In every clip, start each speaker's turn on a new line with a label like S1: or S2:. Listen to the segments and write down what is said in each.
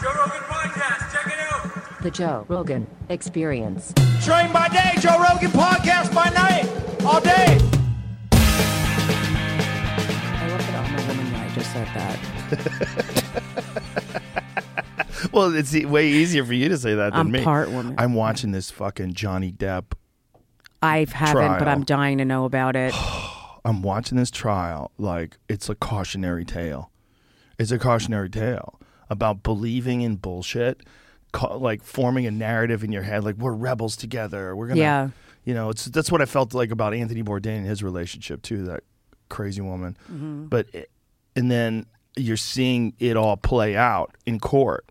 S1: Joe Rogan Podcast. Check it out.
S2: The Joe Rogan Experience.
S3: Train by day, Joe Rogan podcast by night, all day.
S2: I love that I'm a woman when I just said that.
S4: Well, it's e- way easier for you to say that than
S5: I'm
S4: me.
S5: part woman.
S4: I'm watching this fucking Johnny Depp.
S5: I haven't, but
S4: Trial.
S5: I'm dying to know about it.
S4: I'm watching this trial like it's a cautionary tale. It's a cautionary tale about believing in bullshit, ca- like forming a narrative in your head, like we're rebels together. We're gonna,
S5: Yeah.
S4: you know, it's that's what I felt like about Anthony Bourdain and his relationship too. That crazy woman, but it, and then you're seeing it all play out in court.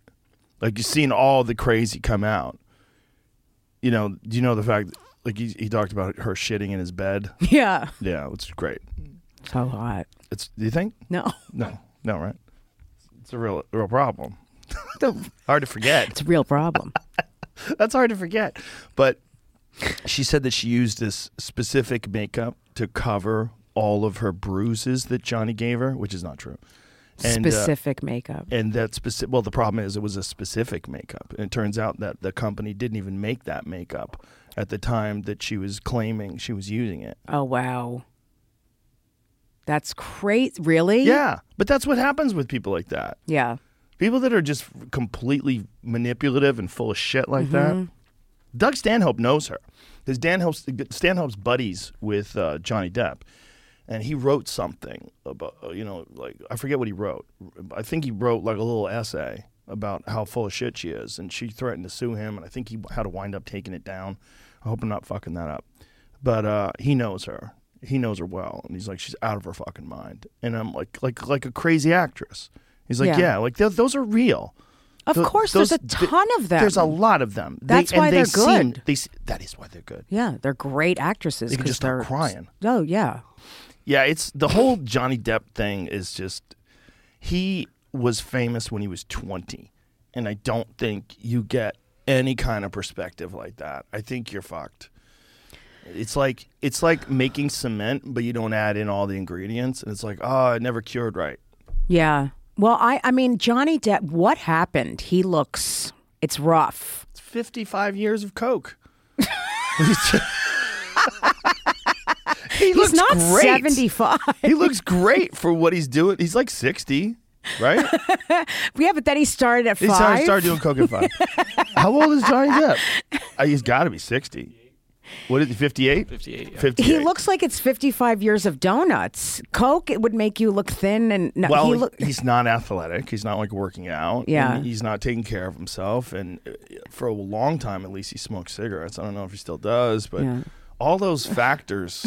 S4: Like you're seeing all the crazy come out. You know, do you know the fact? Like he, he talked about her shitting in his bed.
S5: yeah.
S4: Yeah, which is great.
S5: So hot.
S4: It's do you think?
S5: No.
S4: No, no, right? It's a real, real problem. hard to forget.
S5: It's a real problem.
S4: That's hard to forget. But she said that she used this specific makeup to cover all of her bruises that Johnny gave her, which is not true. And, uh,
S5: Specific makeup.
S4: and that specific. Well, the problem is it was a specific makeup, and it turns out that the company didn't even make that makeup at the time that she was claiming she was using it.
S5: Oh, wow. That's crazy. Really?
S4: Yeah, but that's what happens with people like that.
S5: Yeah.
S4: People that are just completely manipulative and full of shit like that. Doug Stanhope knows her. His Stanhope's, Stanhope's buddies with uh, Johnny Depp, and he wrote something about uh, you know like I forget what he wrote. I think he wrote like a little essay about how full of shit she is, and she threatened to sue him, and I think he had to wind up taking it down. I hope I'm not fucking that up, but uh, he knows her. He knows her well, and he's like she's out of her fucking mind. And I'm like like like a crazy actress. He's like
S5: Yeah.
S4: yeah, like th- those are real.
S5: Of
S4: Th-
S5: course,
S4: those-
S5: there's a
S4: th-
S5: ton of them.
S4: There's a lot of them.
S5: That's
S4: and
S5: why they're
S4: seem-
S5: good.
S4: they s- that is why they're good.
S5: Yeah, they're great actresses.
S4: They can
S5: 'cause
S4: just start
S5: they're-
S4: crying.
S5: Oh, yeah.
S4: Yeah, it's the whole Johnny Depp thing is just he was famous when he was 20, and I don't think you get any kind of perspective like that. I think you're fucked. It's like it's like making cement, but you don't add in all the ingredients, and it's like, oh, it never cured right.
S5: Yeah. Well, I, I mean, Johnny Depp, what happened? He looks, it's rough.
S4: It's 55 years of coke. he
S5: He's
S4: looks
S5: not
S4: great.
S5: 75.
S4: He looks great for what he's doing. He's like 60, right?
S5: yeah, but then he started at
S4: He
S5: five.
S4: started, started doing coke at five. How old is Johnny Depp? Uh, he's got to be 60. What is he, 58? 58.
S5: He looks like it's 55 years of donuts. Coke, it would make you look thin and no,
S4: Well,
S5: he look,
S4: he's not athletic. He's not like working out.
S5: Yeah.
S4: And he's not taking care of himself. And uh, for a long time, at least, he smoked cigarettes. I don't know if he still does, but
S5: Yeah.
S4: all those factors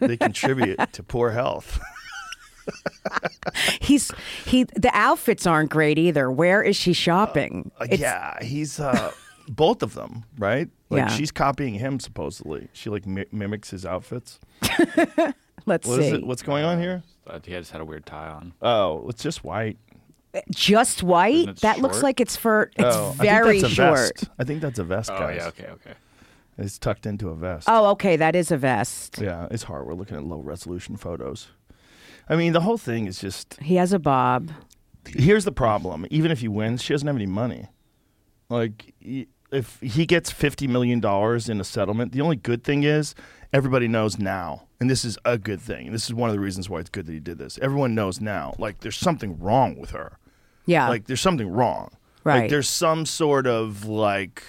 S4: they contribute to poor health.
S5: he's he the outfits aren't great either. Where is she shopping?
S4: Uh,
S5: It's-
S4: yeah, he's uh, both of them, right? Like
S5: Yeah.
S4: she's copying him supposedly. She like mi- mimics his outfits.
S5: Let's
S4: What is
S5: see.
S4: it? What's going on here?
S6: Uh, he just had a weird tie on.
S4: Oh, it's just white.
S5: Just white?
S6: Isn't it
S5: that looks
S6: short?
S5: like it's for it's
S4: oh,
S5: very
S4: I think that's a
S5: short.
S4: Vest. I think that's a vest,
S6: Oh
S4: guys.
S6: yeah, okay, okay.
S4: It's tucked into a vest.
S5: Oh, okay, that is a vest.
S4: Yeah, it's hard. We're looking at low resolution photos. I mean, the whole thing is just
S5: He has a bob.
S4: here's the problem. Even if he wins, she doesn't have any money. Like, y- if he gets $50 million in a settlement, the only good thing is everybody knows now. And this is a good thing. This is one of the reasons why it's good that he did this. Everyone knows now. Like, there's something wrong with her.
S5: Yeah. Uh,
S4: like there's something wrong like
S5: Right.
S4: there's some sort of like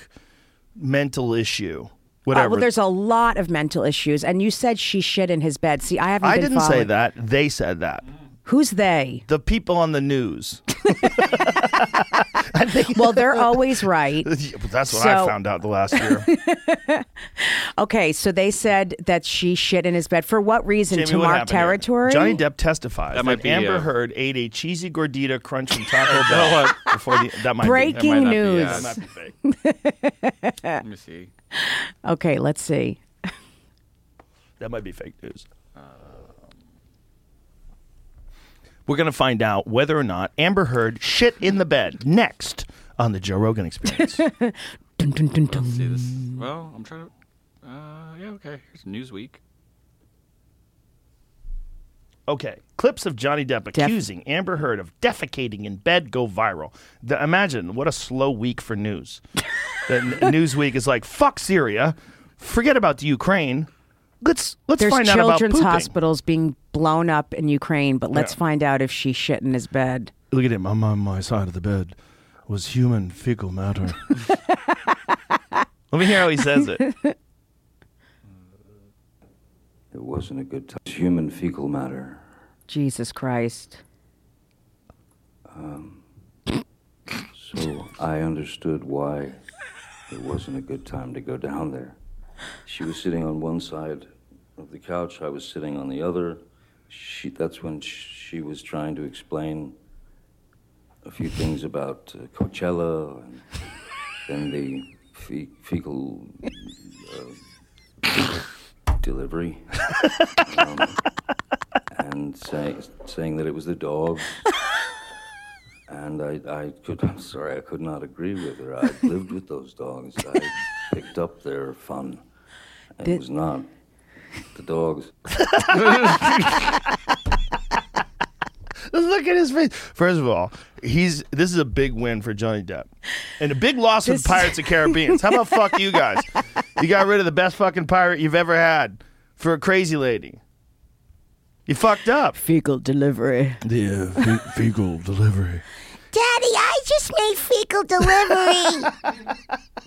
S4: mental issue
S5: Uh,
S4: whatever
S5: well, there's a lot of mental issues, and you said she shit in his bed. See, I haven't.
S4: i
S5: been
S4: didn't say
S5: following-
S4: that they said that
S5: Who's they?
S4: the people on the news
S5: Well, they're always right.
S4: that's what i
S5: So-
S4: found out the last year
S5: Okay, so they said that she shit in his bed for what reason?
S4: Jamie,
S5: to
S4: what
S5: mark
S4: happened here?
S5: territory.
S4: johnny depp testifies that,
S6: That might be,
S4: amber
S6: uh,
S4: heard ate a cheesy gordita crunch from taco bell before the that might be,
S6: That might
S5: Breaking
S6: not be
S5: news.
S6: us.
S4: that might be fake.
S6: Let me see.
S5: Okay, let's see.
S4: that might be fake news Um, we're going to find out whether or not amber heard shit in the bed next on the joe rogan experience
S5: Dun, dun, dun, dun.
S6: See this? Well, I'm trying to. Uh, yeah, okay. Here's Newsweek.
S4: Okay. Clips of Johnny Depp accusing Amber Heard of defecating in bed go viral. The, imagine what a slow week for news. the n- Newsweek is like, fuck Syria, forget about the Ukraine. Let's let's
S5: There's
S4: find out about
S5: children's
S4: pooping.
S5: hospitals being blown up in Ukraine, but let's
S4: Yeah.
S5: find out if she shit in his bed.
S4: Look at him. I'm on my side of the bed. Was human fecal matter. Let me hear how he says it.
S7: It wasn't a good time. Human fecal matter.
S5: Jesus Christ.
S7: So I understood why it wasn't a good time to go down there. She was sitting on one side of the couch, I was sitting on the other. She, that's when sh- she was trying to explain a few things about uh, Coachella and then the fe- fecal uh, delivery. Um, and say, saying that it was the dog. And I, I could, I'm sorry, I could not agree with her. I lived with those dogs. I picked up their fun. And it was not the dogs.
S4: Look at his face. First of all, he's this is a big win for Johnny Depp, and a big loss for the Pirates of Caribbean. How about fuck you guys? You got rid of the best fucking pirate you've ever had for a crazy lady. You fucked up.
S5: Fecal delivery.
S4: Yeah, fecal delivery.
S8: Daddy, I just made fecal delivery.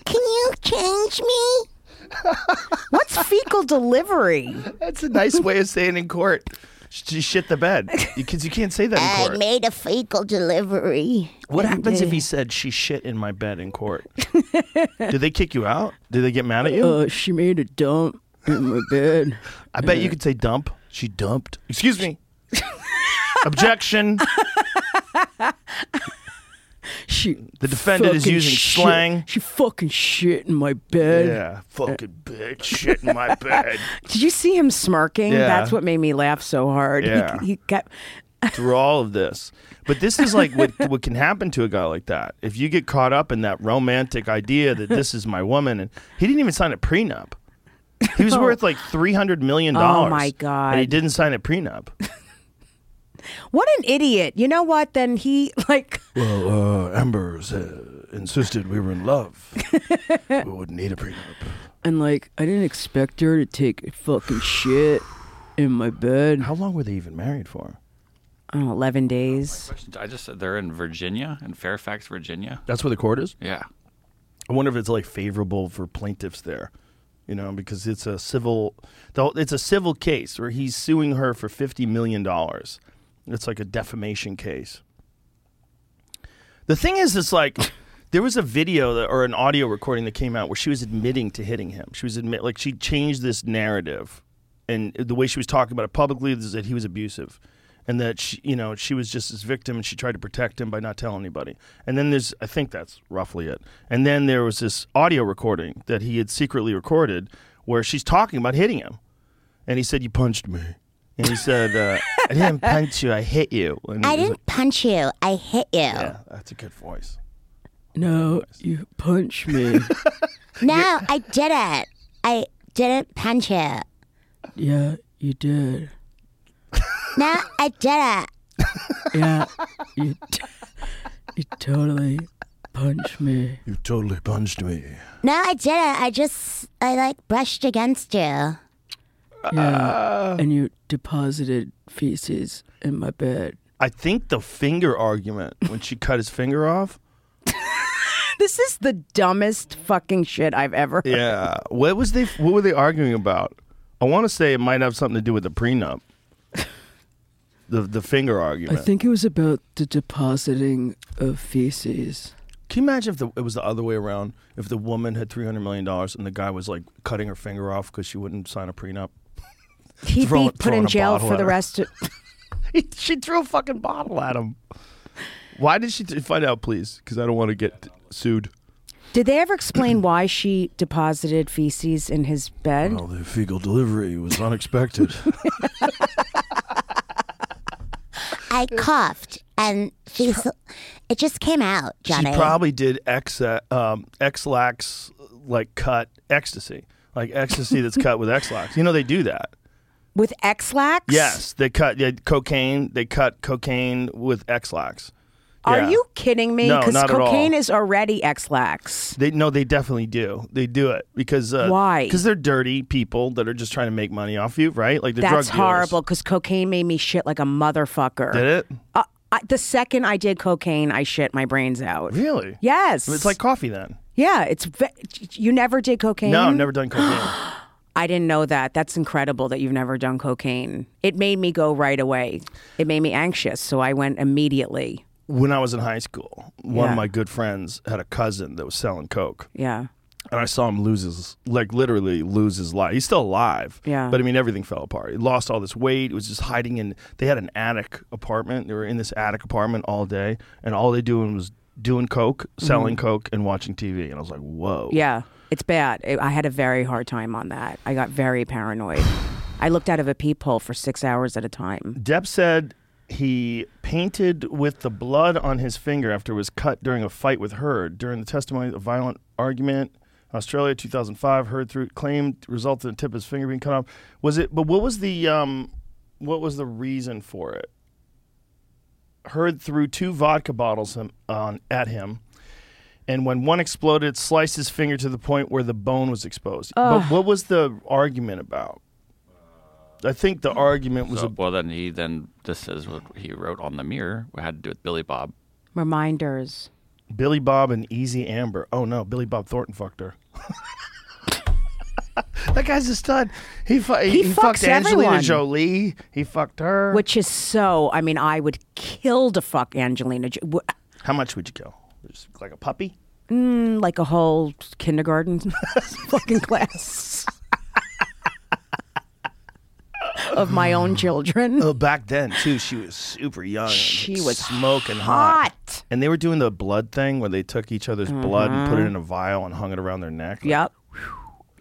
S8: Can you change me?
S5: What's fecal delivery?
S4: That's a nice way of saying in court. She shit the bed. You kids, you can't say that in
S8: I
S4: court.
S8: made a fecal delivery.
S4: What happens if he said she shit in my bed in court? Do they kick you out? Do they get mad at you?
S5: Uh, she made a dump in my bed.
S4: I bet you could say dump. She dumped. Excuse me. Objection.
S5: She
S4: The defendant is
S5: fucking
S4: using
S5: shit-
S4: slang.
S5: She fucking shit in my bed.
S4: Yeah, fucking bitch, shit in my bed.
S5: Did you see him smirking?
S4: Yeah.
S5: That's what made me laugh so hard. He-
S4: Yeah.
S5: He, got
S4: Through all of this, but this is like what what can happen to a guy like that if you get caught up in that romantic idea that this is my woman, and he didn't even sign a prenup. He was worth like three hundred million dollars.
S5: Oh, my God.
S4: And he didn't sign a prenup.
S5: what an idiot. You know what? Then he like
S4: Well, uh, Amber's uh, insisted we were in love. we wouldn't need a prenup.
S5: and like I didn't expect her to take a fucking shit in my bed.
S4: How long were they even married for?
S5: Oh, 11 days.
S6: Question- I just said they're in Virginia, in Fairfax, Virginia.
S4: That's where the court is.
S6: Yeah.
S4: I wonder if it's like favorable for plaintiffs there, you know, because it's a civil, the whole- it's a civil case where he's suing her for fifty million dollars. It's like a defamation case. The thing is, it's like there was a video that, or an audio recording that came out where she was admitting to hitting him. She was admit like she changed this narrative, and the way she was talking about it publicly is that he was abusive, and that she, you know she was just his victim and she tried to protect him by not telling anybody. And then there's I think that's roughly it. And then there was this audio recording that he had secretly recorded where she's talking about hitting him, and he said you punched me. And he said, uh, "I didn't punch you. I hit you." And
S8: I
S4: he was
S8: didn't punch you. I hit you.
S4: like, yeah, that's a good voice.
S5: No, you punch me.
S8: No, I didn't. I didn't punch you.
S5: yeah, you did.
S8: No, I didn't.
S5: Yeah, you, t- you totally punch me.
S4: You totally punched me.
S8: No, I didn't. I just, I like brushed against you.
S5: Yeah, and you deposited feces in my bed.
S4: I think the finger argument when she cut his finger off.
S5: This is the dumbest fucking shit I've ever.
S4: Yeah. What was they? What were they arguing about? I want to say it might have something to do with the prenup. The the finger
S5: I
S4: argument.
S5: think it was about the depositing of feces.
S4: Can you imagine if the, it was the other way around? If the woman had three hundred million dollars and the guy was like cutting her finger off because she wouldn't sign a prenup.
S5: He'd
S4: Throw-
S5: be put
S4: throwing
S5: in
S4: a
S5: jail
S4: bottle
S5: for
S4: at
S5: the
S4: her.
S5: rest of.
S4: she threw a fucking bottle at him. Why did she th- find out, please? Because I don't want to get sued.
S5: Did they ever explain why she deposited feces in his bed?
S4: the fecal delivery was unexpected.
S8: I coughed and she's, it just came out, Johnny.
S4: She probably did ex um, X-Lax like cut ecstasy, like ecstasy that's cut with X-Lax. You know they do that.
S5: with X-Lax?
S4: Yes, they cut yeah, cocaine. They cut cocaine with X-Lax.
S5: Are
S4: Yeah.
S5: you kidding me?
S4: No, not at all.
S5: cocaine is already X-Lax.
S4: They no, they definitely do. They do it because uh,
S5: Why?
S4: Because they're dirty people that are just trying to make money off you, right? Like the drug
S5: That's
S4: dealers.
S5: horrible because cocaine made me shit like a motherfucker.
S4: Did it
S5: Uh, I, the second I did cocaine, I shit my brains out.
S4: really?
S5: Yes.
S4: It's like coffee then.
S5: yeah, it's ve- you never did cocaine.
S4: No, I've never done cocaine.
S5: I didn't know that. That's incredible that you've never done cocaine. It made me go right away. It made me anxious, so I went immediately.
S4: when I was in high school, one
S5: Yeah.
S4: of my good friends had a cousin that was selling coke,
S5: Yeah.
S4: and I saw him lose his like literally lose his life. He's still alive,
S5: Yeah.
S4: But I mean, everything fell apart. He lost all this weight. It was just hiding in. They had an attic apartment. They were in this attic apartment all day, and all they doing was doing coke, selling coke, and watching TV. And I was like, whoa,
S5: Yeah, it's bad. It, I had a very hard time on that. I got very paranoid. I looked out of a peephole for six hours at a time.
S4: Depp said he painted with the blood on his finger after it was cut during a fight with Heard. During the testimony, a violent argument, Australia 2005, Heard through claimed resulted in the tip of his finger being cut off. Was it? But what was the um, what was the reason for it? Heard threw two vodka bottles him, on at him. And when one exploded, it sliced his finger to the point where the bone was exposed. But what was the argument about? I think the argument was
S6: So,
S4: ab-
S6: well, then he then this is what he wrote on the mirror. It had to do with Billy Bob.
S5: Reminders.
S4: Billy Bob and Easy Amber. Oh no, Billy Bob Thornton fucked her. that guy's a stud. He, fu- he,
S5: fucks
S4: fucked Angelina
S5: everyone.
S4: Jolie. He fucked her.
S5: Which is so, I mean, I would kill to fuck Angelina, Jo- w-
S4: How much would you kill? Just like a puppy?
S5: like a whole kindergarten fucking class of my own children.
S4: Oh, back then too, she was super young.
S5: She was
S4: smoking
S5: hot.
S4: And they were doing the blood thing where they took each other's blood and put it
S5: Mm-hmm.
S4: in a vial and hung it around their neck. Like,
S5: Yep.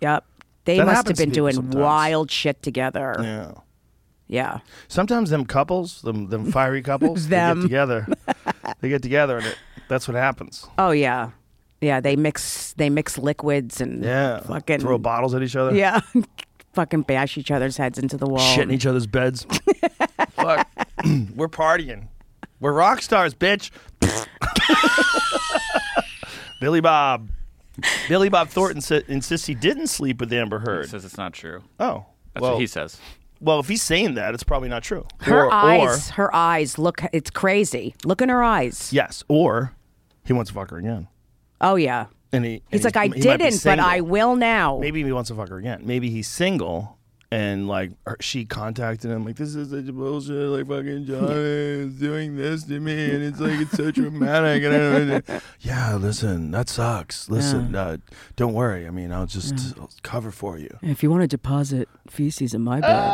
S5: Yep. They
S4: That
S5: must have
S4: happens to
S5: been
S4: people
S5: doing
S4: sometimes.
S5: wild shit together.
S4: Yeah.
S5: yeah.
S4: Sometimes them couples, them them fiery couples,
S5: Them.
S4: they get together. they get together and it, that's what happens.
S5: Oh yeah, yeah. They mix they mix liquids and
S4: Yeah.
S5: fucking
S4: throw bottles at each other.
S5: yeah, fucking bash each other's heads into the wall.
S4: shit in each other's beds. Um, Fuck. We're partying. We're rock stars, bitch. Billy Bob. Billy Bob Thornton sa- insists he didn't sleep with Amber
S6: He
S4: Heard.
S6: says it's not true.
S4: Oh.
S6: That's
S4: well,
S6: what he says.
S4: well, if he's saying that, it's probably not true.
S5: Her
S4: or,
S5: eyes,
S4: Or,
S5: her eyes. Look, it's crazy. Look in her eyes.
S4: yes. Or he wants to fuck her again.
S5: Oh yeah.
S4: And he, and
S5: He's like, I
S4: he might be
S5: didn't, but
S4: single.
S5: I will now.
S4: Maybe he wants to fuck her again. Maybe he's single and like her- she contacted him like this is such bullshit. Like fucking Johnny is doing this to me, and it's like it's so traumatic. And I don't know. yeah, listen, that sucks. Listen, uh, don't worry. I mean, I'll just I'll cover for you.
S5: If you want to deposit feces in my bed,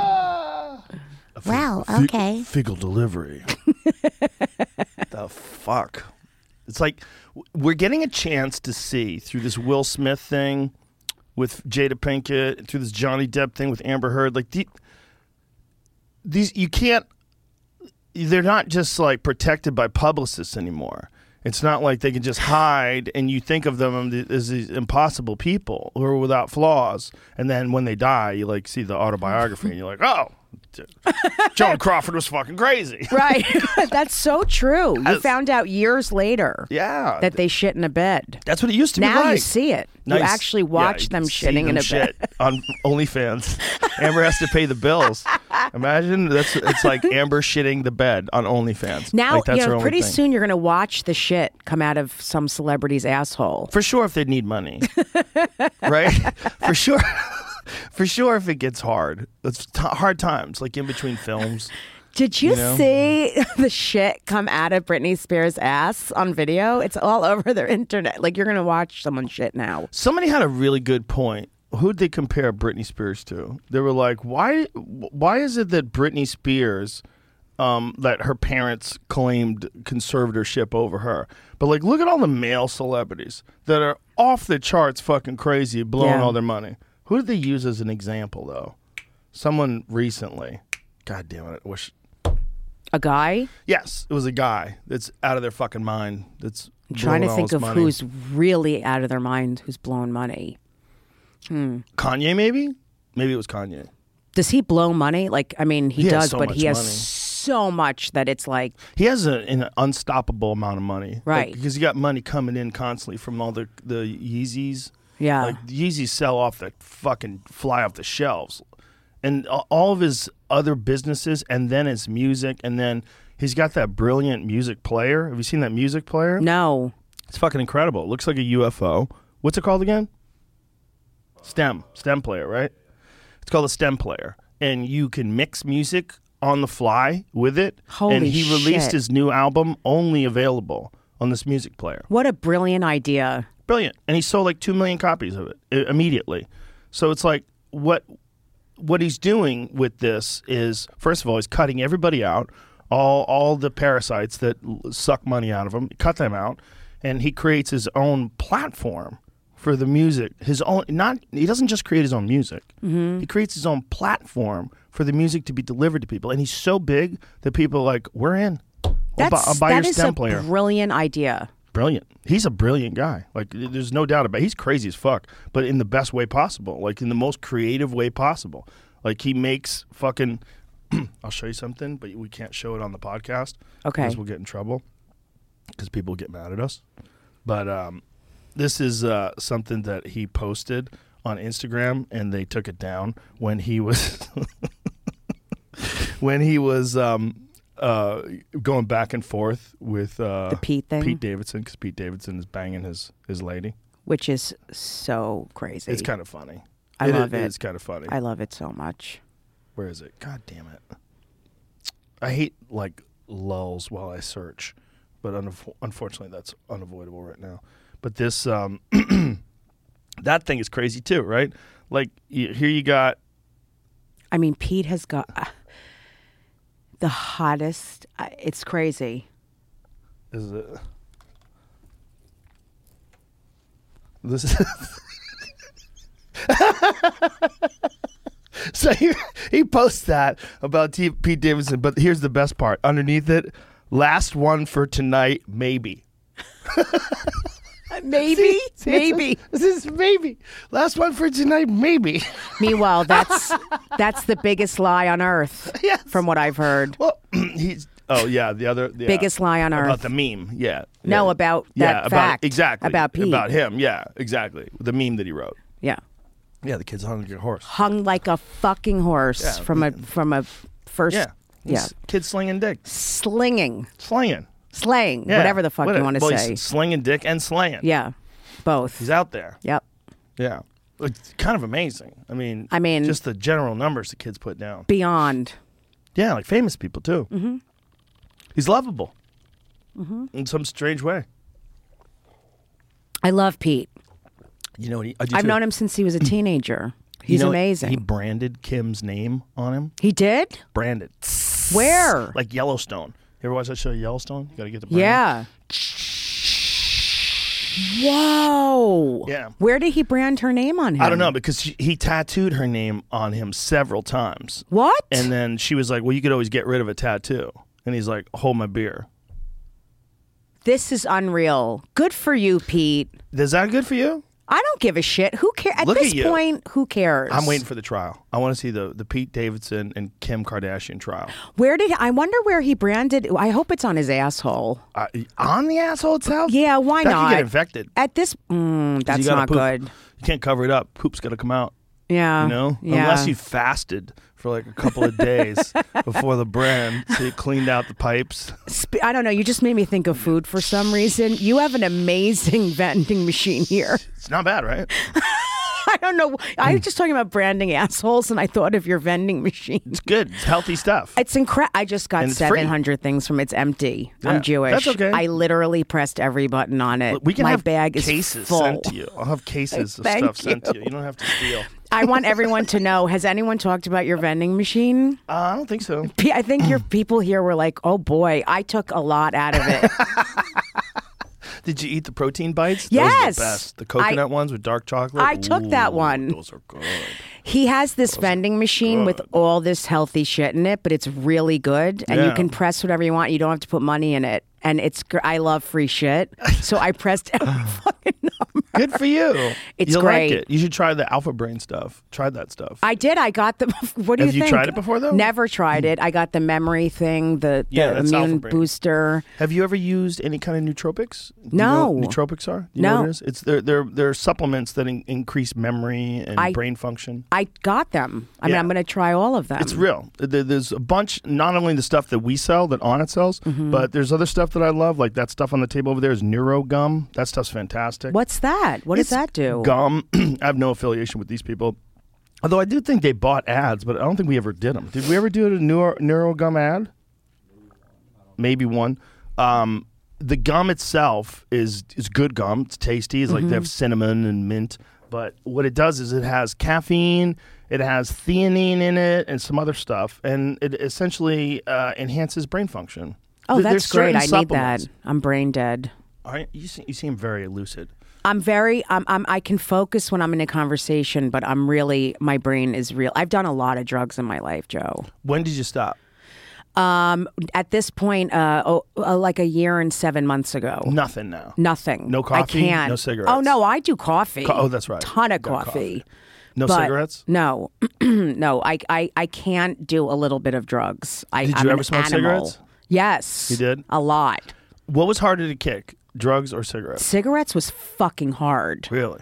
S8: Wow,
S4: Fe-
S8: okay.
S4: fecal delivery. the fuck. It's like w- we're getting a chance to see through this Will Smith thing with Jada Pinkett, through this Johnny Depp thing with Amber Heard. Like the, these, you can't. They're not just like protected by publicists anymore. It's not like they can just hide and you think of them as these impossible people who are without flaws. And then when they die, you like see the autobiography and you're like, oh, Joan Crawford was fucking crazy.
S5: right? That's so true. You
S4: Yes.
S5: found out years later
S4: Yeah.
S5: that they shit in a bed.
S4: that's what it used to be
S5: Now
S4: like.
S5: you see it.
S4: Now
S5: You
S4: s-
S5: actually
S4: yeah,
S5: watch
S4: you
S5: them
S4: see
S5: shitting in a bed.
S4: shit on OnlyFans. Amber has to pay the bills. Imagine that's it's like Amber shitting the bed on OnlyFans.
S5: Now
S4: like, that's
S5: you
S4: her
S5: know.
S4: only
S5: Pretty
S4: thing.
S5: soon, you're gonna watch the shit come out of some celebrity's asshole.
S4: for sure if they need money, right? For sure, for sure if it gets hard. It's t- hard times, like in between films.
S5: Did you,
S4: know?
S5: see the shit come out of Britney Spears' ass on video? It's all over the internet. Like you're gonna watch someone shit now.
S4: Somebody had a really good point. Who'd they compare Britney Spears to? They were like, why? Why is it that Britney Spears, um, that her parents claimed conservatorship over her? But like, look at all the male celebrities that are off the charts, fucking crazy, blowing
S5: Yeah.
S4: all their money. Who did they use as an example though? Someone recently. God damn it! I wish.
S5: A guy
S4: Yes, it was a guy that's out of their fucking mind. That's blowing
S5: trying to
S4: all
S5: think
S4: his
S5: of
S4: money.
S5: who's really out of their mind, who's blown money.
S4: Kanye. Maybe, maybe it was Kanye.
S5: Does he blow money? Like, I mean, he,
S4: He has
S5: does,
S4: so
S5: but he
S4: much
S5: has
S4: money.
S5: so much that it's like,
S4: He has a, an unstoppable amount of money, Like,
S5: Right.
S4: because he got money coming in constantly from all the the Yeezys.
S5: Yeah.
S4: like the Yeezys sell off the fucking fly off the shelves, and a- all of his other businesses, and then his music, and then he's got that brilliant music player. Have you seen that music player?
S5: no,
S4: It's fucking incredible. It looks like a UFO. What's it called again? STEM. STEM player, right? It's called a STEM player. And you can mix music on the fly with it. and
S5: Holy
S4: he released
S5: shit.
S4: his new album only available on this music player.
S5: what a brilliant idea.
S4: Brilliant. And he sold like 2 million copies of it i- immediately. So it's like what what he's doing with this is first of all he's cutting everybody out, all all the parasites that l- suck money out of him, cut them out, and he creates his own platform for the music. His own not he doesn't just create his own music.
S5: Mm-hmm.
S4: He creates his own platform for the music to be delivered to people and he's so big that people are like we're in. I'll, bu-
S5: That's,
S4: I'll buy
S5: that
S4: your
S5: is
S4: stem
S5: a
S4: player
S5: brilliant idea.
S4: brilliant. He's a brilliant guy. Like th- there's no doubt about. It. He's crazy as fuck, but in the best way possible. Like in the most creative way possible. Like he makes fucking. I'll show you something, but we can't show it on the podcast.
S5: Okay.
S4: Because we'll get in trouble. Because people get mad at us. But um, this is uh, something that he posted on Instagram, and they took it down when he was when he was um, uh, going back and forth with uh,
S5: The Pete thing?
S4: Pete Davidson, because Pete Davidson is banging his his lady.
S5: which is so crazy.
S4: It's kind of funny.
S5: I love it.
S4: It's kind of funny.
S5: I love it so much.
S4: Where is it? God damn it! I hate like lulls while I search, but unaf unfortunately that's unavoidable right now. But this um, that thing is crazy too, right? Like y- here you got
S5: I mean, Pete has got uh, the hottest. I it's crazy.
S4: is it this is so he, he posts that about T- pete davidson but here's the best part underneath it last one for tonight maybe
S5: Uh, Maybe, maybe.
S4: this is maybe last one for tonight maybe
S5: Meanwhile, that's that's the biggest lie on earth,
S4: Yes.
S5: from what I've heard.
S4: well he's oh yeah the other yeah.
S5: Biggest lie on
S4: about
S5: earth.
S4: the meme yeah
S5: No,
S4: yeah.
S5: about
S4: yeah
S5: that
S4: about
S5: fact.
S4: exactly
S5: About Pete.
S4: about him yeah exactly the meme that he wrote
S5: yeah,
S4: yeah the kid's on a horse
S5: hung like a fucking horse
S4: Yeah.
S5: from a from a first.
S4: Yeah.
S5: yeah.
S4: Kids slinging dick.
S5: Slinging,
S4: Slaying.
S5: slaying,
S4: Yeah.
S5: whatever the fuck you want to
S4: well, he's
S5: say.
S4: Slinging dick and slaying.
S5: Yeah, both.
S4: He's out there.
S5: Yep.
S4: Yeah. It's kind of amazing. I mean,
S5: I mean-
S4: just the general numbers the kids put down.
S5: Beyond.
S4: Yeah, like famous people too. Mm-hmm. He's lovable mm-hmm. in some strange way.
S5: I love Pete.
S4: You know what? He, I do
S5: I've
S4: too.
S5: known him since he was a teenager.
S4: You
S5: He's
S4: know what?
S5: amazing.
S4: He branded Kim's name on him.
S5: He did?
S4: Branded.
S5: Where?
S4: Like Yellowstone. You ever watch that show Yellowstone? You got to get the brand.
S5: yeah. Whoa.
S4: Yeah.
S5: Where did he brand her name on him?
S4: I don't know because she, he tattooed her name on him several times.
S5: What?
S4: And then she was like, "Well, you could always get rid of a tattoo." And he's like, "Hold my beer."
S5: this is unreal. Good for you, Pete.
S4: Is that good for you?
S5: I don't give a shit. Who cares? At
S4: Look at
S5: this
S4: you.
S5: point, who cares?
S4: I'm waiting for the trial. I want to see the the Pete Davidson and Kim Kardashian trial.
S5: Where did I wonder where he branded? I hope it's on his asshole.
S4: Uh, on the asshole itself?
S5: Yeah, why
S4: that
S5: not?
S4: Could get infected. 'Cause
S5: At this, mm,
S4: you
S5: that's
S4: gotta
S5: not
S4: poop.
S5: good.
S4: You can't cover it up. Poop's got to come out.
S5: Yeah.
S4: You know,
S5: Yeah.
S4: unless you fasted for like a couple of days before the brand, so you cleaned out the pipes.
S5: Sp- I don't know. You just made me think of food for some reason. You have an amazing vending machine here.
S4: It's not bad, right?
S5: I don't know. I was just talking about branding assholes, and I thought of your vending machine.
S4: It's good. It's healthy stuff.
S5: It's incredible. I just got
S4: And it's free.
S5: seven hundred things from. It's empty.
S4: Yeah,
S5: I'm Jewish.
S4: that's okay.
S5: I literally pressed every button on it.
S4: We can
S5: My
S4: have
S5: bag is
S4: cases
S5: full.
S4: sent to you. I'll have cases of
S5: Thank
S4: stuff sent to you.
S5: you.
S4: You don't have to steal.
S5: I want everyone to know. Has anyone talked about your vending machine?
S4: Uh, I don't think so.
S5: P- I think your people here were like, "Oh boy, I took a lot out of it."
S4: Did you eat the protein bites?
S5: Yes.
S4: Those are the best. The coconut
S5: I-
S4: ones with dark chocolate.
S5: I took that one.
S4: Those are good.
S5: He has this vending machine with all this healthy shit in it, but it's really good, and
S4: Yeah.
S5: you can press whatever you want. You don't have to put money in it, and it's. gr- I love free shit, so I pressed every fucking number.
S4: Good for you.
S5: It's
S4: You'll
S5: great.
S4: Like it. You should try the alpha brain stuff. Try that stuff.
S5: I did. I got the. What do
S4: Have
S5: you
S4: you
S5: think?
S4: tried it before, though? Hmm.
S5: Never tried it. I got the memory thing, the, the
S4: Yeah, that's alpha
S5: immune
S4: brain.
S5: booster.
S4: Have you ever used any kind of nootropics? Do you know what
S5: No.
S4: nootropics are. Do you know what
S5: No.
S4: it is? It's they're they're, they're supplements that in, increase memory and
S5: I-
S4: brain function.
S5: I got them. I mean,
S4: Yeah.
S5: I'm going to try all of them.
S4: It's real. There- There's a bunch, not only the stuff that we sell that Onnit sells,
S5: Mm-hmm.
S4: but there's other stuff that I love. Like that stuff on the table over there is Neuro Gum. That stuff's fantastic.
S5: What's that? What does
S4: It's
S5: that do?
S4: Gum. I have no affiliation with these people. Although I do think they bought ads, but I don't think we ever did them. Did we ever do a Neuro, Neuro Gum ad? Maybe one. Um, the gum itself is is good gum. It's tasty. It's like they
S5: Mm-hmm.
S4: have cinnamon and mint. But what it does is it has caffeine, it has theanine in it, and some other stuff, and it essentially uh, enhances brain function.
S5: oh,
S4: Th-
S5: that's
S4: there's
S5: great.
S4: certain
S5: I need that.
S4: supplements.
S5: I'm brain dead.
S4: All right, you, se- you seem very lucid.
S5: I'm very. I'm, I'm. I can focus when I'm in a conversation, but I'm really. My brain is real. I've done a lot of drugs in my life, Joe. Um,
S4: When did you stop?
S5: At this point, uh, oh, uh like a year and seven months ago.
S4: Nothing now.
S5: Nothing.
S4: No coffee,
S5: I can't.
S4: no cigarettes.
S5: Oh no, I do coffee.
S4: Co- oh, that's right.
S5: Ton of
S4: You got
S5: coffee.
S4: coffee. No
S5: But
S4: cigarettes.
S5: No, no. I, I I can't do a little bit of drugs. I,
S4: Did you
S5: I'm an
S4: ever smoke
S5: animal.
S4: cigarettes?
S5: Yes.
S4: You did?
S5: a lot.
S4: What was harder to kick, drugs or cigarettes?
S5: Cigarettes was fucking hard.
S4: Really?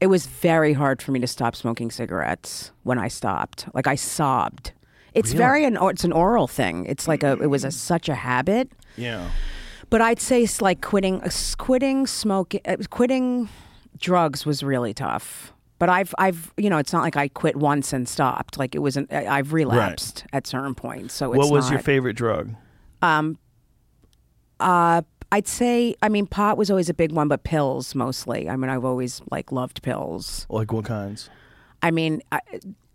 S5: It was very hard for me to stop smoking cigarettes when I stopped. Like I sobbed. It's very an it's an oral thing. It's like a it
S4: Mm.
S5: was a, such a habit.
S4: Yeah.
S5: But I'd say it's like quitting, uh, s- quitting smoking, uh, quitting drugs was really tough. But I've, I've, you know, it's not like I quit once and stopped. Like it wasn't. I- I've relapsed at certain points. So it's
S4: what was your
S5: not-
S4: favorite drug?
S5: I'd say, I mean, pot was always a big one, but pills mostly. I mean, I've always like loved pills.
S4: Like what kinds?
S5: I mean, I,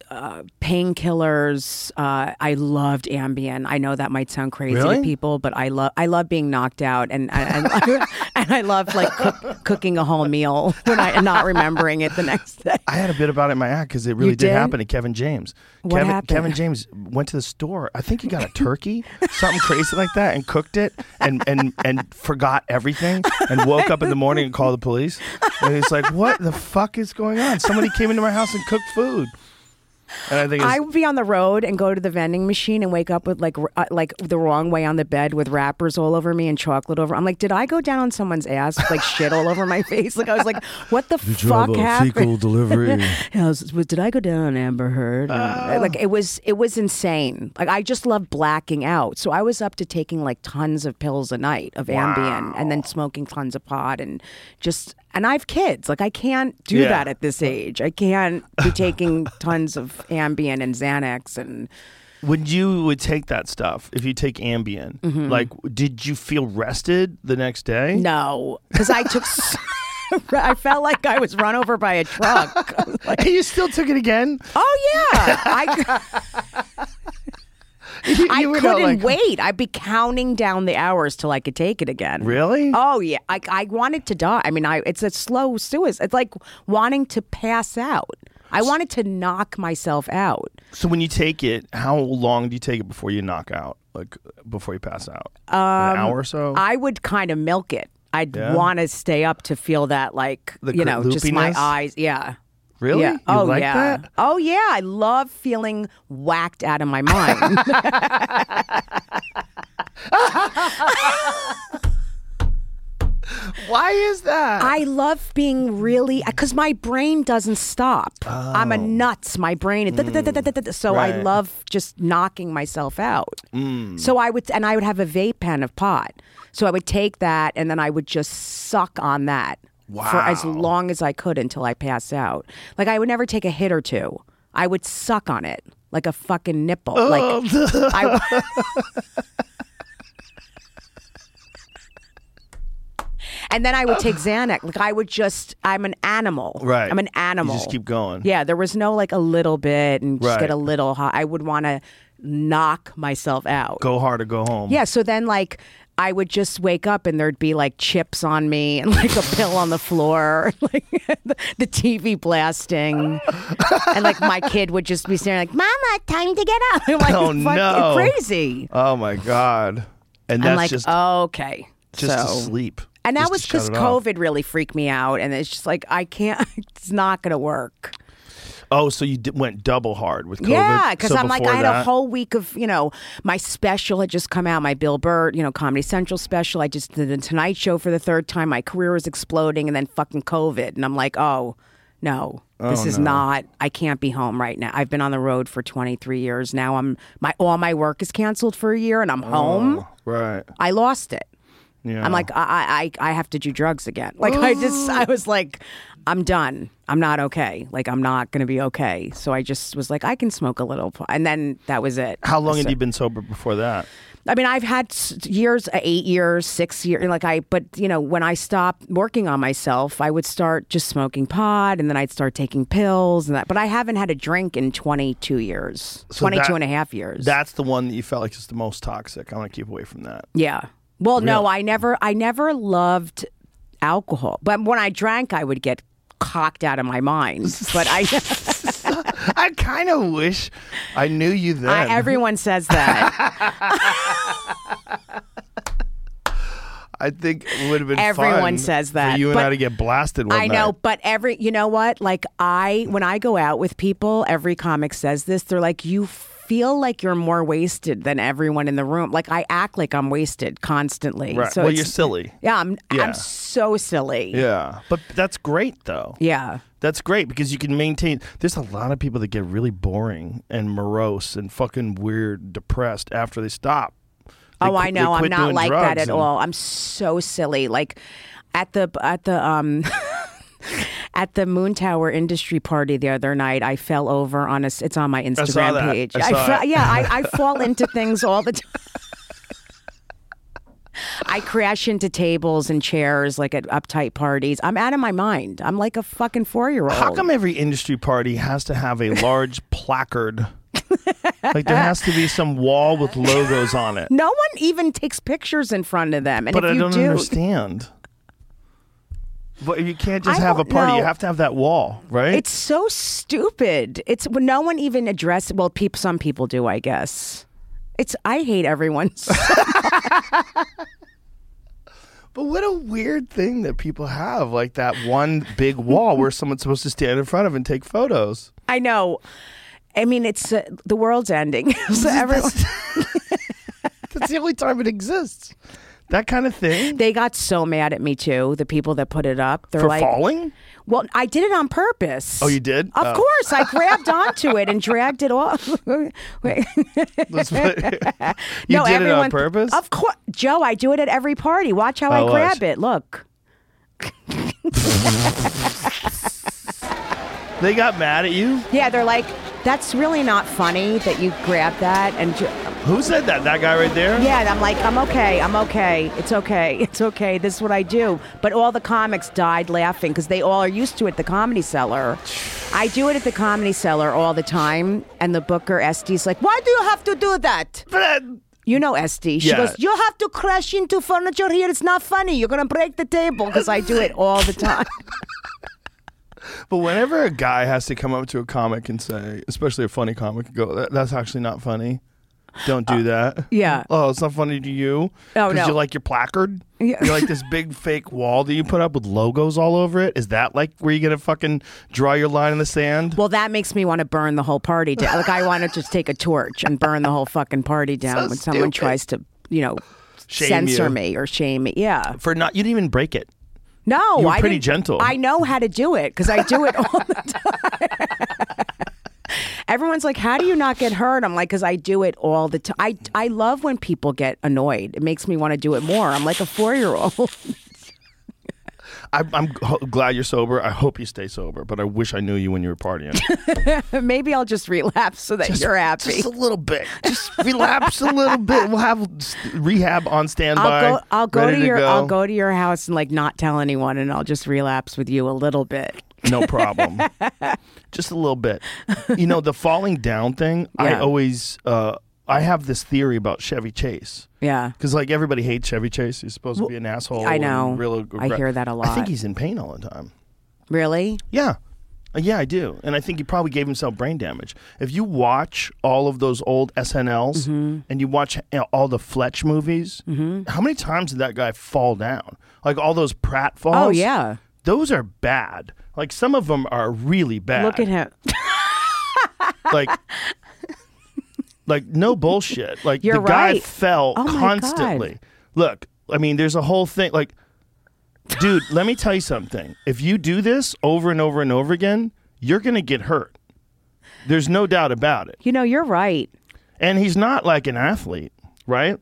S5: uh, painkillers. Uh, I loved Ambien. I know that might sound crazy
S4: Really?
S5: to people, but I love I love being knocked out, and and, and, and I love like cook, cooking a whole meal when I and not remembering it the next day.
S4: I had a bit about it in my act because it really did,
S5: did?
S4: happen to Kevin James.
S5: What
S4: Kevin,
S5: happened?
S4: Kevin James went to the store. I think he got a turkey, something crazy like that, and cooked it and, and, and forgot everything and woke up in the morning and called the police. And he's like, what the fuck is going on? Somebody came into my house and cooked food. And I think it's,
S5: I would be on the road and go to the vending machine and wake up with like r- uh, like the wrong way on the bed with wrappers all over me and chocolate over. I'm like, did I go down on someone's ass with like shit all over my face? Like I was like, what the fuck happened?
S9: delivery.
S5: And I was, was- did I go down on Amber Heard? And,
S4: Oh.
S5: Like it was, it was insane. Like I just love blacking out. So I was up to taking like tons of pills a night of Ambien, and then smoking tons of pot, and just. And I have kids. Like I can't do
S4: Yeah.
S5: that at this age. I can't be taking tons of Ambien and Xanax, and
S4: when you would take that stuff, if you take Ambien, like, did you feel rested the next day?
S5: Mm-hmm. no, because I took. s- I felt like I was run over by a truck. I was like,
S4: And you still took it again?
S5: oh yeah, I.
S4: You-
S5: I
S4: you were not
S5: couldn't
S4: like-
S5: wait. I'd be counting down the hours till I could take it again.
S4: Really?
S5: Oh yeah. I, I wanted to die. I mean, I it's a slow suicide. It's like wanting to pass out. I wanted to knock myself out.
S4: So when you take it, how long do you take it before you knock out? Like before you pass out? An hour or so?
S5: Um, I would kind of milk it. I'd
S4: Yeah?
S5: want to stay up to feel that, like
S4: The
S5: you
S4: cr-
S5: know, just my
S4: loopiness?
S5: eyes. Yeah.
S4: really?
S5: Yeah.
S4: You
S5: oh
S4: like
S5: yeah.
S4: that?
S5: Oh yeah. I love feeling whacked out of my mind.
S4: Why is that?
S5: I love being really because my brain doesn't stop. I'm a nuts. My brain, is so
S4: Oh.
S5: I
S4: Right. Mm.
S5: love just knocking myself out. So I would, and I would have a vape pen of pot. So I would take that, and then I would just suck on that for as
S4: Wow.
S5: long as I could until I passed out. Like I would never take a hit or two. I would suck on it like a fucking nipple.
S4: Oh.
S5: Like I. And then I would take Xanax. Like I would just, I'm an animal.
S4: Right.
S5: I'm an animal.
S4: You just keep going.
S5: Yeah, there was no like a little bit and just
S4: Right.
S5: get a little high. I would want to knock myself out.
S4: Go hard or go home.
S5: Yeah, so then like I would just wake up and there'd be like chips on me and like a pill on the floor, like the TV blasting, and like my kid would just be staring like,
S8: Mama, time to get up.
S5: "I'm like
S4: Oh,
S5: fucking
S4: no.
S5: crazy."
S4: Oh my god. And that's
S5: I'm like,
S4: just
S5: okay,
S4: just
S5: so
S4: to sleep.
S5: And that
S4: Just to
S5: was because
S4: shut it off.
S5: COVID really freaked me out, and it's just like I can't. It's not going to work.
S4: Oh, so you di went double hard with COVID.
S5: Yeah, because
S4: So
S5: I'm like,
S4: before
S5: I had a
S4: that-
S5: whole week of, you know, my special had just come out, my Bill Burr, you know, Comedy Central special. I just did the Tonight Show for the third time. My career was exploding, and then fucking COVID. And I'm like, oh, no,
S4: Oh,
S5: this is not, I can't be home right now. I've been on the road for 23 years now. I'm, my, all my work is canceled for a year, and
S4: Oh.
S5: I'm home.
S4: Right.
S5: I lost it.
S4: Yeah.
S5: I'm like, I, I, I I have to do drugs again. Like, I just, I was like, I'm done. I'm not okay. Like, I'm not going to be okay. So I just was like, I can smoke a little. p- And then that was it.
S4: How long
S5: So-
S4: had you been sober before that?
S5: I mean, I've had s- years, uh, eight years, six years. Like, I, but, you know, when I stopped working on myself, I would start just smoking pot and then I'd start taking pills and that. But I haven't had a drink in 22 years,
S4: So
S5: 22
S4: that-
S5: and a half years.
S4: That's the one that you felt like is the most toxic. I want to keep away from that.
S5: Yeah. Well, no,
S4: Really?
S5: I never I never loved alcohol. But when I drank, I would get cocked out of my mind. But I,
S4: I kind of wish I knew you then.
S5: I everyone says that.
S4: I think it would have been
S5: Everyone
S4: fun
S5: says that,
S4: for you and
S5: but
S4: I to get blasted. One
S5: I know,
S4: night.
S5: but every you know what? Like I when I go out with people, every comic says this. They're like you feel like you're more wasted than everyone in the room. Like I act like I'm wasted constantly.
S4: Right.
S5: So
S4: well,
S5: it's-
S4: you're silly.
S5: Yeah, I'm
S4: Yeah.
S5: I'm so silly.
S4: Yeah, but that's great though.
S5: Yeah.
S4: That's great because you can maintain. There's a lot of people that get really boring and morose and fucking weird, depressed after they stop. They
S5: Oh,
S4: qui-
S5: I
S4: they
S5: know. I'm
S4: quit
S5: not
S4: doing
S5: like that
S4: drugs
S5: at
S4: and-
S5: all. I'm so silly. Like at the at the um at the Moon Tower Industry Party the other night, I fell over on a. s- It's on my Instagram
S4: saw that.
S5: page.
S4: I saw
S5: fell,
S4: it.
S5: yeah, I, I fall into things all the time. I crash into tables and chairs like at uptight parties. I'm out of my mind. I'm like a fucking four year old.
S4: How come every industry party has to have a large placard? like there has to be some wall with logos on it.
S5: No one even takes pictures in front of them. And
S4: but
S5: if
S4: I
S5: you
S4: don't
S5: do,
S4: understand. But you can't just
S5: I
S4: have a
S5: don't
S4: party. You
S5: know.
S4: have to have that wall, right?
S5: It's so stupid. It's when no one even address. Well, peop, some people do, I guess. It's I hate everyone.
S4: But what a weird thing that people have, like that one big wall where someone's supposed to stand in front of and take photos.
S5: I know. I mean, it's uh, the world's ending. so everyone,
S4: That's the only time it exists. That kind of thing
S5: they got so mad at me too. The people that put it up, they're
S4: for
S5: like,
S4: falling.
S5: "Well, I did it on purpose."
S4: Oh, you did?
S5: Of
S4: Oh.
S5: course, I grabbed onto it and dragged it off. Wait.
S4: That's what- you
S5: no,
S4: did
S5: everyone,
S4: it on purpose.
S5: Of course, Joe. I do it at every party. Watch how
S4: Oh,
S5: I
S4: watch.
S5: grab it. Look.
S4: they got mad at you.
S5: Yeah, they're like, that's really not funny that you grab that. And ju-
S4: Who said that? That guy right there.
S5: yeah, and I'm like, I'm okay, I'm okay, it's okay, it's okay, this is what I do. But all the comics died laughing because they all are used to it, the comedy cellar. I do it at the comedy cellar all the time, and the booker, Estee's like, why do you have to do that?
S4: But
S5: You know Esty. She
S4: Yeah.
S5: goes, you have to crash into furniture here, it's not funny, you're going to break the table because I do it all the time.
S4: but whenever a guy has to come up to a comic and say, especially a funny comic, and go, "That- "That's actually not funny. Don't do that."
S5: Uh, yeah.
S4: Oh, it's not funny to you.
S5: Oh, no.
S4: you like your placard.
S5: Yeah.
S4: You like this big fake wall that you put up with logos all over it. Is that like where you gonna fucking draw your line in the sand?
S5: Well, that makes me want to burn the whole party down. Like I want to just take a torch and burn the whole fucking party down when someone
S4: stupid.
S5: tries to, you know,
S4: Shame
S5: censor
S4: you.
S5: me or shame me. Yeah.
S4: For not, you didn't even break it.
S5: No,
S4: You were
S5: I
S4: pretty
S5: didn't-
S4: gentle.
S5: I know how to do it because I do it all the time. Everyone's like, "How do you not get hurt?" I'm like, "Cause I do it all the time. I I love when people get annoyed. It makes me want to do it more. I'm like a four year old.
S4: I, I'm h- glad you're sober. I hope you stay sober, but I wish I knew you when you were partying.
S5: Maybe I'll just relapse so that you're happy.
S4: Just a little bit. Just relapse a little bit. We'll have s- rehab on standby.
S5: I'll go. I'll go
S4: ready
S5: to your.
S4: go.
S5: I'll go to your house and like not tell anyone, and I'll just relapse with you a little bit.
S4: No problem. Just a little bit. You know, the falling down thing, I
S5: Yeah.
S4: always, uh, I have this theory about Chevy Chase.
S5: Yeah.
S4: Because, like, everybody hates Chevy Chase. He's supposed to be an asshole.
S5: I
S4: and
S5: know.
S4: Real
S5: I hear that a
S4: I think
S5: lot.
S4: he's in pain all the time.
S5: Really?
S4: Yeah. Uh, Yeah, I do. And I think he probably gave himself brain damage. If you watch all of those old SNLs
S5: Mm-hmm.
S4: and you watch you know, all the Fletch movies, how many times did that guy fall down? Like all those Pratt falls?
S5: Oh, yeah.
S4: Those are bad. Like some of them are really bad.
S5: Look at him.
S4: Like, like no bullshit. Like
S5: You're
S4: the guy
S5: right.
S4: fell
S5: Oh, my God.
S4: constantly. Look, I mean, there's a whole thing. Like, dude, let me tell you something. If you do this over and over and over again, you're going to get hurt. There's no doubt about it.
S5: You know, you're right.
S4: And he's not like an athlete, right?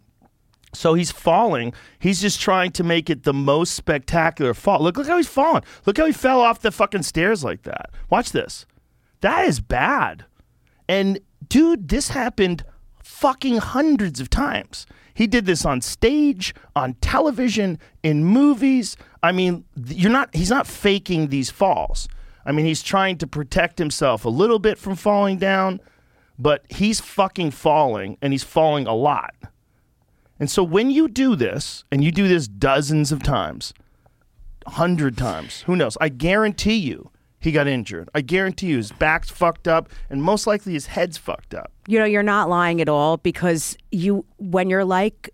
S4: So he's falling. He's just trying to make it the most spectacular fall. Look, look how he's falling. Look how he fell off the fucking stairs like that. Watch this. That is bad. And dude, this happened fucking hundreds of times. He did this on stage, on television, in movies. I mean, th- you're not he's not faking these falls. I mean, he's trying to protect himself a little bit from falling down, but he's fucking falling and he's falling a lot. And so when you do this, and you do this dozens of times, hundred times, who knows? I guarantee you he got injured. I guarantee you his back's fucked up, and most likely his head's fucked up.
S5: You know, you're not lying at all because you, when you're like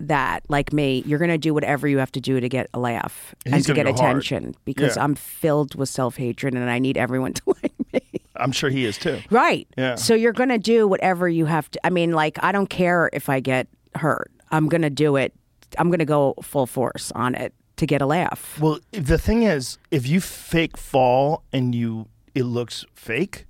S5: that, like me, you're going to do whatever you have to do to get a laugh
S4: And
S5: and
S4: he's
S5: to get
S4: gonna go hard.
S5: attention because
S4: Yeah.
S5: I'm filled with self hatred and I need everyone to like me.
S4: I'm sure he is too.
S5: Right.
S4: Yeah.
S5: So you're going to do whatever you have to. I mean, like, I don't care if I get hurt. I'm going to do it. I'm going to go full force on it to get a laugh.
S4: Well, the thing is, if you fake fall and you it looks fake,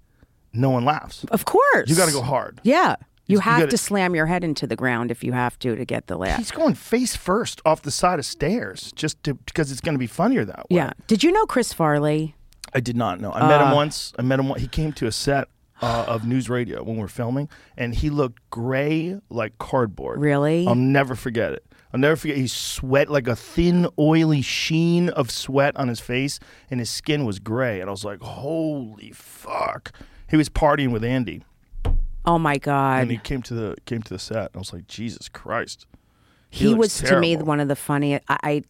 S4: no one laughs.
S5: Of course.
S4: You got to go hard.
S5: Yeah. You
S4: You
S5: have
S4: gotta-
S5: to slam your head into the ground if you have to to get the laugh.
S4: He's going face first off the side of stairs just to, because it's going to be funnier that way.
S5: Yeah. Uh. Did you know Chris Farley?
S4: I did not know. I met him once. I met him. on- He came to a set uh, of News Radio when we were filming, and he looked gray like cardboard.
S5: Really?
S4: I'll never forget it. I'll never forget. He sweat like a thin, oily sheen of sweat on his face, and his skin was gray. And I was like, "Holy fuck!" He was partying with Andy,
S5: Oh my
S4: and he
S5: God.
S4: came to the came to the set. And I was like, "Jesus Christ!"
S5: He,
S4: looks
S5: was to me
S4: terrible.
S5: one of the funniest. I, I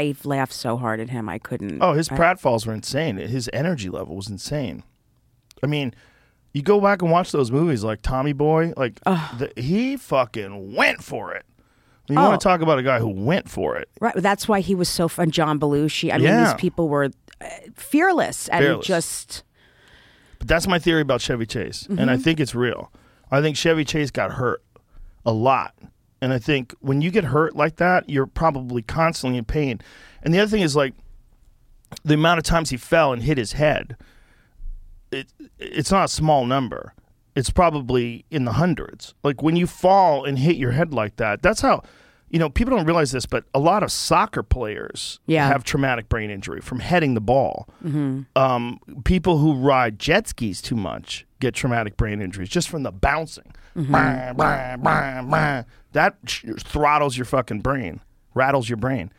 S5: I laughed so hard at him I couldn't.
S4: Oh, his pratfalls were insane. His energy level was insane. I mean, you go back and watch those movies like Tommy Boy, like the, he fucking went for it. You
S5: Oh.
S4: want to talk about a guy who went for it?
S5: Right. That's why he was so fun. John Belushi. I mean,
S4: Yeah.
S5: these people were uh, fearless and
S4: Fearless.
S5: just.
S4: But that's my theory about Chevy Chase, and I think it's real. I think Chevy Chase got hurt a lot, and I think when you get hurt like that, you're probably constantly in pain. And the other thing is like the amount of times he fell and hit his head. It it's not a small number. It's probably in the hundreds. Like when you fall and hit your head like that, that's how. You know, people don't realize this, but a lot of soccer players
S5: Yeah.
S4: have traumatic brain injury from heading the ball um, people who ride jet skis too much get traumatic brain injuries just from the bouncing.
S5: Mm-hmm.
S4: Bah, bah, bah, bah. That sh- throttles your fucking brain, rattles your brain.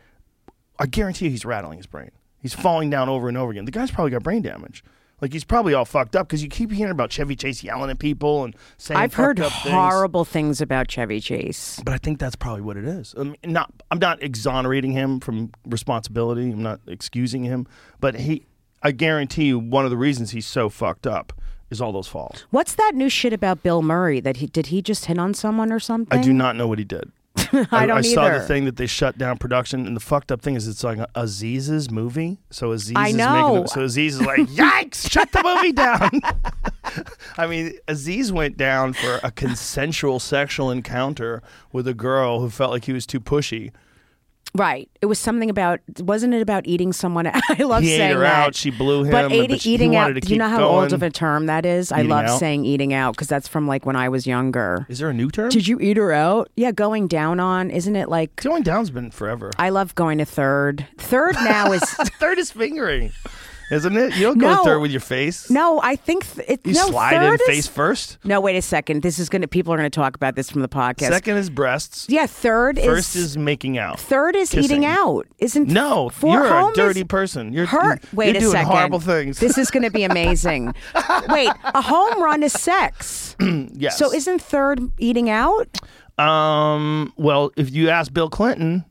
S4: I guarantee you he's rattling his brain. He's falling down over and over again. The guy's probably got brain damage. Like he's probably all fucked up because you keep hearing about Chevy Chase yelling at people and saying
S5: I've heard
S4: fucked up things.
S5: horrible things about Chevy Chase.
S4: But I think that's probably what it is. I mean, not, I'm not exonerating him from responsibility. I'm not excusing him. But he, I guarantee you, one of the reasons he's so fucked up is all those falls.
S5: What's that new shit about Bill Murray? That he did he just hit on someone or something?
S4: I do not know what he did.
S5: I don't
S4: I saw the
S5: either.
S4: thing that they shut down production, and the fucked up thing is it's like Aziz's movie. So Aziz
S5: I
S4: is making
S5: know.
S4: the, so Aziz is like, yikes, shut the movie down. I mean, Aziz went down for a consensual sexual encounter with a girl who felt like he was too pushy.
S5: Right. It was something about wasn't it about eating someone? out? I love
S4: He ate
S5: saying
S4: her
S5: that.
S4: out, she blew him,
S5: But
S4: and-
S5: eating-
S4: but she- he
S5: eating
S4: wanted to
S5: out. do you
S4: keep
S5: know how old
S4: going.
S5: of a term that is? I
S4: Eating
S5: love
S4: out?
S5: saying eating out because that's from like when I was younger.
S4: Is there a new term?
S5: Did you eat her out? Yeah, going down on. Isn't it like
S4: Going down's been forever.
S5: I love going to third. Third now is
S4: third is fingering, isn't it? You don't go
S5: No.
S4: third with your face.
S5: no. I think th- it,
S4: you
S5: no
S4: slide in
S5: third is-
S4: face first.
S5: No, wait a second. This is gonna. People are gonna talk about this from the podcast.
S4: Second is breasts.
S5: yeah, third
S4: First is making out.
S5: Third is
S4: Kissing.
S5: eating out, isn't?
S4: No,
S5: for
S4: you're a
S5: home is
S4: dirty person. You're-
S5: hurt.
S4: you're
S5: Wait a
S4: doing
S5: second.
S4: horrible things.
S5: This is going to be amazing. Wait, a home run is sex.
S4: Yes.
S5: So isn't third eating out?
S4: um. Well, if you ask Bill Clinton,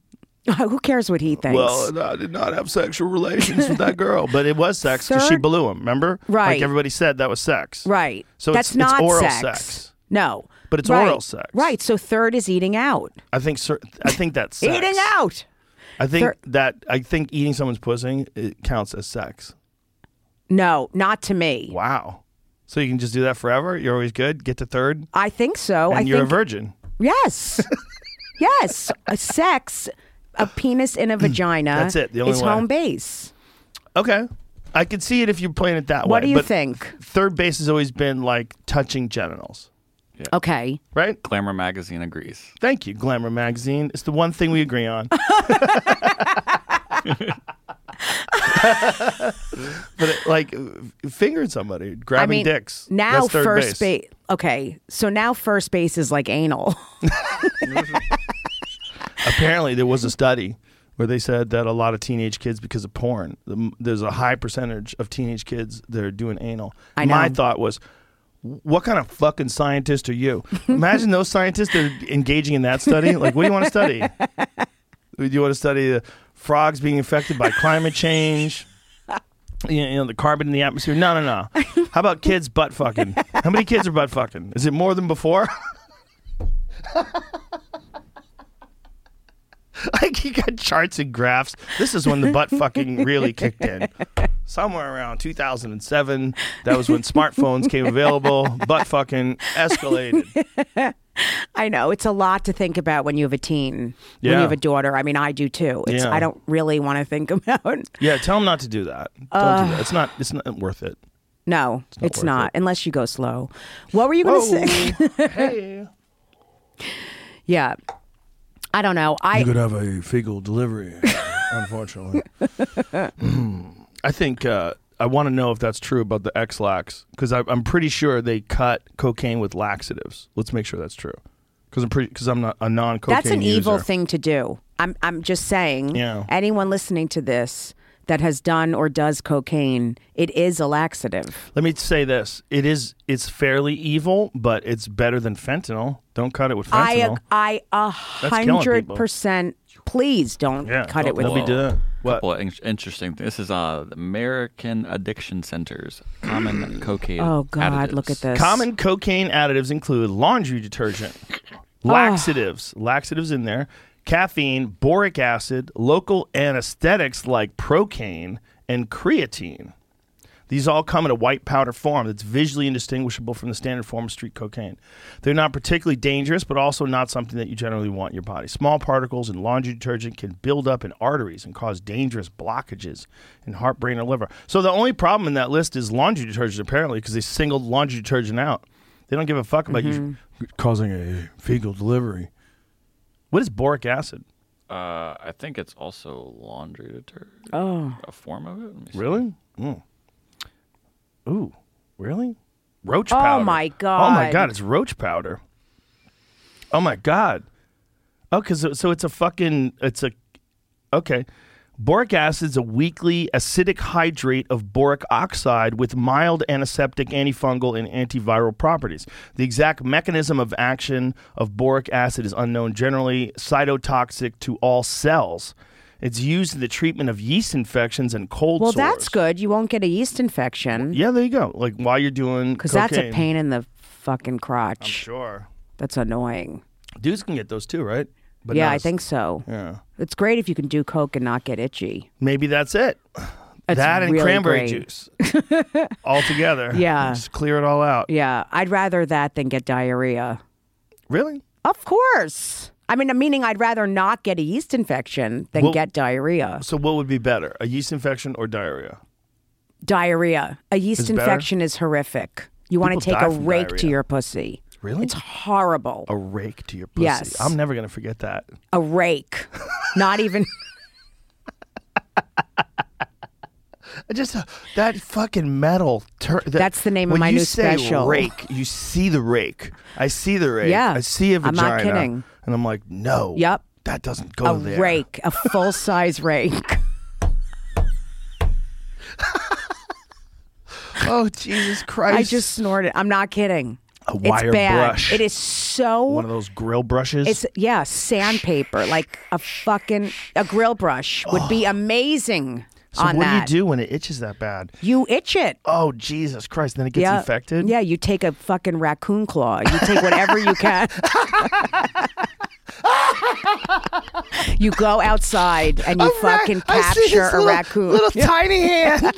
S5: Who cares what he thinks?
S4: Well, no, I did not have sexual relations with that girl, but it was sex because she
S5: Third-
S4: blew him. Remember,
S5: Right.
S4: Like everybody said, that was sex.
S5: right.
S4: So
S5: that's
S4: it's,
S5: not
S4: it's oral
S5: sex.
S4: sex.
S5: No.
S4: But it's
S5: Right.
S4: oral sex.
S5: Right. So third is eating out.
S4: I think. Cer- I think that's sex.
S5: Eating out.
S4: I think
S5: Thir-
S4: that. I think eating someone's pussy it counts as sex.
S5: No, not to me.
S4: Wow. So you can just do that forever. You're always good. Get to third, and
S5: I think so. Oh, I
S4: you're
S5: think
S4: a virgin.
S5: Yes. yes. A sex, a penis in a vagina.
S4: Mm. That's it, the only
S5: is
S4: way.
S5: home base.
S4: Okay. I could see it if you're playing it that way.
S5: What do you
S4: Uh, but
S5: think?
S4: Third base has always been like touching genitals,
S5: Okay.
S4: right?
S6: Glamour magazine agrees.
S4: Thank you, Glamour Magazine. It's the one thing we agree on. but like f- fingering somebody, grabbing
S5: I mean,
S4: dicks.
S5: Now
S4: that's third
S5: first
S4: base.
S5: base. Okay. So now first base is like anal.
S4: Apparently, there was a study where they said that a lot of teenage kids, because of porn, the, there's a high percentage of teenage kids that are doing anal.
S5: I
S4: My
S5: know.
S4: thought was, what kind of fucking scientist are you? Imagine those scientists that are engaging in that study. Like, what do you want to study? Do you want to study the frogs being affected by climate change? You know, you know, the carbon in the atmosphere. No, no, no. How about kids butt fucking? How many kids are butt fucking? Is it more than before? like you got charts and graphs. This is when the butt fucking really kicked in. Somewhere around 2007, that was when smartphones came available. Butt fucking escalated.
S5: I know it's a lot to think about when you have a teen, when you
S4: Yeah.
S5: have a daughter. I mean, I do too. It's,
S4: Yeah.
S5: I don't really want to think about.
S4: Yeah, tell them not to do that. Don't do that. It's not. It's not worth it.
S5: No, it's not,
S4: worth it.
S5: unless you go slow. What were you going to say?
S4: hey.
S5: yeah, I don't know. I
S4: have a fecal delivery, unfortunately. I think uh, I want to know if that's true about the X lax because I'm pretty sure they cut cocaine with laxatives. Let's make sure that's true because I'm pretty because I'm not a non cocaine.
S5: that's an evil thing to do. I'm I'm just saying.
S4: Yeah.
S5: Anyone listening to this that has done or does cocaine, it is a laxative.
S4: Let me say this: it is it's fairly evil, but it's better than fentanyl. Don't cut it with fentanyl.
S5: I I a
S4: That's killing
S5: hundred
S4: people.
S5: percent. Please don't
S4: yeah,
S5: cut
S4: don't
S5: it with.
S4: let me do that. What?
S6: Well, in- interesting. This is uh, the American Addiction Center's common cocaine.
S5: Oh God! Look at
S6: additives.
S5: this.
S4: Common cocaine additives include laundry detergent, laxatives, laxatives in there, caffeine, boric acid, local anesthetics like procaine and creatine. These all come in a white powder form that's visually indistinguishable from the standard form of street cocaine. They're not particularly dangerous, but also not something that you generally want in your body. Small particles in laundry detergent can build up in arteries and cause dangerous blockages in heart, brain, or liver. So the only problem in that list is laundry detergent, apparently, because they singled laundry detergent out. They don't give a fuck about you causing a fecal delivery. What is boric acid?
S6: Uh, I think it's also laundry detergent.
S5: Oh.
S6: A form of it. Let me see.
S4: Really? Mm. Ooh, really? Roach
S5: Oh
S4: powder.
S5: my
S4: Oh my
S5: God.
S4: god, it's roach powder. Oh my god. Oh, cause it- so it's a fucking it's a okay. Boric acid is a weakly acidic hydrate of boric oxide with mild antiseptic, antifungal, and antiviral properties. The exact mechanism of action of boric acid is unknown, generally cytotoxic to all cells. It's used in the treatment of yeast infections and cold
S5: Well,
S4: sores.
S5: that's good. You won't get a yeast infection.
S4: Yeah, there you go. Like while you're doing
S5: Because that's a
S4: cocaine.
S5: pain in the fucking crotch.
S4: Sure,
S5: That's annoying.
S4: dudes can get those too, right? But
S5: yeah,
S4: not
S5: I
S4: as-
S5: think so.
S4: Yeah.
S5: It's great if you can do coke and not get itchy.
S4: Maybe that's it.
S5: That's
S4: that and
S5: really
S4: cranberry
S5: great.
S4: juice all together.
S5: Yeah.
S4: just clear it all out.
S5: Yeah, I'd rather that than get diarrhea.
S4: Really?
S5: Of course. I mean, meaning I'd rather not get a yeast infection than
S4: Well-
S5: get diarrhea.
S4: So what would be better, a yeast infection or diarrhea?
S5: Diarrhea. A yeast
S4: Is better?
S5: infection is horrific. You want to
S4: People
S5: take
S4: die
S5: a
S4: from
S5: rake to
S4: diarrhea.
S5: your pussy.
S4: Really? Oh.
S5: It's horrible.
S4: a rake to your pussy.
S5: Yes.
S4: I'm never gonna forget that.
S5: a rake. not even.
S4: I just uh, that fucking metal. Tur- that,
S5: That's the name of
S4: when
S5: my
S4: you
S5: new
S4: say
S5: special.
S4: Rake. You see the rake. I see the rake.
S5: Yeah.
S4: I see a
S5: I'm
S4: vagina.
S5: not kidding.
S4: And I'm like, no.
S5: Yep.
S4: That doesn't go
S5: A
S4: there.
S5: rake. A full size rake.
S4: Oh Jesus Christ!
S5: Oh, I just snorted. I'm not kidding.
S4: a wire
S5: it's bad.
S4: brush.
S5: It is so
S4: one of those grill brushes.
S5: It's yeah, sandpaper, like a fucking a grill brush would be amazing
S4: so
S5: on
S4: what
S5: that.
S4: do you do when it itches that bad?
S5: You itch it.
S4: Oh Jesus Christ! Then it gets
S5: yeah.
S4: infected.
S5: Yeah, you take a fucking raccoon claw. You take whatever you can. you go outside and
S4: Oh,
S5: you fucking capture a raccoon.
S4: tiny hand.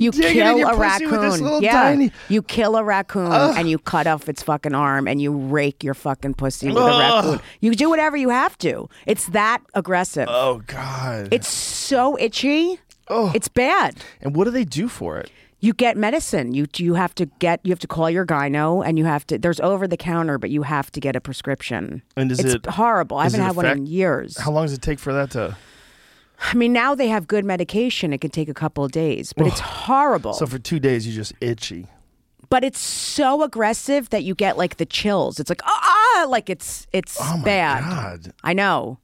S5: you
S4: dig it in
S5: kill
S4: your
S5: a
S4: pussy with
S5: raccoon.
S4: this little
S5: yeah.
S4: tiny-
S5: You kill a raccoon and you cut off its fucking arm and you rake your fucking pussy with a
S4: Ugh.
S5: raccoon. You do whatever you have to. It's that aggressive.
S4: oh God!
S5: It's so itchy. It's bad.
S4: and what do they do for it?
S5: You get medicine. You you have to get you have to call your gyno and you have to there's over the counter, but you have to get a prescription.
S4: And is
S5: it's
S4: it-
S5: horrible. I
S4: does
S5: haven't
S4: it
S5: had one in
S4: affect-
S5: years.
S4: How long does it take for that to?
S5: I mean now they have good medication. It can take a couple of days, but it's horrible.
S4: So for two days, you're just itchy.
S5: but it's so aggressive that you get like the chills. It's like ah, ah, like it's it's
S4: Oh my
S5: bad.
S4: God!
S5: I know.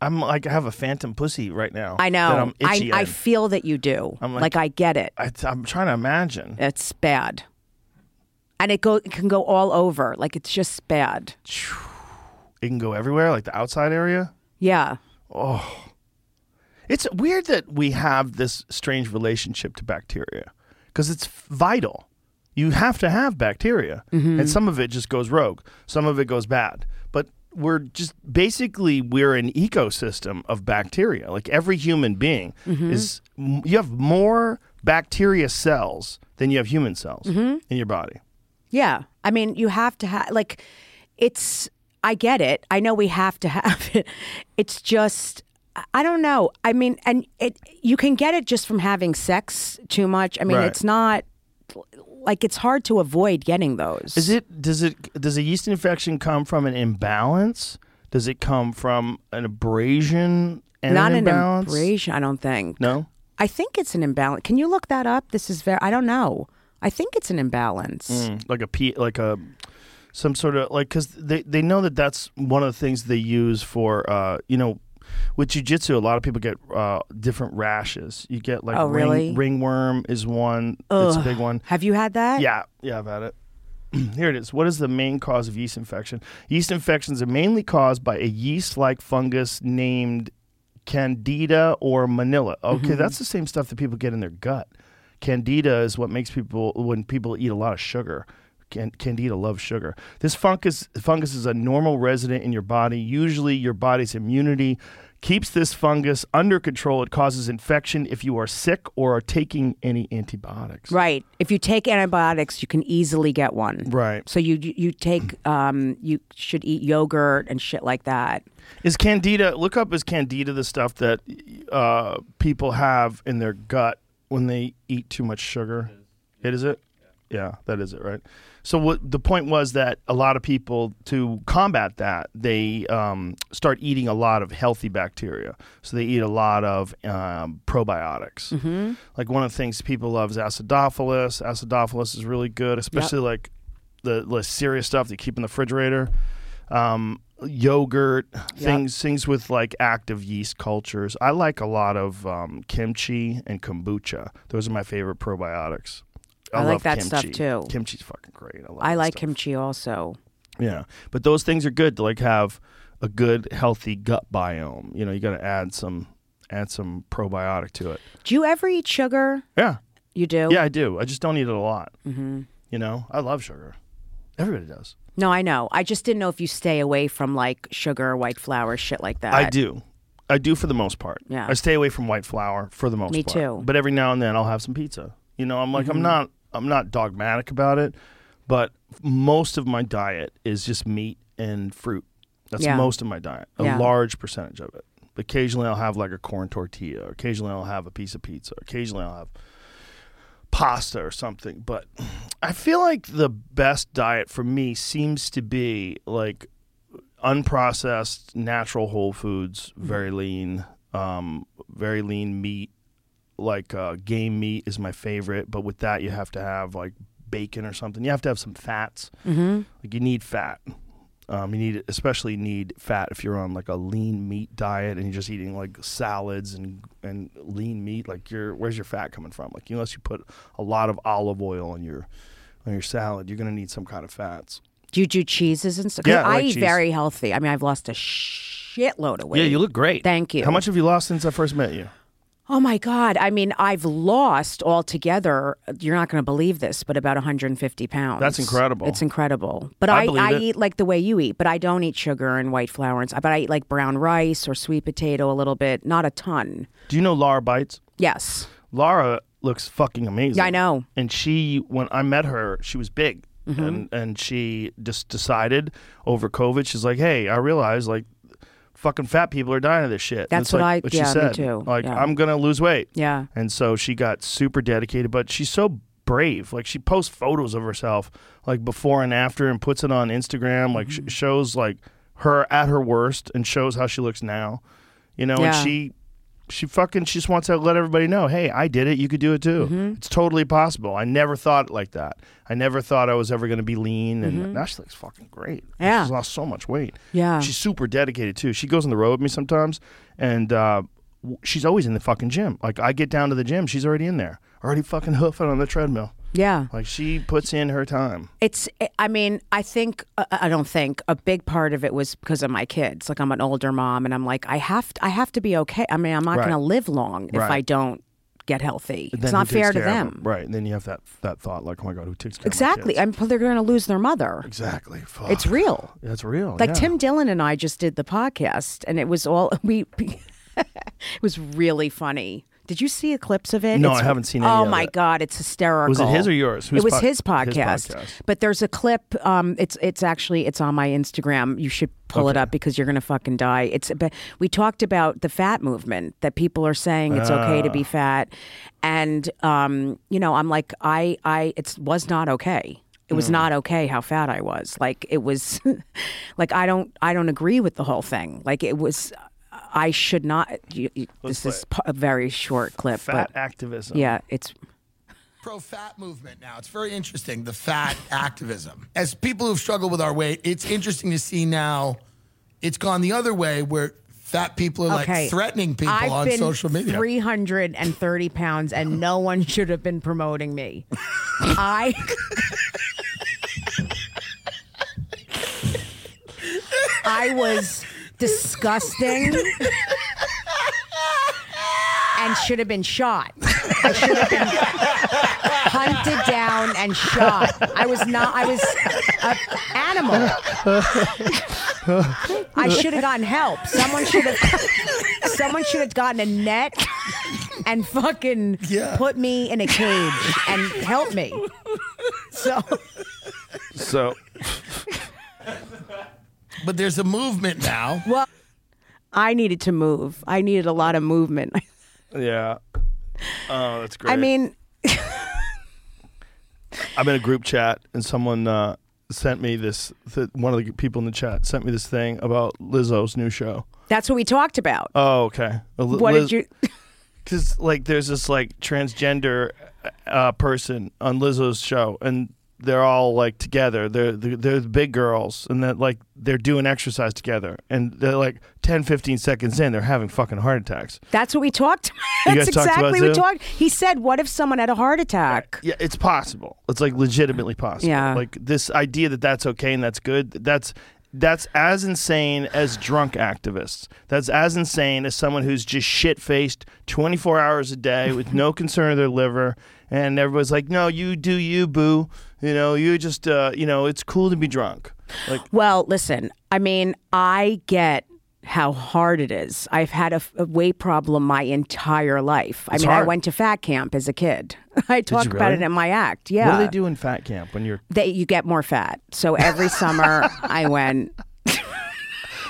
S4: I'm like I have a phantom pussy right now.
S5: I know.
S4: That I'm itchy.
S5: I, I
S4: in.
S5: feel that you do.
S4: I'm like-
S5: like I get it.
S4: I, am trying to imagine.
S5: It's bad. And it go it can go all over. Like it's just bad.
S4: It can go everywhere, like the outside area.
S5: Yeah.
S4: It's weird that we have this strange relationship to bacteria because it's vital. You have to have bacteria,
S5: Mm-hmm.
S4: and some of it just goes rogue, some of it goes bad. But we're just basically we're an ecosystem of bacteria. Like every human being
S5: Mm-hmm.
S4: is, m- you have more bacteria cells than you have human cells
S5: Mm-hmm.
S4: in your body.
S5: Yeah. I mean, you have to have like it's I get it. I know we have to have it. It's just I don't know. I mean, and it you can get it just from having sex too much. I mean,
S4: Right.
S5: it's not like it's hard to avoid getting those.
S4: Is it does it does a yeast infection come from an imbalance? Does it come from an abrasion and
S5: not
S4: an
S5: an
S4: imbalance?
S5: abrasion, I don't think.
S4: No.
S5: I think it's an imbalance. Can you look that up? This is very I don't know. I think it's an imbalance.
S4: like a p like a some sort of like because they they know that that's one of the things they use for uh you know with jujitsu a lot of people get uh different rashes you get like
S5: Oh,
S4: ring-
S5: really?
S4: ringworm is one that's a big one
S5: Have you had that?
S4: yeah yeah i've had it here it is what is the main cause of yeast infection yeast infections are mainly caused by a yeast like fungus named candida or manila okay that's the same stuff that people get in their gut candida is what makes people when people eat a lot of sugar Can- Candida loves sugar. This fungus fungus is a normal resident in your body. Usually, your body's immunity keeps this fungus under control. It causes infection if you are sick or are taking any antibiotics.
S5: Right. If you take antibiotics, you can easily get one.
S4: Right.
S5: So you you take
S4: Mm.
S5: um you should eat yogurt and shit like that.
S4: Is candida? Look up is candida the stuff that uh, people have in their gut when they eat too much sugar? It is it. Yeah, that is it, right? So what the point was that a lot of people to combat that they um, start eating a lot of healthy bacteria. So they eat a lot of um, probiotics. Mm-hmm. Like one of the things people love is acidophilus. Acidophilus is really good, especially like the, the serious stuff they keep in the refrigerator um, yogurt, things things with like active yeast cultures. I like a lot of um, kimchi and kombucha. Those are my favorite probiotics. I,
S5: I like
S4: love
S5: that
S4: kimchi.
S5: stuff, too.
S4: Kimchi's fucking great. I, love
S5: I
S4: that
S5: like
S4: stuff.
S5: kimchi also.
S4: Yeah, but those things are good to like have a good healthy gut biome. You know, you got to add some add some probiotic to it.
S5: Do you ever eat sugar?
S4: Yeah,
S5: You do?
S4: yeah, I do. I just don't eat it a lot. Mm-hmm. You know, I love sugar. Everybody does.
S5: No, I know. I just didn't know if you stay away from like sugar, white flour, shit like that.
S4: I do. I do for the most part.
S5: Yeah.
S4: I stay away from white flour for the most
S5: Me
S4: part.
S5: too. Mm-hmm.
S4: But every now and then I'll have some pizza. You know, I'm like I'm not I'm not dogmatic about it, but most of my diet is just meat and fruit. That's
S5: Yeah.
S4: most of my diet. A
S5: Yeah.
S4: large percentage of it. Occasionally I'll have like a corn tortilla, occasionally I'll have a piece of pizza, occasionally I'll have pasta or something, but I feel like the best diet for me seems to be like unprocessed, natural whole foods, very lean, um, very lean meat. Like uh, game meat is my favorite, but with that you have to have like bacon or something. You have to have some fats. Mm-hmm. Like you need fat. Um, you need especially need fat if you're on like a lean meat diet and you're just eating like salads and and lean meat. Like your where's your fat coming from? Like unless you put a lot of olive oil on your on your salad, you're going to need some kind of fats.
S5: Do you do cheeses and stuff? 'Cause
S4: Yeah, I
S5: I,
S4: like
S5: eat
S4: cheese.
S5: very healthy. I mean, I've lost a shitload of weight.
S3: Yeah, you look great.
S5: Thank you.
S4: How much have you lost since I first met you?
S5: Oh my God. I mean, I've lost altogether, you're not going to believe this, but about 150 pounds.
S4: That's incredible.
S5: It's incredible. But
S4: I
S5: I,
S4: believe
S5: I,
S4: it.
S5: eat like the way you eat, but I don't eat sugar and white flour. And, s- but I eat like brown rice or sweet potato a little bit, not a ton.
S4: Do you know Laura Bites?
S5: Yes.
S4: Laura looks fucking amazing.
S5: Yeah, I know.
S4: And she, when I met her, she was big,
S5: Mm-hmm.
S4: and and she just decided over COVID, she's like, hey, I realize like, fucking fat people are dying of this shit. And
S5: That's
S4: it's
S5: what
S4: like
S5: I-
S4: she
S5: yeah, me
S4: said.
S5: too.
S4: Like
S5: Yeah.
S4: I'm gonna lose weight.
S5: Yeah.
S4: And so she got super dedicated, but she's so brave. Like she posts photos of herself, like before and after, and puts it on Instagram. Like
S5: Mm-hmm.
S4: sh- shows like her at her worst and shows how she looks now. You know, and
S5: Yeah.
S4: she she fucking she just wants to let everybody know, hey, I did it. You could do it too.
S5: Mm-hmm.
S4: It's totally possible. I never thought like that. I never thought I was ever going to be lean, and now she looks fucking great.
S5: Mm-hmm. Yeah.
S4: she's lost so much weight.
S5: Yeah.
S4: she's super dedicated too. She goes on the road with me sometimes, and uh, w- she's always in the fucking gym. Like I get down to the gym, she's already in there, already fucking hoofing on the treadmill.
S5: Yeah.
S4: Like she puts in her time.
S5: It's, I mean, I think, uh, I don't think a big part of it was because of my kids. Like I'm an older mom and I'm like, I have to, I have to be okay. I mean, I'm not
S4: Right.
S5: going to live long if
S4: Right.
S5: I don't get healthy.
S4: Then
S5: it's
S4: who
S5: not
S4: takes
S5: fair to
S4: care of
S5: them.
S4: right? And then you have that that thought, like, oh my god, who takes care of my
S5: Exactly.
S4: kids?
S5: I'm, they're going to lose their mother.
S4: Exactly. Fuck.
S5: It's real.
S4: That's real.
S5: Like
S4: Oh, yeah.
S5: Tim Dillon and I just did the podcast, and it was all we. it was really funny. Did you see a clips of it?
S4: No, I haven't seen any
S5: Oh
S4: of
S5: my
S4: it.
S5: god, it's hysterical.
S4: his or yours? Whose
S5: it was
S4: pod-
S5: his,
S4: his
S5: podcast,
S4: podcast.
S5: But there's a clip. Um, it's it's actually it's on my Instagram. You should pull it up because you're gonna fucking die. It's but we talked about the fat movement that people are saying it's okay to be
S4: Ah.
S5: fat, and um, you know, I'm like I I it was not okay. It
S4: Hmm.
S5: was not okay how fat I was. Like it was, like I don't I don't agree with the whole thing. Like it was, I should not. You, you, this is p- a very short clip,
S4: fat
S5: but
S4: activism.
S5: yeah, it's
S9: pro fat movement now. It's very interesting, the fat activism. As people who've struggled with our weight, it's interesting to see now it's gone the other way where fat people are
S5: Okay.
S9: like threatening people
S5: I've
S9: on
S5: been
S9: social media.
S5: 330 pounds, and no one should have been promoting me. I. I was disgusting and should have been shot. I should have been hunted down and shot. I was not, I was an animal. I should have gotten help. Someone should have someone should have gotten a net and fucking
S9: Yeah.
S5: put me in a cage and help me. So
S4: So
S9: But there's a movement now.
S5: well I needed to move. I needed a lot of movement.
S4: yeah. Oh, that's great.
S5: I mean,
S4: I'm in a group chat and someone uh, sent me this. Th- one of the people in the chat sent me this thing about Lizzo's new show.
S5: that's what we talked about.
S4: Oh, okay.
S5: what did you
S4: Because like, there's this like transgender uh, person on Lizzo's show, and they're all like together. They're they're, they're the big girls, and that like they're doing exercise together, and they're like 10, 15 seconds in, they're having fucking heart attacks.
S5: That's what we talked
S4: You
S5: about.
S4: guys
S5: That's
S4: talked about
S5: exactly what we
S4: Zoom?
S5: talked. He said, "What if someone had a heart attack?"
S4: Yeah, it's possible. It's like legitimately possible.
S5: Yeah.
S4: Like this idea that that's okay and that's good. That's that's as insane as drunk activists. That's as insane as someone who's just shit faced 24 hours a day with no concern of their liver. And everybody's like, no, you do you, boo. You know, you just, uh, you know, it's cool to be drunk. Like,
S5: Well, listen, I mean, I get how hard it is. I've had a, f- a weight problem my entire life. I
S4: It's
S5: mean, I
S4: hard.
S5: went to fat camp as a kid. I talk about
S4: really?
S5: it in my act. Yeah.
S4: what do they do in fat camp when you're,
S5: They, you get more fat. So every summer I went.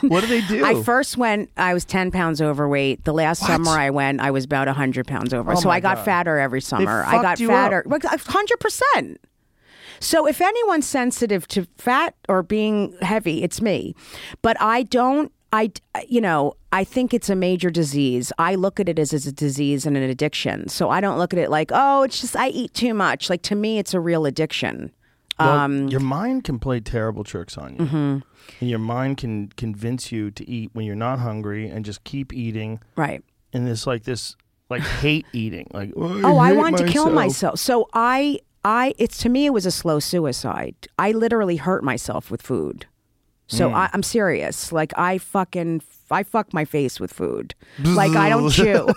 S4: what do they do?
S5: I first went, I was 10 pounds overweight. The last summer I went, I was about 100 pounds over. so
S4: Oh my
S5: I got
S4: God.
S5: fatter every summer. I
S4: fucked
S5: got
S4: you
S5: fatter.
S4: up.
S5: Like, 100%. So if anyone's sensitive to fat or being heavy, it's me. But I don't. I, you know, I think it's a major disease. I look at it as, as a disease and an addiction. So I don't look at it like, oh, it's just I eat too much. Like to me, it's a real addiction.
S4: Well,
S5: um,
S4: your mind can play terrible tricks on you,
S5: Mm-hmm.
S4: and your mind can convince you to eat when you're not hungry and just keep eating.
S5: Right.
S4: And it's like this, like hate eating. Like
S5: Oh, I
S4: hate
S5: want to kill
S4: myself."
S5: myself. So I I it's to me it was a slow suicide. I literally hurt myself with food. So
S4: Hmm.
S5: I, I'm serious. Like I fucking I fuck my face with food. like I don't chew.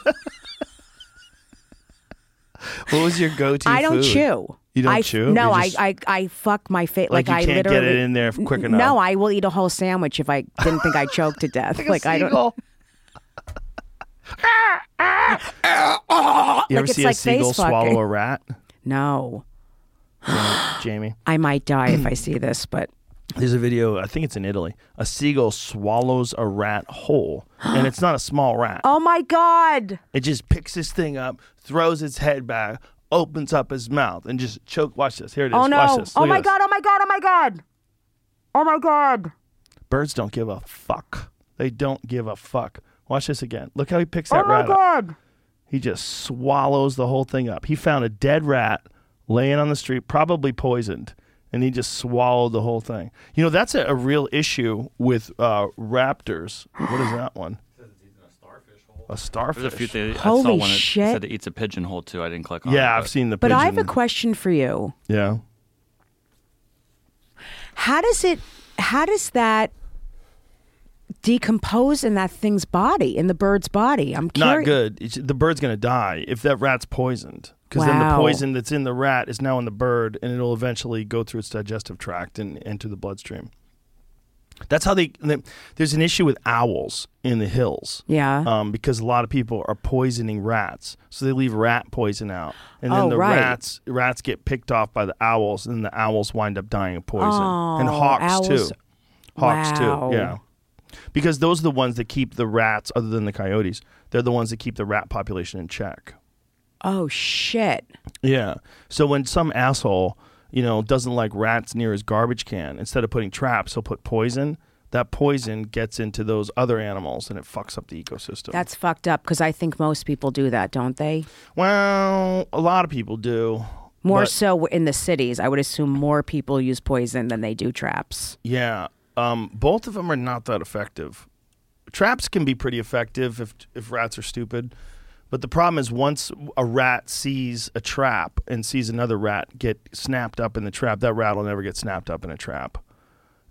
S4: What was your go-to?
S5: I don't
S4: food?
S5: chew.
S4: You don't
S5: I,
S4: chew?
S5: No,
S4: You
S5: I,
S4: just-
S5: I I fuck my face.
S4: Like
S5: Like,
S4: you
S5: I
S4: can't get it
S5: literally
S4: in there quick
S5: N-
S4: enough.
S5: No, I will eat a whole sandwich if I didn't think I choked to death. like I don't.
S4: Seagull. you ever
S5: Like, it's
S4: see a
S5: like face
S4: seagull swallow
S5: fucking.
S4: a rat,
S5: No,
S4: Jamie?
S5: I might die if I see this, but
S4: There's a video. I think it's in Italy. A seagull swallows a rat whole, and it's not a small rat.
S5: oh my god.
S4: It just picks this thing up, throws its head back, opens up his mouth, and just choke. Watch this. Here it is.
S5: Oh no!
S4: Watch this.
S5: Oh
S4: Look at
S5: my
S4: this.
S5: god! Oh my god! Oh my god! Oh my god!
S4: Birds don't give a fuck. They don't give a fuck. Watch this again. Look how he picks that
S5: Oh my
S4: rat up.
S5: god!
S4: He just swallows the whole thing up. He found a dead rat laying on the street, probably poisoned, and he just swallowed the whole thing. You know, that's a, a real issue with uh, raptors. What is that one? A starfish.
S6: There's a few things. I saw
S5: Holy
S6: one that
S5: shit.
S6: said it eats a pigeonhole too. I didn't click on.
S4: Yeah,
S6: it,
S4: I've
S6: but-
S4: seen the
S5: But
S4: pigeon.
S5: I have a question for you.
S4: Yeah.
S5: How does it? How does that decompose in that thing's body, in the bird's body? I'm
S4: Not
S5: curious.
S4: good. It's, the bird's going to die if that rat's poisoned. Because then the
S5: Wow.
S4: poison that's in the rat is now in the bird, and it'll eventually go through its digestive tract and enter the bloodstream. That's how they. they- There's an issue with owls in the hills.
S5: Yeah.
S4: Um, because a lot of people are poisoning rats, so they leave rat poison out, and then
S5: Oh,
S4: the
S5: right.
S4: rats rats get picked off by the owls, and the owls wind up dying of poison, and
S5: Oh,
S4: hawks
S5: owls-
S4: too. Hawks
S5: Wow.
S4: too. Yeah. Because those are the ones that keep the rats, other than the coyotes, they're the ones that keep the rat population in check.
S5: Oh shit!
S4: Yeah. So when some asshole, you know, doesn't like rats near his garbage can, instead of putting traps, he'll put poison. That poison gets into those other animals and it fucks up the ecosystem.
S5: That's fucked up because I think most people do that, don't they?
S4: well, a lot of people do.
S5: More
S4: but-
S5: so in the cities. I would assume more people use poison than they do traps.
S4: Yeah. Um, both of them are not that effective. Traps can be pretty effective if if rats are stupid. But the problem is once a rat sees a trap and sees another rat get snapped up in the trap, that rat will never get snapped up in a trap.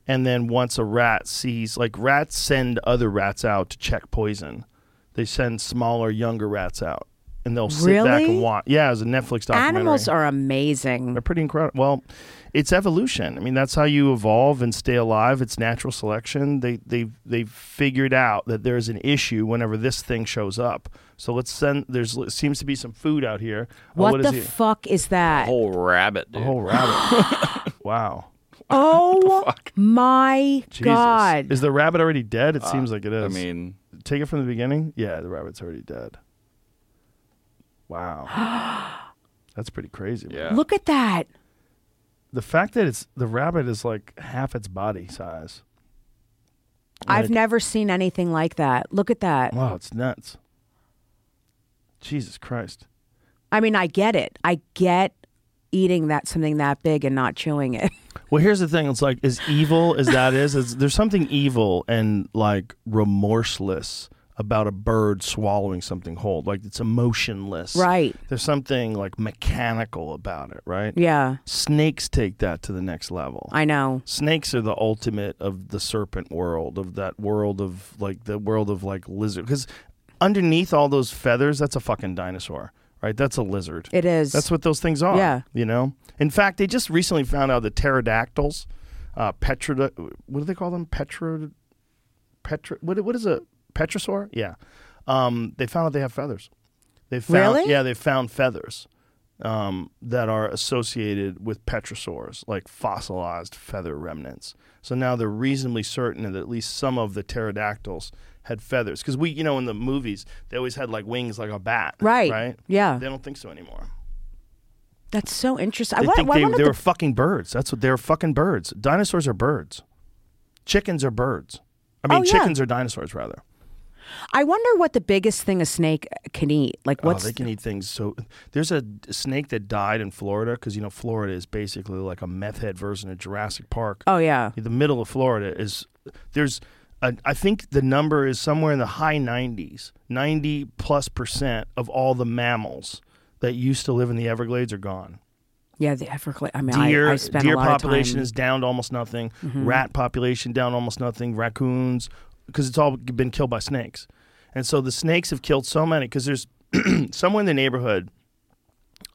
S4: And then once a rat sees like rats send other rats out to check poison. They send smaller, younger rats out. And they'll sit back
S5: Really?
S4: and watch. Yeah, it was a Netflix documentary.
S5: Animals are amazing.
S4: They're pretty incredible. Well, it's evolution. I mean, that's how you evolve and stay alive. It's natural selection. They they they've figured out that there's an issue whenever this thing shows up. So let's send. There's seems to be some food out here. Oh,
S5: What,
S4: is
S5: the
S4: it?
S5: fuck is that?
S6: Whole rabbit, dude.
S4: A whole rabbit. wow.
S5: Oh my
S4: Jesus.
S5: god!
S4: Is the rabbit already dead? It seems like it is.
S6: Uh, I mean,
S4: take it from the beginning. Yeah, the rabbit's already dead. Wow. That's pretty crazy. man.
S6: yeah.
S5: Look at that.
S4: The fact that it's the rabbit is like half its body size.
S5: I've
S4: Like-
S5: never seen anything like that. Look at that.
S4: Wow, it's nuts. Jesus Christ.
S5: I mean, I get it. I get eating that something that big and not chewing it.
S4: Well, here's the thing. It's like as evil as that is, is there's something evil and like remorseless about a bird swallowing something whole. Like it's emotionless.
S5: Right.
S4: There's something like mechanical about it, right?
S5: Yeah,
S4: Snakes take that to the next level.
S5: I know.
S4: Snakes are the ultimate of the serpent world, of that world of like the world of like lizard. Because underneath all those feathers, that's a fucking dinosaur, right? That's a lizard.
S5: It is.
S4: That's what those things are.
S5: Yeah.
S4: You know? In fact, they just recently found out the pterodactyls, uh, petra, what do they call them? Petra, petra, what, what is a petrosaur? Yeah. Um, they found out they have feathers. They found,
S5: Really?
S4: Yeah, they found feathers um, that are associated with petrosaurs, like fossilized feather remnants. So now they're reasonably certain that at least some of the pterodactyls had feathers. Because we, you know, in the movies, they always had like wings like a bat.
S5: Right.
S4: Right?
S5: Yeah.
S4: They don't think so anymore.
S5: That's so interesting. I
S4: They
S5: wa-
S4: think
S5: I
S4: they,
S5: wanted
S4: they
S5: to-
S4: were fucking birds. That's what they were fucking birds. Dinosaurs are birds. Chickens are birds. I mean,
S5: Oh, yeah.
S4: chickens are dinosaurs, rather.
S5: I wonder what the biggest thing a snake can eat. Like
S4: Oh,
S5: what's
S4: they can eat things. So there's a d- snake that died in Florida because you know Florida is basically like a meth head version of Jurassic Park.
S5: Oh yeah.
S4: The middle of Florida is there's a, I think the number is somewhere in the high 90s. 90 plus percent of all the mammals that used to live in the Everglades are gone.
S5: Yeah, the Everglades. I mean,
S4: deer
S5: I, I spent
S4: deer
S5: a lot
S4: population
S5: of time. Mm-hmm.
S4: is down to almost nothing. Rat population down almost nothing. Raccoons because it's all been killed by snakes, and so the snakes have killed so many because there's somewhere in the neighborhood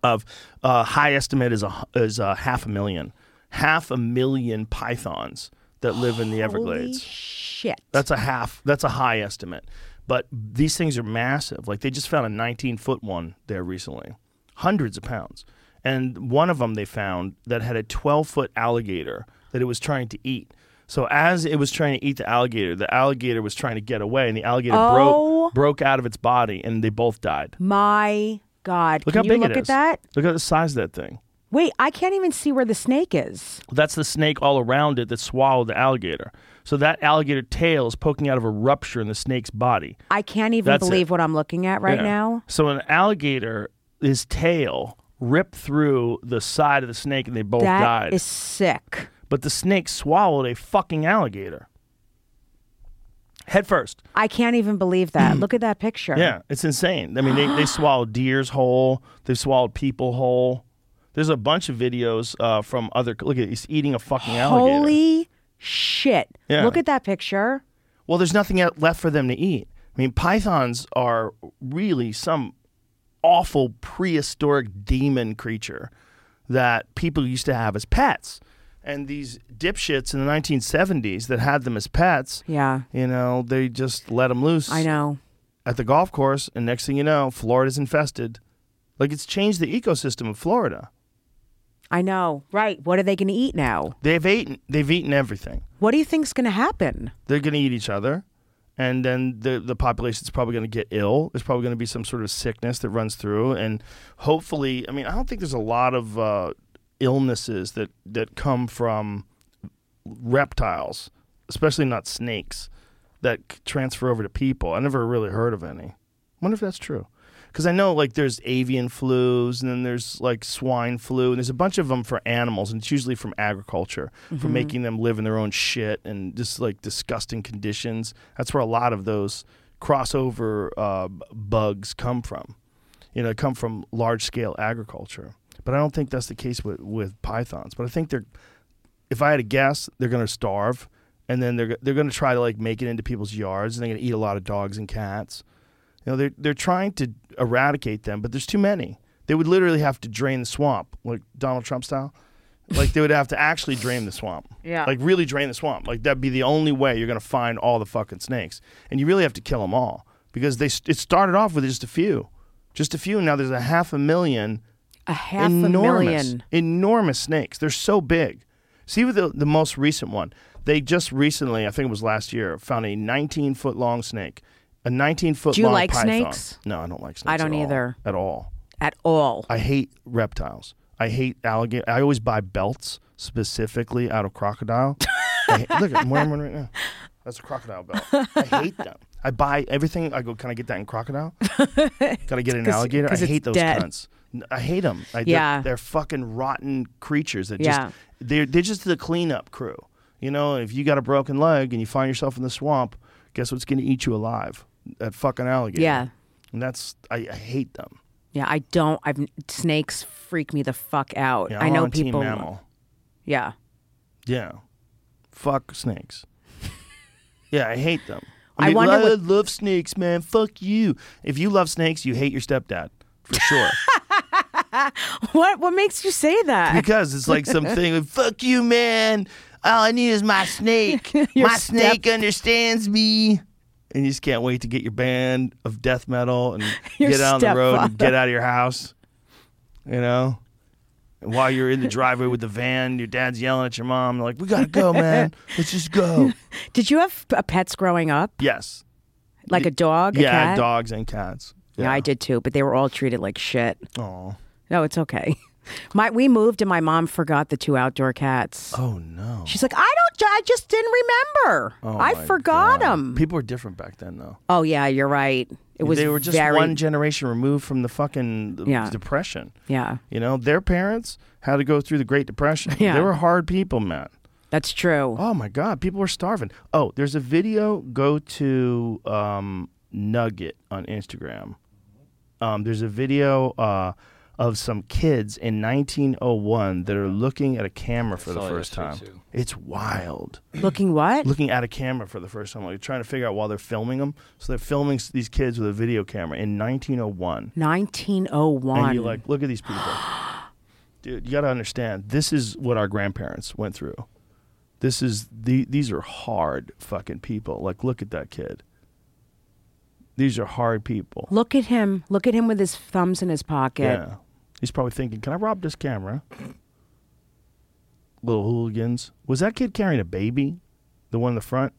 S4: of uh, high estimate is a is a half a million, half a million pythons that live in the
S5: Holy
S4: Everglades.
S5: shit.
S4: That's a half. That's a high estimate. But these things are massive. Like they just found a 19 foot one there recently, hundreds of pounds. And one of them they found that had a 12 foot alligator that it was trying to eat. So as it was trying to eat the alligator, the alligator was trying to get away, and the alligator
S5: Oh.
S4: broke broke out of its body, and they both died.
S5: my God.
S4: Look
S5: Can
S4: how big
S5: you look
S4: it
S5: at
S4: is.
S5: that?
S4: Look at the size of that thing.
S5: Wait, I can't even see where the snake is.
S4: That's the snake all around it that swallowed the alligator. So that alligator tail is poking out of a rupture in the snake's body.
S5: I can't even
S4: That's
S5: believe
S4: it.
S5: what I'm looking at right
S4: Yeah.
S5: now.
S4: So an alligator, his tail ripped through the side of the snake, and they both
S5: That
S4: died.
S5: is sick.
S4: But the snake swallowed a fucking alligator. Head first.
S5: I can't even believe that. Look at that picture.
S4: Hmm. Yeah, it's insane. I mean, they, they swallowed deers whole. They've swallowed people whole. There's a bunch of videos uh, from other. Look at he's eating a fucking alligator.
S5: Holy shit.
S4: Yeah.
S5: Look at that picture.
S4: Well, there's nothing out- left for them to eat. I mean, pythons are really some awful prehistoric demon creature that people used to have as pets. And these dipshits in the 1970s that had them as pets,
S5: Yeah.
S4: you know, they just let them loose
S5: I know.
S4: at the golf course. And next thing you know, Florida's infested. Like it's changed the ecosystem of Florida.
S5: I know. Right. What are they going to eat now?
S4: They've eaten, they've eaten everything.
S5: What do you think's going to happen?
S4: they're going to eat each other and then the the population's probably going to get ill there's probably going to be some sort of sickness that runs through and hopefully i mean i don't think there's a lot of uh, illnesses that that come from reptiles especially not snakes that c- transfer over to people i never really heard of any wonder if that's true because i know like there's avian flus and then there's like swine flu and there's a bunch of them for animals and it's usually from agriculture for making them live in their own shit and just like disgusting conditions that's where a lot of those crossover uh, b- bugs come from you know they come from large scale agriculture but i don't think that's the case with, with pythons but i think they're if I had to guess, they're gonna starve, and then they're they're gonna try to like make it into people's yards, and they're gonna eat a lot of dogs and cats. You know, they're they're trying to eradicate them, but there's too many. They would literally have to drain the swamp, like Donald Trump style. Like they would have to actually drain the swamp.
S5: Yeah.
S4: Like really drain the swamp. Like that'd be the only way you're gonna find all the fucking snakes, and you really have to kill them all because they it started off with just a few, just a few. and Now there's a half a million
S5: A half
S4: enormous,
S5: a million.
S4: enormous snakes. They're so big. See with the, the most recent one. They just recently, I think it was last year, found a 19 foot long snake. A 19 foot
S5: Do you
S4: long
S5: like
S4: python.
S5: snakes?
S4: No, I don't like snakes.
S5: I don't
S4: at all.
S5: either.
S4: at all.
S5: At all.
S4: I hate reptiles. I hate alligator. I always buy belts specifically out of crocodile. I hate, look, I'm wearing one right now. That's a crocodile belt. I hate them. I buy everything. I go, can I get that in crocodile? Can I get an alligator? I
S5: 'cause it's
S4: hate those
S5: dead.
S4: cunts. N- I hate them. I, they're-
S5: Yeah.
S4: they're, fucking rotten creatures that
S5: Yeah.
S4: just they're they're just the cleanup crew. You know, if you got a broken leg and you find yourself in the swamp, guess what's going to eat you alive? That fucking alligator.
S5: Yeah.
S4: And that's I, I hate them.
S5: Yeah, I don't. I've snakes freak me the fuck out.
S4: Yeah,
S5: I
S4: I'm
S5: know
S4: on team
S5: people.
S4: mammal.
S5: Yeah.
S4: Yeah. Fuck snakes. yeah, I hate them.
S5: I
S4: I, mean,
S5: wonder
S4: I
S5: what-
S4: love snakes, man. Fuck you. If you love snakes, you hate your stepdad for sure.
S5: What? What makes you say that?
S4: because it's like something. Like, Fuck you, man. All I need is my snake.
S5: Your
S4: my
S5: step-
S4: snake understands me. And you just can't wait to get your band of death metal and
S5: Your
S4: get out on the road and
S5: stepfather.
S4: get out of your house. You know? And while you're in the driveway with the van, your dad's yelling at your mom, like, we gotta go, man. Let's just go.
S5: Did you have p- pets growing up,
S4: Yes.
S5: like a dog? a
S4: yeah,
S5: cat?
S4: dogs and cats.
S5: Yeah. I did too, but they were all treated like shit.
S4: Oh.
S5: No, it's okay. My we moved and my mom forgot the two outdoor cats.
S4: Oh no.
S5: She's like, I don't. I just didn't remember.
S4: Oh
S5: I forgot them.
S4: People were different back then, though.
S5: Oh yeah, you're right. It was
S4: they were just
S5: very,
S4: one generation removed from the fucking the
S5: Yeah.
S4: depression.
S5: Yeah,
S4: You know, their parents had to go through the Great Depression.
S5: Yeah.
S4: They were hard people, man.
S5: that's true.
S4: Oh my God, people were starving. Oh, there's a video. Go to um, Nugget on Instagram. Um, there's a video uh, of some kids in 1901 that are looking at a camera for the
S6: saw
S4: first time.
S6: yesterday, too.
S4: It's wild.
S5: Looking what?
S4: looking at a camera for the first time, like trying to figure out while they're filming them. So they're filming s- these kids with a video camera in 1901,
S5: 1901.
S4: and you're like, look at these people, dude. You got to understand, this is what our grandparents went through. This is the these are hard fucking people. Like, look at that kid. These are hard people.
S5: Look at him. Look at him with his thumbs in his pocket.
S4: Yeah, he's probably thinking, can I rob this camera? Little hooligans. Was that kid carrying a baby? The one in the front.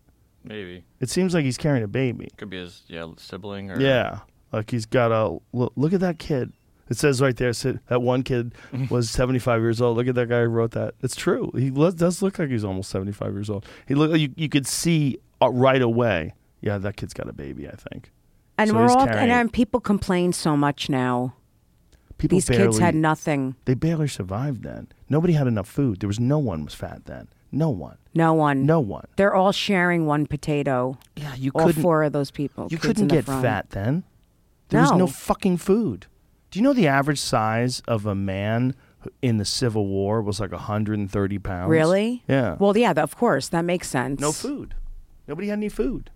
S6: Maybe
S4: It seems like he's carrying a baby.
S6: could be his yeah sibling or
S4: Yeah, like he's got a look. Look at that kid. It says right there. Said that one kid was seventy five years old. Look at that guy who wrote that. It's true. He lo- does look like he's almost seventy five years old. He look. You you could see uh, right away. Yeah, that kid's got a baby. I think.
S5: And
S4: So
S5: we're
S4: he's
S5: all
S4: carrying-
S5: and, um, people complain so much now.
S4: People
S5: These
S4: barely,
S5: kids had nothing.
S4: They barely survived then. Nobody had enough food. There was no one was fat then. No one.
S5: No one.
S4: No one.
S5: They're all sharing one potato.
S4: Yeah, you
S5: all
S4: couldn't.
S5: four of those people.
S4: You
S5: kids
S4: couldn't
S5: in the
S4: get
S5: front.
S4: fat then. There was no
S5: No.
S4: fucking food. Do you know the average size of a man in the Civil War was like 130 pounds?
S5: Really?
S4: Yeah.
S5: Well, yeah, th- of course. That makes sense.
S4: no food. Nobody had any food.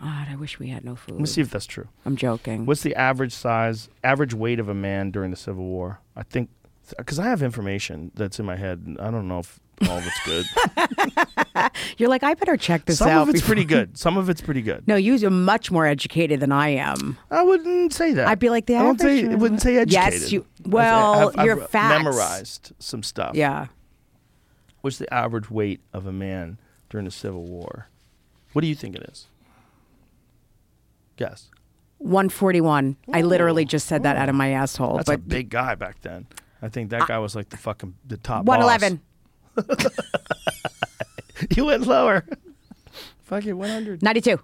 S5: God, I wish we had no food.
S4: Let me see if that's true.
S5: I'm joking.
S4: What's the average size, average weight of a man during the Civil War? I think, because I have information that's in my head. And I don't know if all of it's good.
S5: You're like, I better check this
S4: Some
S5: out.
S4: of it's
S5: before-
S4: pretty good. Some of it's pretty good.
S5: No, you're much more educated than I am.
S4: I wouldn't say that.
S5: I'd be like, the
S4: I don't say,
S5: average-
S4: I wouldn't say educated.
S5: Yes, you-
S4: I'd say
S5: well,
S4: I've- I've
S5: your facts.
S4: memorized some stuff.
S5: Yeah.
S4: What's the average weight of a man during the Civil War? What do you think it is? Guess.
S5: 141. I literally just said that out of my asshole.
S4: Oh. That's a
S5: but
S4: big guy back then. I think that guy was like the fucking the top.
S5: 111.
S4: boss. You went lower. fucking 100.
S5: 92.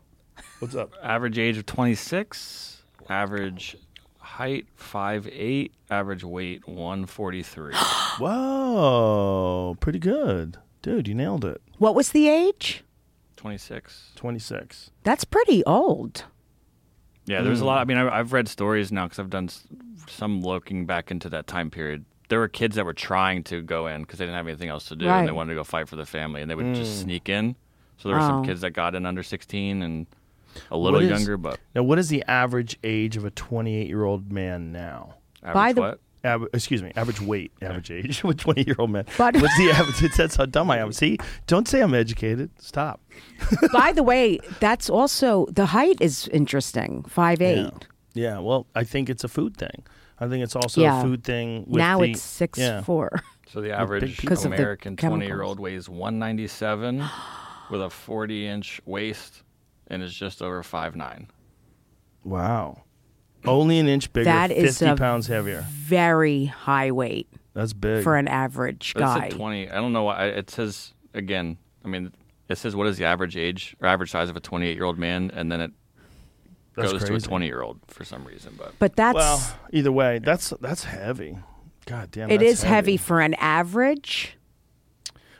S4: What's up?
S6: average age of 26, average height 5'8, average weight 143.
S4: Whoa, pretty good, dude. You nailed it.
S5: What was the age?
S6: 26.
S4: 26.
S5: That's pretty old.
S6: Yeah, there's a
S5: Mm.
S6: lot. I mean, I, I've read stories now because I've done s- some looking back into that time period. There were kids that were trying to go in because they didn't have anything else to do and they
S5: Right. Mm.
S6: wanted to go fight for the family and they would just sneak in. So there were some
S5: Oh.
S6: kids that got in under 16 and a little
S4: What is-
S6: younger, but
S4: Now, what is the average age of a 28 year old man now?
S6: average
S5: By the-
S6: what?
S4: Ab- excuse me, average weight, average age with 20 year old men.
S5: But-
S4: What's the average? That's how dumb I am. See, don't say I'm educated. Stop.
S5: By the way, that's also the height is interesting. Five eight.
S4: Yeah. Yeah, well, I think it's a food thing. I think it's also a
S5: Yeah.
S4: food thing. With
S5: Now
S4: the,
S5: it's six
S4: yeah.
S5: four.
S6: So the average
S4: people.
S5: 'Cause of the
S6: American 20 year
S5: chemicals.
S6: old weighs 197 with a 40 inch waist and is just over 5'9.
S4: Wow. Only an inch bigger,
S5: That
S4: 50
S5: is a-
S4: pounds heavier.
S5: Very high weight
S4: That's big.
S5: for an average
S6: But It
S5: guy.
S6: said 20. I don't know why. It says, again, I mean, it says what is the average age or average size of a 28 year old man, and then it
S4: That's
S6: goes to a
S4: crazy.
S6: 20 year old for some reason. But
S5: But that's
S4: well, either way, that's that's heavy. God damn,
S5: it
S4: that's
S5: is heavy. for an average.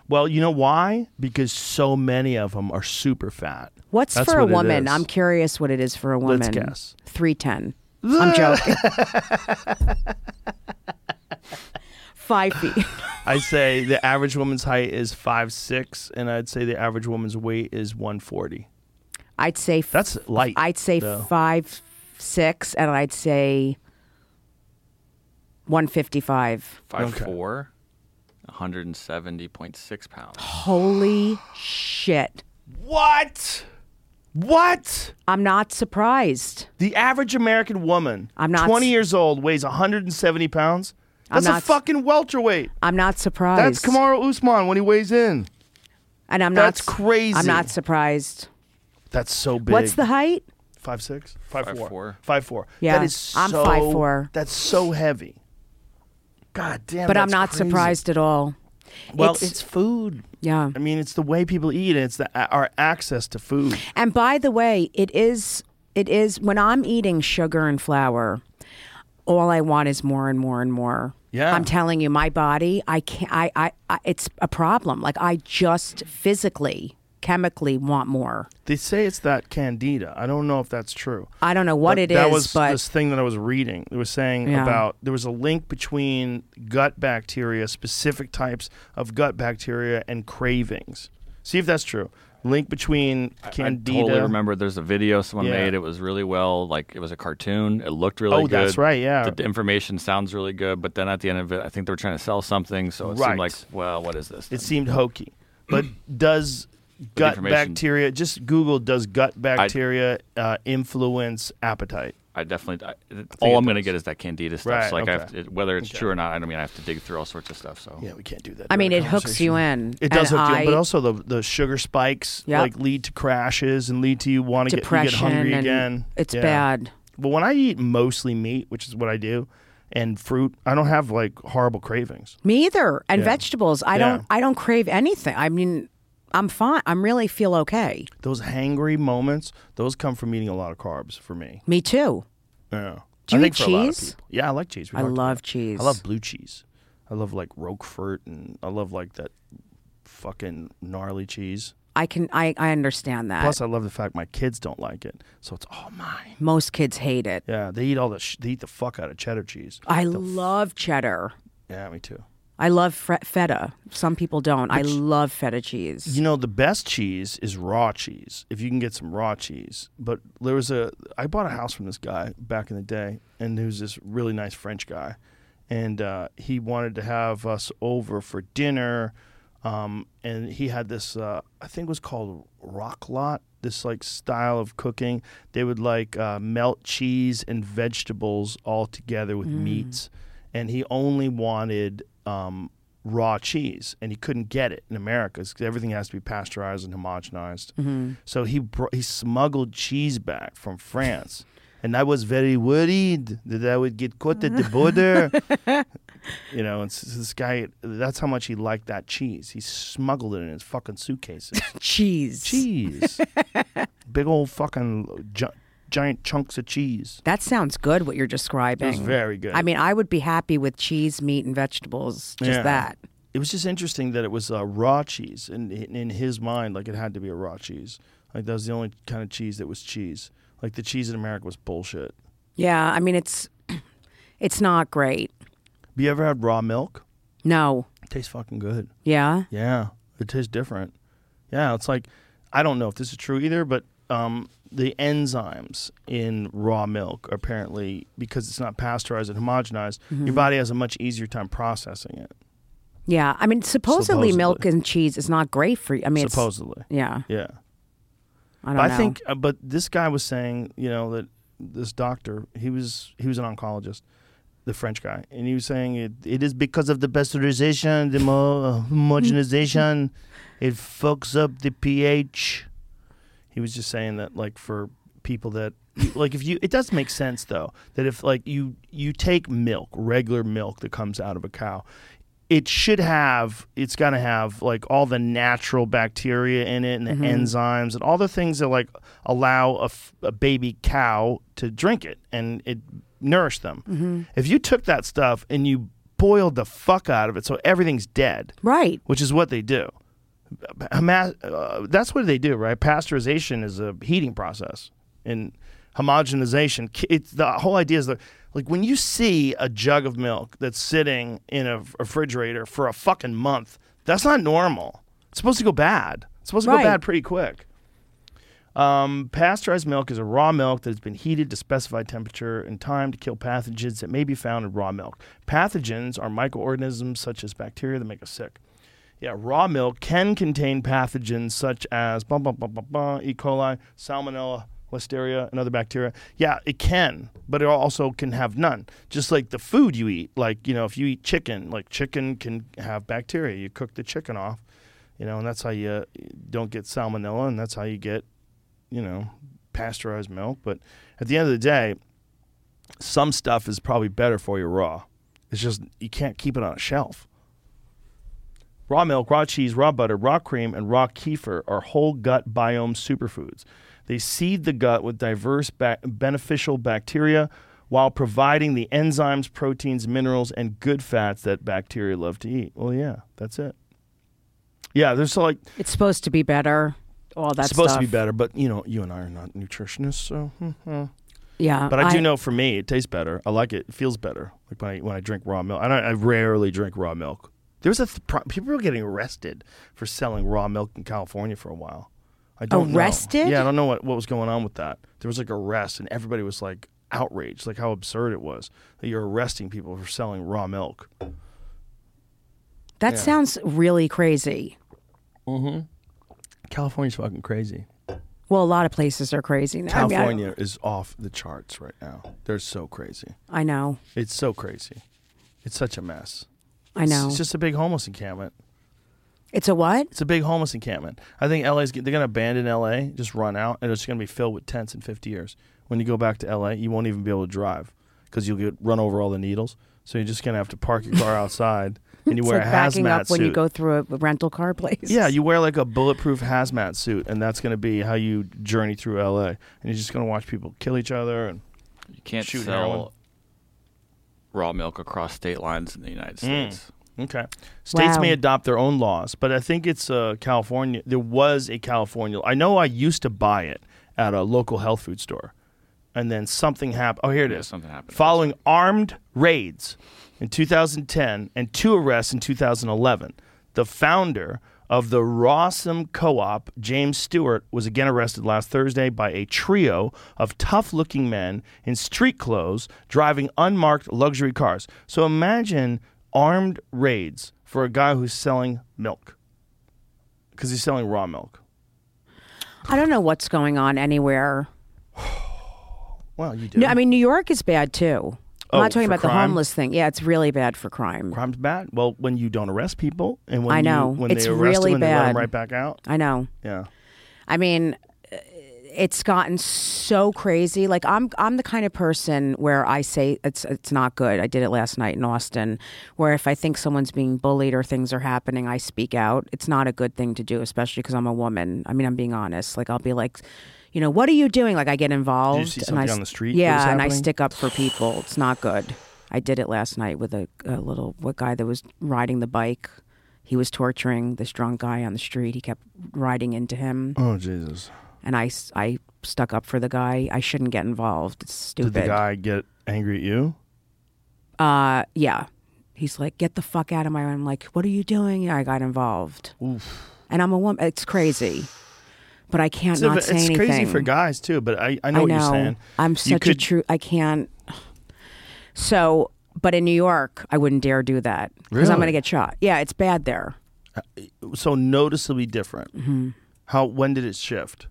S4: Well, you know why? Because so many of them are super fat.
S5: What's
S4: That's
S5: for
S4: what
S5: a
S4: it
S5: woman?
S4: is.
S5: I'm curious what it is for a woman.
S4: Let's guess.
S5: Three ten. I'm joking. Five feet.
S4: I say the average woman's height is five six, and I'd say the average woman's weight is 140.
S5: I'd say f-
S4: That's light.
S5: I'd say
S4: though.
S5: five six, and I'd say one fifty five.
S6: 5'4, 170.6 pounds.
S5: Holy shit!
S4: What? What?
S5: I'm not surprised.
S4: The average American woman,
S5: I'm not
S4: 20
S5: s-
S4: years old, weighs 170 pounds. That's
S5: not
S4: a
S5: s-
S4: fucking welterweight.
S5: I'm not surprised.
S4: That's Kamaru Usman when he weighs in.
S5: And I'm
S4: That's
S5: not.
S4: crazy.
S5: I'm not surprised.
S4: That's so big.
S5: What's the height?
S4: five six, five four, five four.
S6: 5'4".
S5: Yeah,
S4: that is
S5: I'm
S4: so,
S5: 5'4".
S4: That's so heavy. God damn.
S5: But I'm
S4: that's
S5: not
S4: crazy.
S5: surprised at all.
S4: Well, it's,
S5: It's-
S4: food.
S5: Yeah.
S4: I mean, it's the way people eat. It's the, our access to food.
S5: And by the way, it is. It is when I'm eating sugar and flour. All I want is more and more and more.
S4: Yeah.
S5: I'm telling you, my body. I can't. I. I. I it's a problem. Like I just physically chemically want more.
S4: They say it's that candida. I don't know if that's true.
S5: I don't know what
S4: that,
S5: it
S4: that
S5: is,
S4: was
S5: but
S4: this thing that I was reading. It was saying
S5: Yeah.
S4: about there was a link between gut bacteria, specific types of gut bacteria, and cravings. See if that's true. Link between candida.
S6: I totally remember there's a video someone
S4: Yeah.
S6: made. It was really well, like it was a cartoon. It looked really
S4: Oh,
S6: good.
S4: that's right, yeah.
S6: The, the information sounds really good, but then at the end of it, I think they were trying to sell something, so it
S4: Right.
S6: seemed like, well, what is this?
S4: It
S6: then?
S4: seemed hokey. But does gut
S6: information-
S4: bacteria just Google does gut bacteria uh, influence appetite?
S6: I definitely. I, all
S4: it
S6: I'm going to
S4: does.
S6: get is that candida stuff.
S4: Right,
S6: so like I
S4: okay.
S6: have to, it- whether it's true or not, I don't mean I have to dig through all sorts of stuff. So
S4: Yeah, we can't do that.
S5: I mean,
S4: during
S5: it
S4: a
S5: hooks you in.
S4: It does
S5: and
S4: hook you, in,
S5: I-
S4: but also the the sugar spikes
S5: Yep.
S4: like lead to crashes and lead to you want to get, you get
S5: depression
S4: hungry
S5: and
S4: again.
S5: it's
S4: Yeah.
S5: bad.
S4: But when I eat mostly meat, which is what I do, and fruit, I don't have like horrible cravings.
S5: Me either. And vegetables, I
S4: Yeah.
S5: don't. I don't crave anything. I mean, I'm fine. I'm really feel okay.
S4: Those hangry moments, those come from eating a lot of carbs for me.
S5: Me too.
S4: Yeah.
S5: Do
S4: I
S5: you
S4: think
S5: eat
S4: for a lot of
S5: cheese?
S4: people. Yeah, I like cheese. We
S5: I
S4: talked about
S5: love
S4: it.
S5: cheese.
S4: I love blue cheese. I love like Roquefort and I love like that fucking gnarly cheese.
S5: I can. I. I understand that.
S4: Plus, I love the fact my kids don't like it, so it's all mine.
S5: Most kids hate it.
S4: Yeah, they eat all the sh- they eat the fuck out of cheddar cheese.
S5: I love cheddar.
S4: Yeah, me too.
S5: I love fre- feta. Some people don't. I love feta cheese.
S4: You know, the best cheese is raw cheese. If you can get some raw cheese, but there was a I bought a house from this guy back in the day, and there was this really nice French guy, and uh, he wanted to have us over for dinner, um, and he had this uh, I think it was called rock lot. This like style of cooking, they would like uh, melt cheese and vegetables all together with meats, and he only wanted um, raw cheese, and he couldn't get it in America because everything has to be pasteurized and homogenized. So he br- he smuggled cheese back from France, and I was very worried that I would get caught at the border. you know, and s- this guy, that's how much he liked that cheese. He smuggled it in his fucking suitcases.
S5: Cheese.
S4: cheese, big old fucking gi- giant chunks of cheese.
S5: That sounds good. What you're describing.
S4: It's very good.
S5: I mean, I would be happy with cheese, meat, and vegetables. Just
S4: Yeah.
S5: that.
S4: It was just interesting that it was uh, raw cheese, and in, in his mind, like it had to be a raw cheese. Like that was the only kind of cheese that was cheese. Like the cheese in America was bullshit.
S5: Yeah. I mean, it's. It's not great.
S4: Have you ever had raw milk?
S5: No.
S4: It tastes fucking good.
S5: Yeah.
S4: Yeah, it tastes different. Yeah, it's like I don't know if this is true either, but um, the enzymes in raw milk apparently because it's not pasteurized and homogenized,
S5: Mm-hmm.
S4: your body has a much easier time processing it.
S5: Yeah. I mean, supposedly,
S4: Supposedly.
S5: milk and cheese is not great for you. I mean, it's-
S4: supposedly,
S5: yeah.
S4: yeah.
S5: I don't
S4: But
S5: know.
S4: I think, uh, but this guy was saying, you know, that this doctor, he was he was an oncologist, the French guy, and he was saying it, it is because of the pasteurization, the mo- uh, homogenization, it fucks up the pH. He was just saying that, like for people that, like if you, it does make sense though that if like you you take milk, regular milk that comes out of a cow. It should have, it's got to have like all the natural bacteria in it and the enzymes and all the things that like allow a, f- a baby cow to drink it and it nourish them. If you took that stuff and you boiled the fuck out of it, so everything's dead,
S5: Right.
S4: which is what they do. Hama- uh, that's what they do, right? Pasteurization is a heating process, and homogenization. ki- It's the whole idea is that, like, when you see a jug of milk that's sitting in a refrigerator for a fucking month, that's not normal. It's supposed to go bad. It's supposed to
S5: Right.
S4: go bad pretty quick. Um, pasteurized milk is a raw milk that has been heated to specified temperature and time to kill pathogens that may be found in raw milk. Pathogens are microorganisms such as bacteria that make us sick. Yeah, raw milk can contain pathogens such as blah, blah, blah, blah, blah, E. coli, salmonella, listeria, and other bacteria. Yeah, it can, but it also can have none. Just like the food you eat, like, you know, if you eat chicken, like chicken can have bacteria. You cook the chicken off, you know, and that's how you uh, don't get salmonella, and that's how you get, you know, pasteurized milk. But at the end of the day, some stuff is probably better for you raw. It's just you can't keep it on a shelf. Raw milk, raw cheese, raw butter, raw cream, and raw kefir are whole gut biome superfoods. They seed the gut with diverse ba- beneficial bacteria while providing the enzymes, proteins, minerals, and good fats that bacteria love to eat. Well, yeah, that's it. Yeah, there's like
S5: It's supposed to be better. all that
S4: It's supposed
S5: stuff.
S4: to be better, but you know, you and I are not nutritionists, so. hmm, yeah.
S5: Yeah,
S4: But I, do know for me, it tastes better. I like it. It feels better. Like when I, when I drink raw milk. I don't. I rarely drink raw milk. There was a th- pro- people were getting arrested for selling raw milk in California for a while. I don't know.
S5: Arrested?
S4: Yeah, I don't know what, what was going on with that. There was like arrest, and everybody was like outraged, like how absurd it was that you're arresting people for selling raw milk.
S5: That sounds really crazy.
S4: California's fucking crazy.
S5: Well, a lot of places are crazy now. I mean, I-
S4: California is off the charts right now. They're so crazy.
S5: I know.
S4: It's so crazy. It's such a mess.
S5: I
S4: It's-
S5: know.
S4: It's just a big homeless encampment.
S5: It's a what?
S4: It's a big homeless encampment. I think LA's they're gonna abandon LA, just run out, and it's gonna be filled with tents in 50 years. When you go back to LA, you won't even be able to drive because you'll get run over all the needles. So you're just gonna have to park your car outside and you
S5: It's
S4: wear
S5: like
S4: a
S5: backing
S4: hazmat
S5: up when you
S4: suit.
S5: go through a rental car place.
S4: yeah, you wear like a bulletproof hazmat suit, and that's gonna be how you journey through LA. And you're just gonna watch people kill each other. And
S6: You can't
S4: Shoot
S6: sell
S4: heroin.
S6: raw milk across state lines in the United
S4: Mm.
S6: States.
S4: okay, states
S5: Wow.
S4: may adopt their own laws, but I think it's uh, California. There was a California. I know I used to buy it at a local health food store. and then something happened. Oh, here it is.
S6: something happened.
S4: Following armed raids in 2010 and two arrests in 2011, the founder of the Rawsome Co-op, James Stewart, was again arrested last Thursday by a trio of tough-looking men in street clothes driving unmarked luxury cars. So imagine armed raids for a guy who's selling milk because he's selling raw milk.
S5: I don't know what's going on anywhere.
S4: Well, you do.
S5: No, I mean New York is bad too. I'm
S4: Oh,
S5: not talking
S4: for
S5: about the
S4: crime?
S5: homeless thing. Yeah, it's really bad for crime.
S4: crime's bad. Well, when you don't arrest people, and when
S5: I know.
S4: you, when
S5: It's
S4: they arrest
S5: really
S4: them and they let
S5: bad.
S4: them right back out.
S5: I know.
S4: Yeah,
S5: I mean, uh, it's gotten so crazy. Like I'm, I'm the kind of person where I say it's, it's not good. I did it last night in Austin, where if I think someone's being bullied or things are happening, I speak out. It's not a good thing to do, especially because I'm a woman. I mean, I'm being honest. Like I'll be like, you know, what are you doing? Like I get involved.
S4: see
S5: and I,
S4: something on
S5: s-
S4: the street that was
S5: Yeah, and I
S4: happening?
S5: stick up for people. It's not good. I did it last night with a, a little what guy that was riding the bike. He was torturing this drunk guy on the street. He kept riding into him
S4: Oh Jesus!
S5: and I, s- I stuck up for the guy. I shouldn't get involved. It's stupid.
S4: Did the guy get angry at you?
S5: Uh, yeah. He's like, get the fuck out of my. I'm like, what are you doing? And I got involved. And I'm a woman. It's crazy, but I can't
S4: It's,
S5: not
S4: a-
S5: say
S4: it's
S5: anything.
S4: crazy for guys too, but I, I know
S5: I
S4: what
S5: know.
S4: you're saying.
S5: I'm
S4: You
S5: such a
S4: could-
S5: true. I can't. So, but in New York, I wouldn't dare do that because I'm
S4: Really?
S5: going to get shot. Yeah, it's bad there.
S4: so noticeably different.
S5: Mm-hmm.
S4: How when did it shift?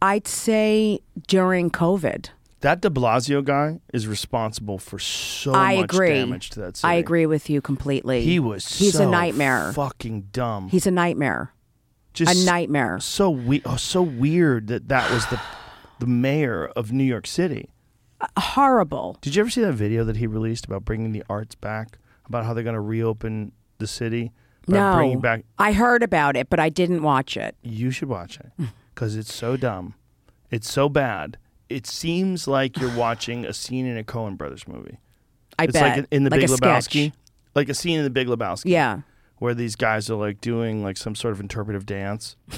S5: I'd say during COVID.
S4: That De Blasio guy is responsible for so
S5: I
S4: much
S5: agree.
S4: damage to that city.
S5: I agree with you completely.
S4: He was
S5: He's
S4: so
S5: a nightmare.
S4: Fucking dumb.
S5: He's a nightmare.
S4: Just
S5: a nightmare.
S4: So we oh, so weird that that was the the mayor of New York City.
S5: Horrible.
S4: Did you ever see that video that he released about bringing the arts back? About how they're going to reopen the city? About
S5: no,
S4: Bringing back.
S5: I heard about it, but I didn't watch it.
S4: You should watch it
S5: Mm.
S4: because it's so dumb. It's so bad. It seems like you're watching a scene in a Coen Brothers movie.
S5: I
S4: it's
S5: bet
S4: like in the
S5: like
S4: Big
S5: a
S4: Lebowski.
S5: sketch.
S4: Like a scene in the Big Lebowski.
S5: Yeah,
S4: Where these guys are like doing like some sort of interpretive dance.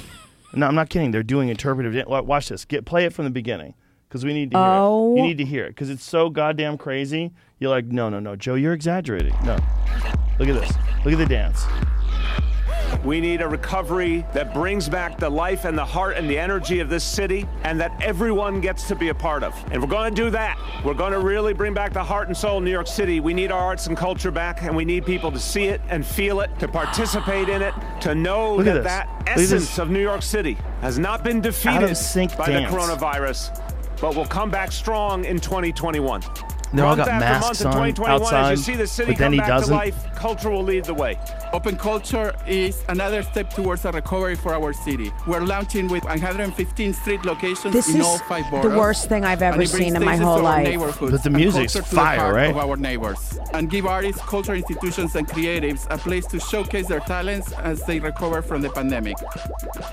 S4: no, I'm not kidding. They're doing interpretive dance. Watch this. Get play it from the beginning because we need to hear
S5: Oh.
S4: it. You need to hear it because it's so goddamn crazy. You're like, no, no, no, Joe, you're exaggerating. No, look at this. Look at the dance.
S10: We need a recovery that brings back the life and the heart and the energy of this city and that everyone gets to be a part of. And we're going to do that. We're going to really bring back the heart and soul of New York City. We need our arts and culture back, and we need people to see it and feel it, to participate in it, to know
S4: Look at
S10: that that
S4: this. Look at this.
S10: essence of New York City has not been defeated
S4: sync
S10: by
S4: dance.
S10: the coronavirus, but will come back strong in 2021.
S4: They all
S10: Month
S4: got masks
S10: after month in
S4: on
S10: 2021,
S4: outside,
S10: as you see the city
S4: but then
S10: come
S4: he
S10: back
S4: doesn't.
S10: to life, culture will lead the way.
S11: Open Culture is another step towards a recovery for our city. We're launching with 115 street locations
S5: This
S11: in
S5: is
S11: all five
S5: the
S11: boroughs.
S5: worst thing I've ever
S11: And it brings
S5: seen in my
S11: faces to
S5: whole
S11: our
S5: life.
S11: neighborhoods
S4: But the
S11: and
S4: music's
S11: culture to
S4: fire,
S11: the heart
S4: right?
S11: Of our neighbors. And give artists, culture institutions, and creatives a place to showcase their talents as they recover from the pandemic.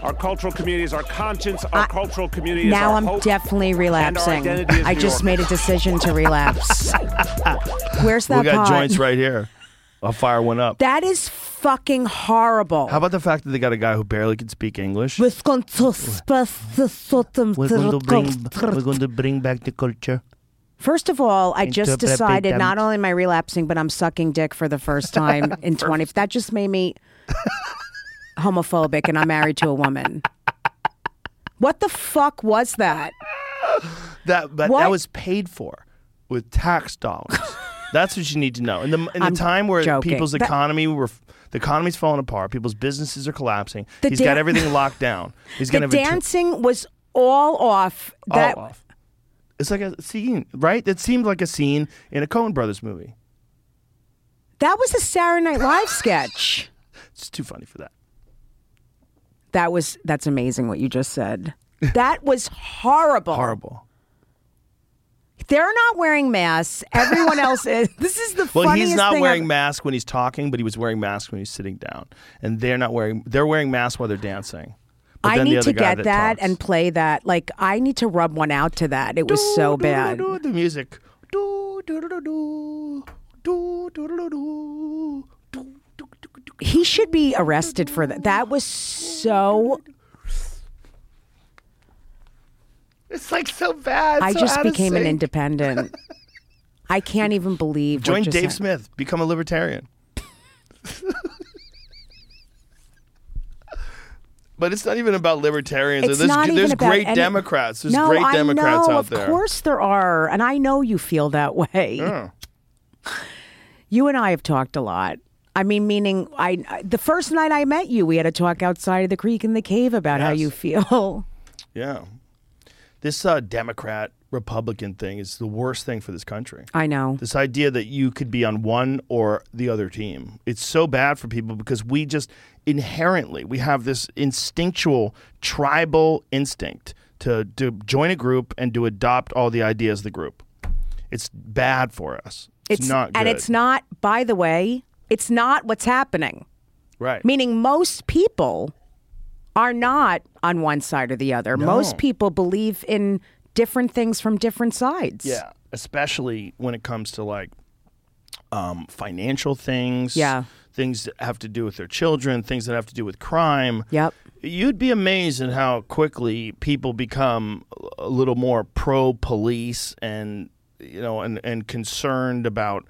S10: Our cultural community is our conscience. Our
S5: I-
S10: cultural community is
S5: now
S10: our
S5: I'm
S10: hope.
S5: definitely relapsing.
S10: identity is
S5: I
S10: New
S5: just
S10: York.
S5: made a decision to relapse. Where's that
S4: we got
S5: pot?
S4: joints right here. A fire went up.
S5: That is fucking horrible.
S4: How about the fact that they got a guy who barely could speak English?
S5: We're going to
S4: bring back the culture.
S5: First of all, I just
S4: Interpret
S5: decided
S4: them.
S5: not only am I relapsing, but I'm sucking dick for the first time in 20. That just made me homophobic, and I'm married to a woman. What the fuck was that?
S4: That but
S5: What?
S4: that was paid for with tax dollars. That's what you need to know. In the in
S5: I'm
S4: the time where
S5: joking.
S4: people's
S5: That-
S4: economy were the economy's falling apart, people's businesses are collapsing.
S5: The
S4: He's
S5: dan-
S4: got everything locked down. He's
S5: The
S4: gonna have a tw- Oh,
S5: dancing was all off.
S4: all
S5: That
S4: off. It's like a scene, right? It seemed like a scene in a Coen Brothers movie.
S5: that was a Saturday Night Live sketch.
S4: It's too funny for that.
S5: That was that's amazing what you just said. That was horrible.
S4: Horrible.
S5: They're not wearing masks. Everyone else is. This is the
S4: Well,
S5: funniest
S4: he's not
S5: thing
S4: wearing
S5: I've-
S4: masks when he's talking, but he was wearing masks when he's sitting down, and they're not wearing. They're wearing masks while they're dancing. But
S5: I
S4: then the
S5: need
S4: other
S5: to
S4: guy
S5: get that
S4: talks-
S5: and play that. Like I need to rub one out to that. It was so bad.
S4: Do, the music. Do, do, do, do, do. Do, do, do, do, do.
S5: He should be arrested for that. That was so.
S4: It's like so bad.
S5: I
S4: so
S5: just
S4: out of
S5: became an
S4: sync.
S5: independent. I can't even believe. what
S4: Join
S5: just
S4: Dave
S5: happened.
S4: Smith. Become a libertarian. but it's not even about libertarians.
S5: It's
S4: there's
S5: not even
S4: there's
S5: about
S4: great
S5: any-
S4: Democrats. There's
S5: no,
S4: great
S5: I
S4: Democrats
S5: know,
S4: out
S5: of
S4: there.
S5: Of course there are, and I know you feel that way.
S4: Yeah.
S5: You and I have talked a lot. I mean, meaning, I I- the first night I met you, we had a talk outside of the creek in the cave about how
S4: Yes.
S5: you feel.
S4: Yeah. This uh, Democrat Republican thing is the worst thing for this country.
S5: I know.
S4: This idea that you could be on one or the other team. It's so bad for people because we just inherently we have this instinctual tribal instinct to, to join a group and to adopt all the ideas of the group. It's bad for us. It's, not good.
S5: and it's not. By the way, it's not what's happening.
S4: right.
S5: Meaning, most people are not on one side or the other. Most
S4: No.
S5: people believe in different things from different sides.
S4: Yeah, especially when it comes to like um, financial things.
S5: Yeah.
S4: Things that have to do with their children, things that have to do with crime.
S5: Yep.
S4: You'd be amazed at how quickly people become a little more pro police and you know and, and concerned about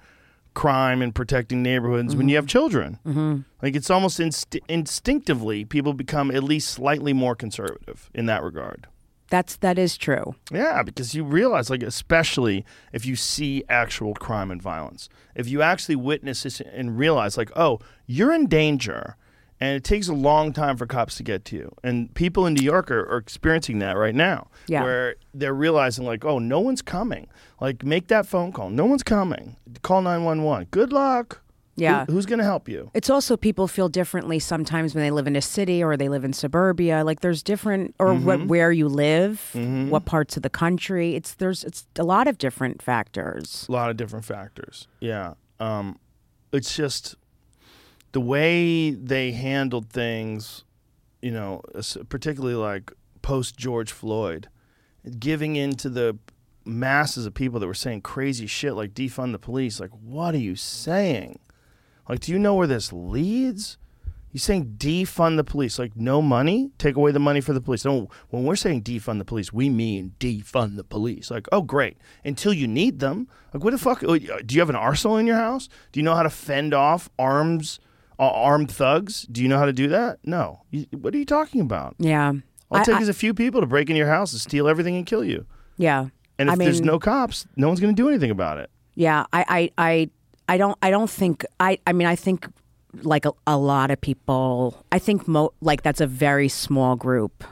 S4: crime and protecting neighborhoods when you have children. Mm-hmm. Like it's almost inst- instinctively people become at least slightly more conservative in that regard.
S5: That's that is true.
S4: Yeah, because you realize, like, especially if you see actual crime and violence, if you actually witness this and realize, like, oh, you're in danger, and it takes a long time for cops to get to you. And people in New York are, are experiencing that right now,
S5: Yeah.
S4: where they're realizing, like, oh, no one's coming. Like, make that phone call. No one's coming. Call 911. Good luck. Who-
S5: Yeah.
S4: who's going to help you?
S5: It's also people feel differently sometimes when they live in a city or they live in suburbia. Like there's different or
S4: Mm-hmm.
S5: what where you live, what parts of the country. It's there's it's a lot of different factors.
S4: a lot of different factors. Yeah. Um, it's just the way they handled things, you know, es- particularly like post George Floyd, giving in to the masses of people that were saying crazy shit like defund the police. Like, what are you saying? Like, do you know where this leads? You're saying defund the police, like no money, take away the money for the police. No, when we're saying defund the police, we mean defund the police. Like, oh, great, until you need them. Like, what the fuck? oh, Do you have an arsenal in your house? Do you know how to fend off arms, uh, armed thugs? Do you know how to do that? No. You, what are you talking about?
S5: Yeah.
S4: All
S5: I-
S4: it takes
S5: I-
S4: is a few people to break into your house and steal everything and kill you.
S5: yeah.
S4: And if
S5: I mean,
S4: there's no cops, no one's going to do anything about it.
S5: Yeah, I, I, I, I don't, I don't think. I, I mean, I think like a, a lot of people. I think mo, like that's a very small group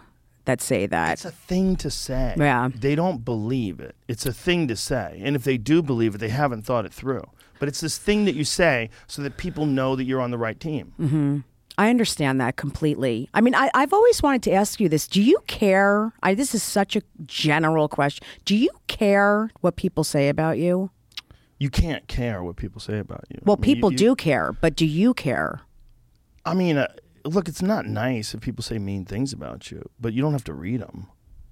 S5: that say that.
S4: It's a thing to say.
S5: Yeah.
S4: They don't believe it. It's a thing to say. And if they do believe it, they haven't thought it through. But it's this thing that you say so that people know that you're on the right team.
S5: Mm. I understand that completely. I mean, I, I've always wanted to ask you this. Do you care? I, this is such a general question. Do you care what people say about you?
S4: You can't care what people say about you.
S5: Well,
S4: I mean, you-
S5: people
S4: you-
S5: do care, but do you care?
S4: I mean, uh, look, it's not nice if people say mean things about you, but you don't have to read them.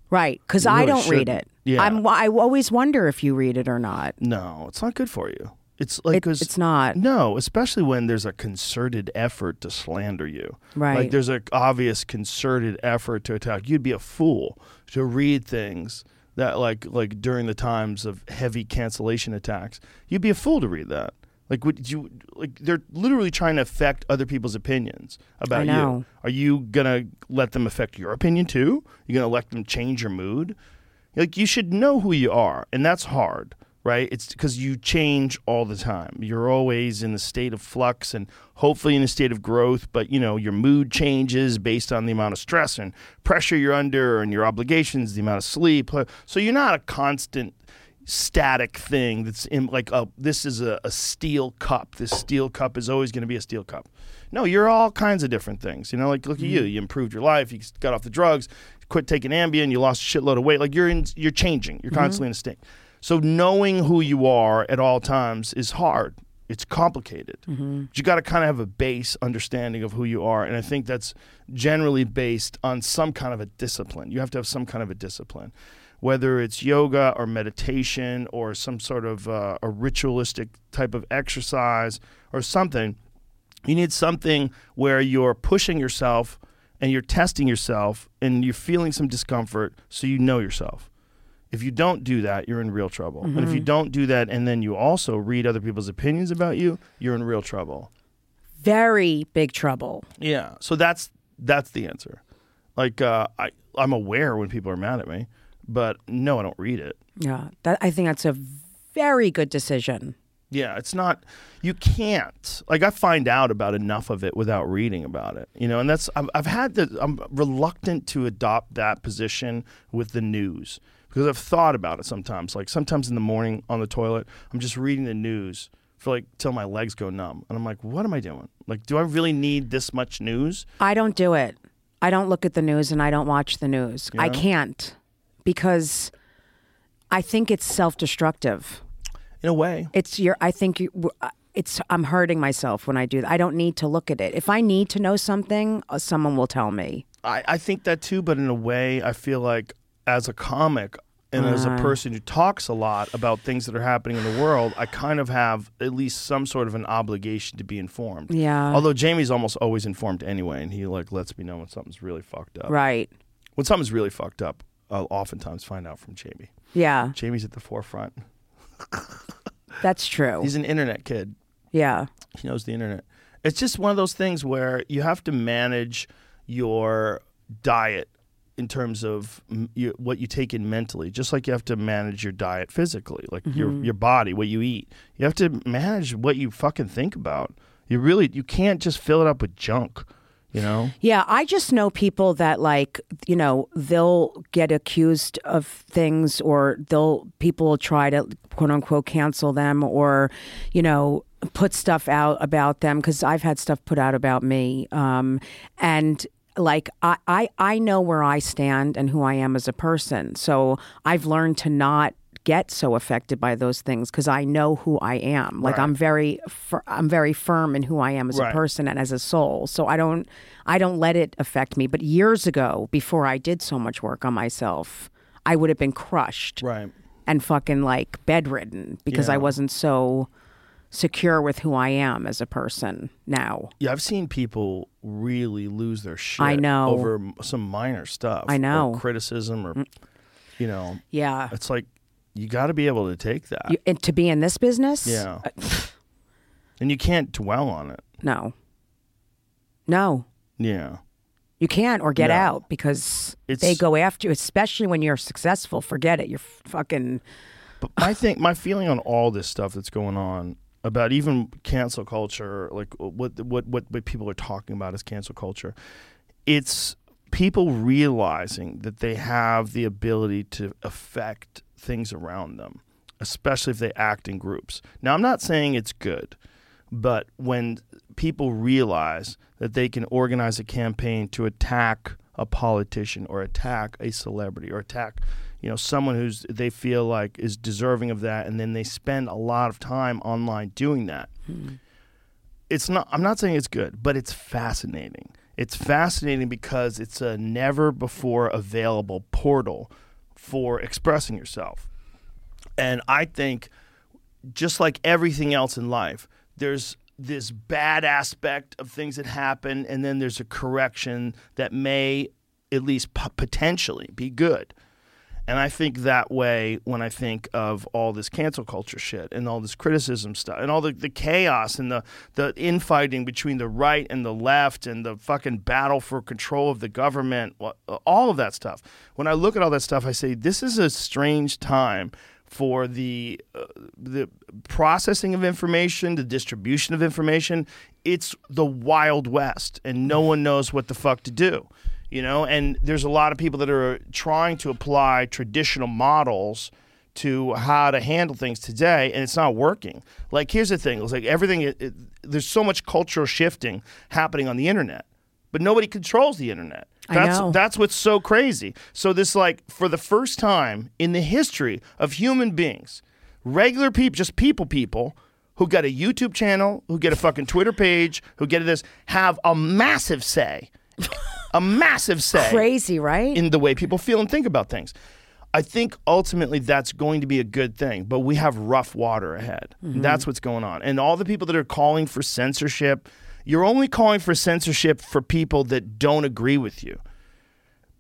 S5: Right? Because
S4: You
S5: I
S4: really
S5: don't read
S4: shouldn't.
S5: it.
S4: Yeah.
S5: I'm. I always wonder if you read it or not.
S4: No, it's not good for you. It's like
S5: It-
S4: 'cause-
S5: it's not.
S4: No, especially when there's a concerted effort to slander you. Like
S5: Right.
S4: there's an obvious concerted effort to attack. You'd be a fool to read things that like like during the times of heavy cancellation attacks. You'd be a fool to read that. Like would you like they're literally trying to affect other people's opinions about you.
S5: know.
S4: Are you gonna let them affect your opinion too? You're gonna let them change your mood? Like you should know who you are, and that's hard, right? It's because you change all the time. You're always in a state of flux, and hopefully in a state of growth. But you know your mood changes based on the amount of stress and pressure you're under, and your obligations, the amount of sleep. So you're not a constant static thing that's in like a this is a, a steel cup this steel cup is always going to be a steel cup no you're all kinds of different things you know like look at you you improved your life you got off the drugs quit taking ambien you lost a shitload of weight like you're in you're changing you're constantly in a state so knowing who you are at all times is hard it's complicated but you got to kind of have a base understanding of who you are and i think that's generally based on some kind of a discipline you have to have some kind of a discipline whether it's yoga or meditation or some sort of uh, a ritualistic type of exercise or something you need something where you're pushing yourself and you're testing yourself and you're feeling some discomfort so you know yourself if you don't do that, you're in real trouble. And if you
S5: Mhm.
S4: don't do that, and then you also read other people's opinions about you, you're in real trouble.
S5: Very big trouble.
S4: Yeah. So that's that's the answer. Like uh, I I'm aware when people are mad at me, but no, I don't read it.
S5: Yeah, that, I think that's a very good decision.
S4: Yeah, it's not. You can't. Like I find out about enough of it without reading about it. You know, and that's I've, I've had the. I'm reluctant to adopt that position with the news because I've thought about it sometimes. Like sometimes in the morning on the toilet, I'm just reading the news for like till my legs go numb, and I'm like, what am I doing? Like, do I really need this much news?
S5: I don't do it. I don't look at the news and I don't watch the news. I
S4: Yeah.
S5: can't because I think it's self-destructive.
S4: In a way,
S5: it's your. I think you. uh, It's. I'm hurting myself when I do that. I don't need to look at it. If I need to know something, uh, someone will tell me.
S4: I, I think that too, but in a way, I feel like as a comic and as a
S5: Ah.
S4: person who talks a lot about things that are happening in the world, I kind of have at least some sort of an obligation to be informed.
S5: Yeah.
S4: Although Jamie's almost always informed anyway, and he like lets me know when something's really fucked up.
S5: Right.
S4: When something's really fucked up, I'll oftentimes find out from Jamie.
S5: Yeah.
S4: Jamie's at the forefront.
S5: That's true.
S4: He's an internet kid.
S5: Yeah.
S4: He knows the internet. It's just one of those things where you have to manage your diet in terms of mm, you, what you take in mentally, just like you have to manage your diet physically, like your
S5: Mm-hmm.
S12: Mhm.
S4: your body, what you eat. You have to manage what you fucking think about. You really you can't just fill it up with junk, you know?
S5: Yeah, I just know people that like, you know, they'll get accused of things or they'll people will try to quote unquote cancel them or, you know, put stuff out about them cuz I've had stuff put out about me. Um and like I, I I know where I stand and who I am as a person. So I've learned to not get so affected by those things because I know who I am. Like
S13: Right.
S5: I'm very fir- I'm very firm in who I am as
S13: Right.
S5: a person and as a soul. So I don't I don't let it affect me. But years ago, before I did so much work on myself, I would have been crushed.
S4: Right.
S5: And fucking like bedridden because I
S4: Yeah.
S5: wasn't so secure with who I am as a person now.
S4: Yeah, I've seen people really lose their shit
S5: I know.
S4: over m- some minor stuff.
S5: I
S4: or
S5: know. Mm.
S4: criticism or you know.
S5: Yeah.
S4: It's like you got to be able to take that.
S5: You, and to be in this business?
S4: Yeah. and you can't dwell on it.
S5: No. No.
S4: Yeah.
S5: You can't or get
S4: No.
S5: out because they
S4: It's-
S5: go after you, especially when you're successful. Forget it. You're fucking.
S4: But my thing, my feeling on all this stuff that's going on about even cancel culture, like uh, what what what, what people are talking about is cancel culture. It's people realizing that they have the ability to affect things around them, especially if they act in groups. Now, I'm not saying it's good, but when people realize that they can organize a campaign to attack a politician or attack a celebrity or attack you know someone who's they feel like is deserving of that and then they spend a lot of time online doing that it's not I'm not saying it's good, but it's fascinating. It's fascinating because it's a never before available portal for expressing yourself. And I think just like everything else in life, there's this bad aspect of things that happen, and then there's a correction that may, at least po- potentially, be good. And I think that way when I think of all this cancel culture shit and all this criticism stuff and all the, the chaos and the, the infighting between the right and the left and the fucking battle for control of the government, wha- all of that stuff. When I look at all that stuff, I say, this is a strange time for the uh, the processing of information, the distribution of information. It's the wild west, and no one knows what the fuck to do. You know, and there's a lot of people that are trying to apply traditional models to how to handle things today, and it's not working. Like, here's the thing: it's like everything. It, it, there's so much cultural shifting happening on the internet, but nobody controls the internet.
S12: I
S4: That's
S12: know.
S4: that's what's so crazy. So this like for the first time in the history of human beings, regular people, just people people who got a YouTube channel, who get a fucking Twitter page, who get this have a massive say. A massive say.
S5: Crazy, right?
S4: In the way people feel and think about things. I think ultimately that's going to be a good thing, but we have rough water ahead.
S12: Mhm.
S4: That's what's going on. And all the people that are calling for censorship, you're only calling for censorship for people that don't agree with you.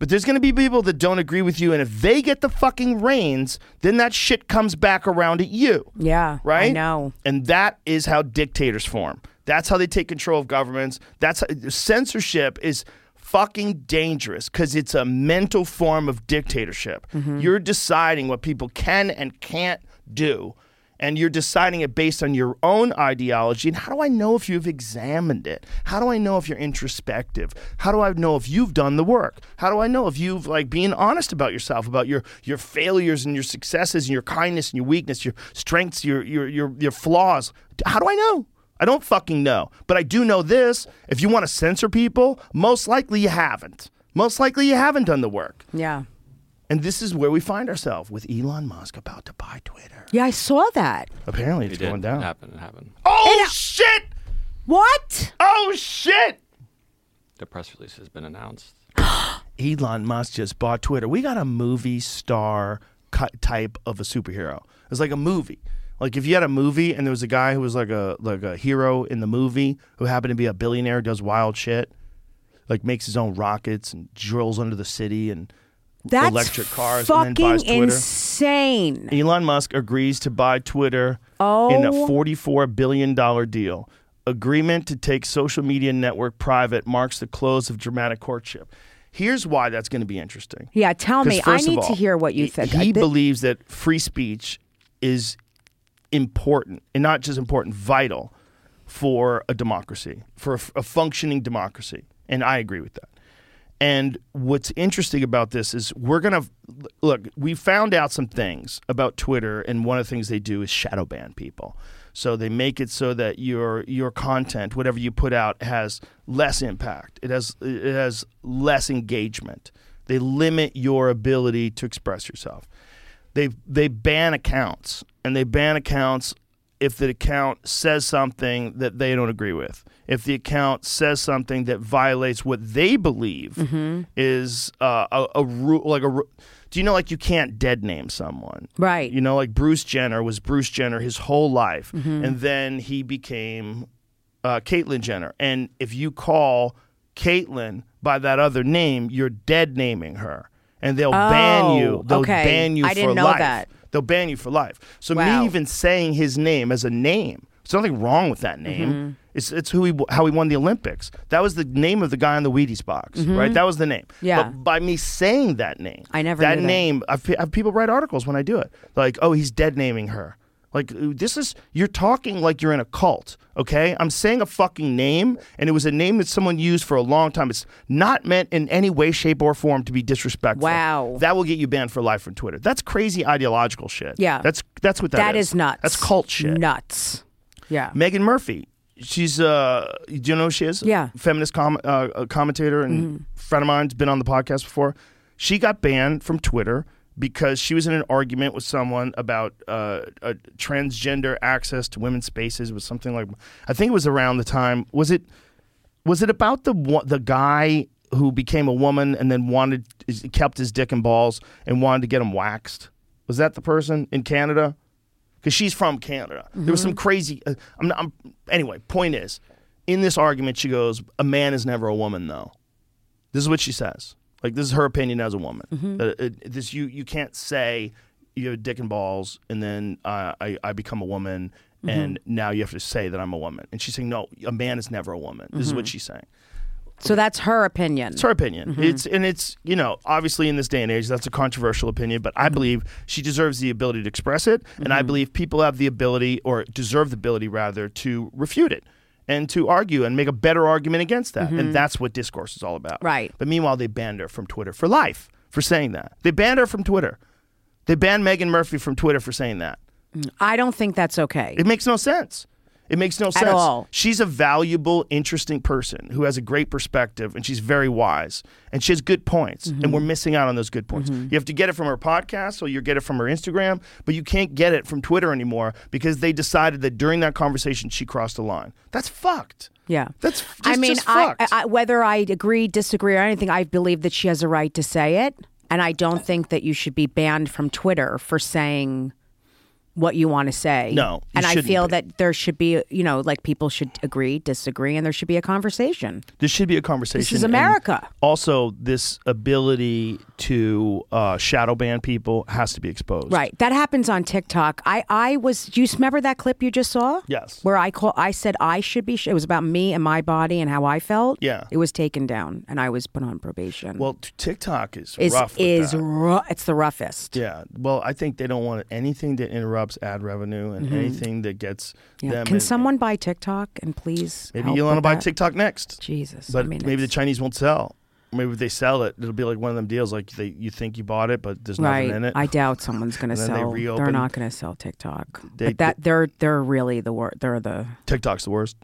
S4: But there's going to be people that don't agree with you, and if they get the fucking reins, then that shit comes back around at you.
S5: Yeah.
S4: Right?
S5: I know.
S4: And that is how dictators form. That's how they take control of governments. That's how, censorship is fucking dangerous because it's a mental form of dictatorship.
S5: Mm-hmm.
S4: You're deciding what people can and can't do, and you're deciding it based on your own ideology. And how do I know if you've examined it? How do I know if you're introspective? How do I know if you've done the work? How do I know if you've like being honest about yourself, about your your failures and your successes and your kindness and your weakness, your strengths, your your your, your flaws? How do I know? I don't fucking know. But I do know this. If you want to censor people, most likely you haven't. Most likely you haven't done the work.
S5: Yeah.
S4: And this is where we find ourselves with Elon Musk about to buy Twitter.
S5: Yeah, I saw that.
S4: Apparently it's going down.
S6: It happened.
S4: Oh shit!
S5: What?
S4: Oh shit!
S6: The press release has been announced.
S4: Elon Musk just bought Twitter. We got a movie star cu- type of a superhero. It's like a movie. Like if you had a movie and there was a guy who was like a like a hero in the movie who happened to be a billionaire, does wild shit, like makes his own rockets and drills under the city and
S5: That's
S4: electric cars and then
S5: fucking
S4: buys Twitter.
S5: insane.
S4: Elon Musk agrees to buy Twitter in a
S5: Oh.
S4: $44 billion deal. Agreement to take social media network private marks the close of dramatic courtship. Here's why that's going to be interesting.
S5: Yeah, tell
S4: 'Cause
S5: me. I
S4: first of
S5: need to
S4: all,
S5: hear what you think.
S4: He
S5: I thi-
S4: believes that free speech is important, and not just important, vital for a democracy, for a, f- a functioning democracy. And I agree with that. And what's interesting about this is we're going to look, we found out some things about Twitter, and one of the things they do is shadow ban people. So they make it so that your your content, whatever you put out, has less impact. It has it has less engagement. They limit your ability to express yourself they they ban accounts and they ban accounts if the account says something that they don't agree with if the account says something that violates what they believe is uh, a, a rule like a ru- do you know like you can't dead name someone
S5: right
S4: you know like bruce jenner was bruce jenner his whole life
S12: Mhm.
S4: and then he became uh, caitlyn jenner and if you call caitlyn by that other name you're dead naming her and they'll ban you
S12: Oh,
S4: they'll
S12: okay.
S4: ban you
S12: I
S4: for
S12: didn't know
S4: life
S12: that.
S4: They'll ban you for life. So
S12: Wow.
S4: me even saying his name as a name, there's nothing wrong with that name.
S12: Mhm.
S4: It's it's who he how he won the Olympics. That was the name of the guy on the Wheaties box,
S12: Mhm.
S4: right? That was the name.
S12: Yeah.
S4: But by me saying that name, I
S12: never
S4: that
S12: knew that.
S4: name. I've, I've people write articles when I do it, like, oh, he's dead naming her. Like ooh, this is you're talking like you're in a cult, okay? I'm saying a fucking name, and it was a name that someone used for a long time. It's not meant in any way, shape, or form to be disrespectful. Wow, that will get you banned for life from Twitter. That's crazy ideological shit.
S5: Yeah.
S4: that's that's what
S5: That
S4: is.
S5: is nuts.
S4: That's cult shit.
S5: Nuts. Yeah.
S4: Megan Murphy. She's uh, do you know who she is? Yeah, feminist com- uh, uh, commentator and friend of mine's been on the podcast before. She got banned from Twitter because she was in an argument with someone about uh, uh, transgender access to women's spaces was something like I think it was around the time was it was it about the wa- the guy who became a woman and then wanted is- kept his dick and balls and wanted to get him waxed? Was that the person in Canada? because she's from Canada. There was some
S12: Mhm.
S4: crazy. Uh, I'm, not, I'm anyway. Point is, in this argument, she goes, "A man is never a woman, though." This is what she says. Like this is her opinion as a woman.
S12: Mhm.
S4: That it- this you you can't say you have dick and balls, and then uh, I I become a woman, and now you have to say that I'm a woman. And she's saying, "No, a man is never a woman." This is what
S5: Mhm.
S4: she's saying.
S5: So that's her opinion.
S4: It's her opinion. It's and it's you know obviously in this day and age that's a controversial opinion, but I believe she deserves the ability to express it, and I believe people have the ability or deserve the ability rather to refute it and to argue and make a better argument against that,
S12: Mhm.
S4: and that's what discourse is all about.
S12: Right.
S4: But meanwhile, they banned her from Twitter for life for saying that. They banned her from Twitter. They banned Megan Murphy from Twitter for saying that.
S5: I don't think that's okay.
S4: It makes no sense. It makes no
S5: At
S4: sense.
S5: all.
S4: She's a valuable, interesting person who has a great perspective and she's very wise and she has good points.
S5: Mm-hmm.
S4: And we're missing out on those good points. You have to get it from her podcast or you get it from her Instagram, but you can't get it from Twitter anymore because they decided that during that conversation she crossed the line. That's fucked.
S5: Yeah.
S4: That's
S5: I
S4: just-
S5: mean,
S4: just
S5: I,
S4: fucked.
S5: I, whether I agree, disagree, or anything, I believe that she has a right to say it, and I don't think that you should be banned from Twitter for saying what you want to say.
S4: No, you
S5: and I
S4: shouldn't
S5: feel
S4: be.
S5: that there should be, you know, like people should agree, disagree, and there should be a conversation.
S4: This should be a conversation.
S5: This is
S4: and
S5: America.
S4: Also, this ability to uh, shadow ban people has to be exposed.
S5: Right. That happens on TikTok. I, I was, do you remember that clip you just saw?
S4: Yes.
S5: Where I call, I said I should be, sh- it was about me and my body and how I felt.
S4: Yeah.
S5: It was taken down and I was put on probation.
S4: Well, t- TikTok is,
S5: is,
S4: rough. with
S5: is
S4: that.
S5: ru- it's the roughest.
S4: Yeah. Well, I think they don't want anything that interrupts ad revenue and
S5: Mhm.
S4: anything that gets
S5: Yeah.
S4: them.
S5: Can
S4: in-
S5: someone buy TikTok and please?
S4: maybe
S5: help
S4: you want to
S5: with
S4: buy
S5: that?
S4: TikTok next.
S5: Jesus.
S4: But
S5: I mean,
S4: maybe the Chinese won't sell. Maybe if they sell it, it'll be like one of them deals. Like they, you think you bought it, but there's
S5: right.
S4: nothing in it.
S5: I doubt someone's going to
S4: And then they
S5: sell. They are
S4: reopen.
S5: not going to sell TikTok.
S4: They-
S5: but that they're they're really the worst. They're the.
S4: TikTok's the worst.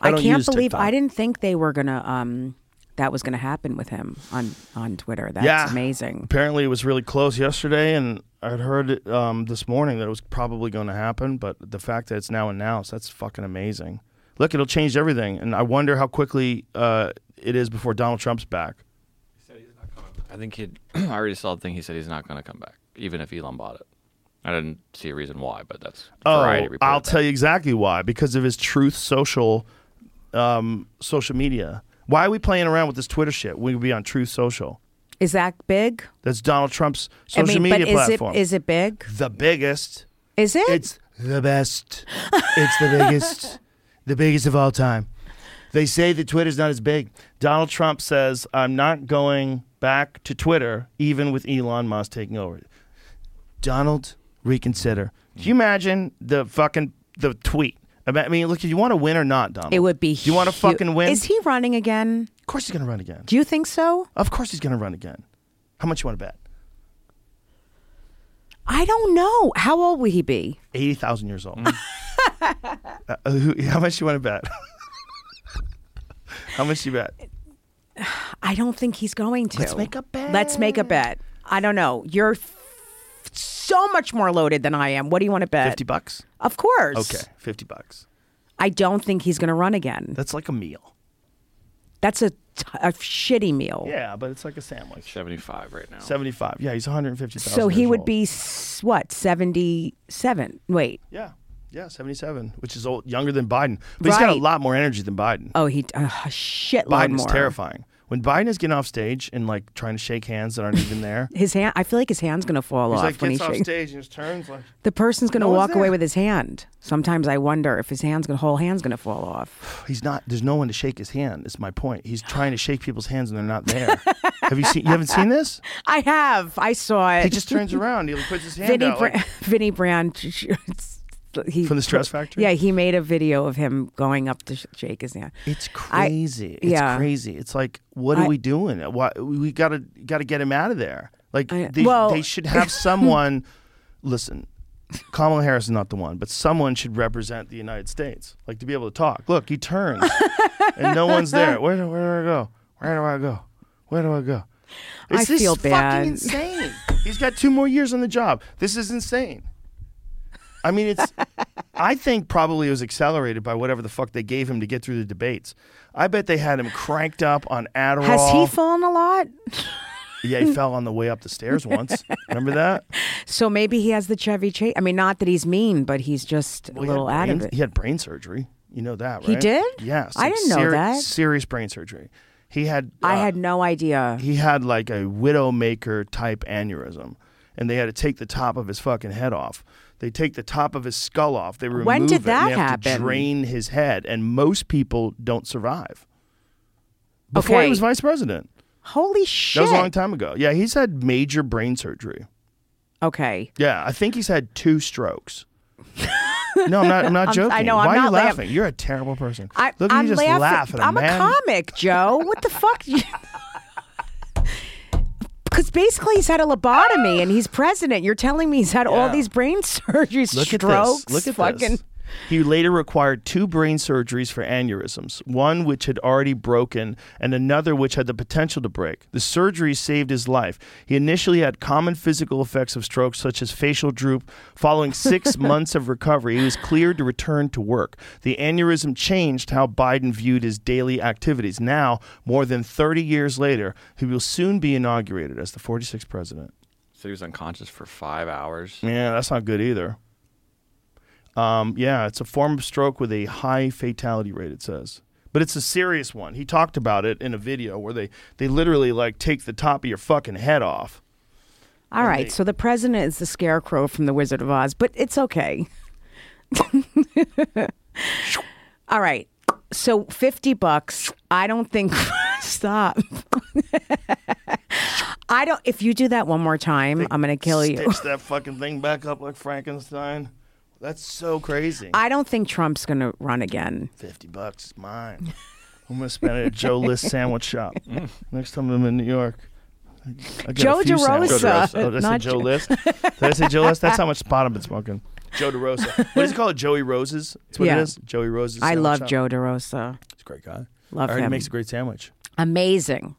S4: I
S5: I,
S4: don't
S5: can't
S4: use
S5: believe
S4: TikTok.
S5: I didn't think they were gonna. Um, that was gonna happen with him on on Twitter. That's
S4: yeah,
S5: amazing.
S4: Apparently, it was really close yesterday, and I'd heard it, um, this morning that it was probably going to happen. But the fact that it's now announced, that's fucking amazing. Look, it'll change everything, and I wonder how quickly uh, it is before Donald Trump's back.
S6: I think he. I already saw the thing. He said he's not going to come back, even if Elon bought it. I didn't see a reason why, but that's Variety reported
S4: Oh, I'll
S6: that.
S4: tell you exactly why. Because of his truth social, um, social media. Why are we playing around with this Twitter shit? We could be on Truth Social.
S5: Is that big?
S4: That's Donald Trump's social
S5: I mean,
S4: media
S5: but is
S4: platform.
S5: it is it big?
S4: the biggest?
S5: Is it?
S4: It's the best. it's the biggest. The biggest of all time. They say that Twitter's not as big. Donald Trump says, "I'm not going back to Twitter, even with Elon Musk taking over." Donald, reconsider. Can you imagine the fucking the tweet? I mean, look, do you want to win or not, Donald?
S5: It would be.
S4: Do you want to
S5: hu-
S4: fucking win?
S5: Is he running again?
S4: Of course he's gonna run again.
S5: Do you think so?
S4: Of course he's gonna run again. How much you want to bet?
S5: I don't know. How old will he be?
S4: Eighty thousand years old. Uh, who- how much you want to bet? how much you bet?
S5: I don't think he's going to.
S4: Let's make a bet.
S5: Let's make a bet. I don't know. You're f- so much more loaded than I am. What do you want to bet?
S4: 50 bucks?
S5: Of course.
S4: Okay, fifty bucks.
S5: I don't think he's going to run again.
S4: That's like a meal.
S5: That's a, t- a shitty meal.
S4: Yeah, but it's like a sandwich.
S6: Seventy-five right now.
S4: Seventy-five. Yeah, he's one hundred and fifty thousand.
S5: So he would be s- what? 77. Wait.
S4: Yeah, yeah, seventy-seven, which is old, younger than Biden, but he's got a
S5: Right.
S4: lot more energy than Biden.
S5: Oh, he uh, shit
S4: Biden's
S5: more.
S4: terrifying. When Biden is getting off stage and like trying to shake hands that aren't even there,
S5: His hand I feel like his hand's going to fall
S4: he's
S5: off
S4: like
S5: when he
S4: gets off
S5: shakes.
S4: stage and just turns like.
S5: The person's going to
S4: No one's
S5: walk away
S4: there.
S5: with his hand. Sometimes I wonder if his hand's going to whole hand's going to fall off.
S4: He's not. There's no one to shake his hand. It's my point. He's trying to shake people's hands and they're not there. Have you seen? You haven't seen this?
S5: I have. I saw it.
S4: He just turns around. He puts his hand
S5: Vinny,
S4: out. like-
S5: Bra- Vinny Brand. He,
S4: From the Stress Factory?
S5: Yeah, he made a video of him going up to sh- shake his hand.
S4: It's
S5: I-
S4: crazy. it's
S5: yeah.
S4: crazy. It's like, what are
S5: I-
S4: we doing? Why we gotta gotta get him out of there? Like
S5: I-
S4: they,
S5: well-
S4: they should have someone. listen, Kamala Harris is not the one, but someone should represent the United States. Like to be able to talk. Look, he turns, and no one's there. Where do, where do I go? Where do I go? Where do I go?
S5: I
S4: It's this
S5: feel
S4: fucking
S5: bad.
S4: insane. He's got two more years on the job. This is insane. I mean, it's. I think probably it was accelerated by whatever the fuck they gave him to get through the debates. I bet they had him cranked up on Adderall.
S5: Has he fallen a lot?
S4: Yeah, he fell on the way up the stairs once. Remember that?
S5: So maybe he has the Chevy Chase. I mean, not that he's mean, but he's just
S4: Well,
S5: a
S4: he had
S5: little out of
S4: brain-
S5: it.
S4: He had brain surgery. You know that, right?
S5: He did?
S4: Yes.
S5: I didn't know that.
S4: Serious brain surgery. He had.
S5: I
S4: uh,
S5: had no idea.
S4: He had like a widowmaker type aneurysm, and they had to take the top of his fucking head off. They take the top of his skull off. They remove
S5: When did
S4: it, and
S5: that
S4: they have To
S5: happen?
S4: drain his head, and most people don't survive. Before
S5: Okay.
S4: he was vice president,
S5: Holy shit!
S4: that was a long time ago. Yeah, he's had major brain surgery.
S5: Okay.
S4: Yeah, I think he's had two strokes. no, I'm not. I'm not
S5: I'm- I
S4: joking.
S5: know, I'm
S4: Why are you
S5: not laugh-
S4: laughing? You're a terrible person.
S5: I,
S4: Look at
S5: I'm
S4: you just
S5: laughing.
S4: laugh at a
S5: I'm
S4: man.
S5: a comic, Joe. What the fuck? Because basically he's had a lobotomy and he's president. You're telling me he's had all
S4: Yeah.
S5: these brain surgeries,
S4: Look at
S5: strokes,
S4: this. Look at
S5: fucking.
S4: this. He later required two brain surgeries for aneurysms, one which had already broken and another which had the potential to break. The surgery saved his life. He initially had common physical effects of strokes, such as facial droop. Following six months of recovery, he was cleared to return to work. The aneurysm changed how Biden viewed his daily activities. Now, more than 30 years later, he will soon be inaugurated as the 46th president.
S6: So he was unconscious for five hours.
S4: Yeah, that's not good either. Um, yeah, it's a form of stroke with a high fatality rate. It says, but it's a serious one. He talked about it in a video where they they literally like take the top of your fucking head off.
S5: All right, so the president is the scarecrow from The Wizard of Oz, but it's okay. All right, so 50 bucks. I don't think. Stop. I don't. If you do that one more time, Mm, I'm going to kill you.
S4: Stitch that fucking thing back up like Frankenstein. That's so crazy.
S5: I don't think Trump's going to run again.
S4: Fifty bucks is mine. I'm gonna spend it at Joe List Sandwich Shop next time I'm in New York. I get a
S5: Joe
S4: few sandwiches.
S5: DeRosa,
S4: Oh, did I say
S5: not
S4: Joe
S5: Jo-
S4: List? Did I say Joe List? That's how much pot I've been smoking. Joe DeRosa. What is it called? Joey Roses? That's what
S5: Yeah.
S4: it is? Joey Roses.
S5: I
S4: sandwich
S5: love
S4: shop.
S5: Joe DeRosa.
S4: He's a great guy.
S5: Love
S4: I heard He
S5: him.
S4: makes a great sandwich.
S5: Amazing.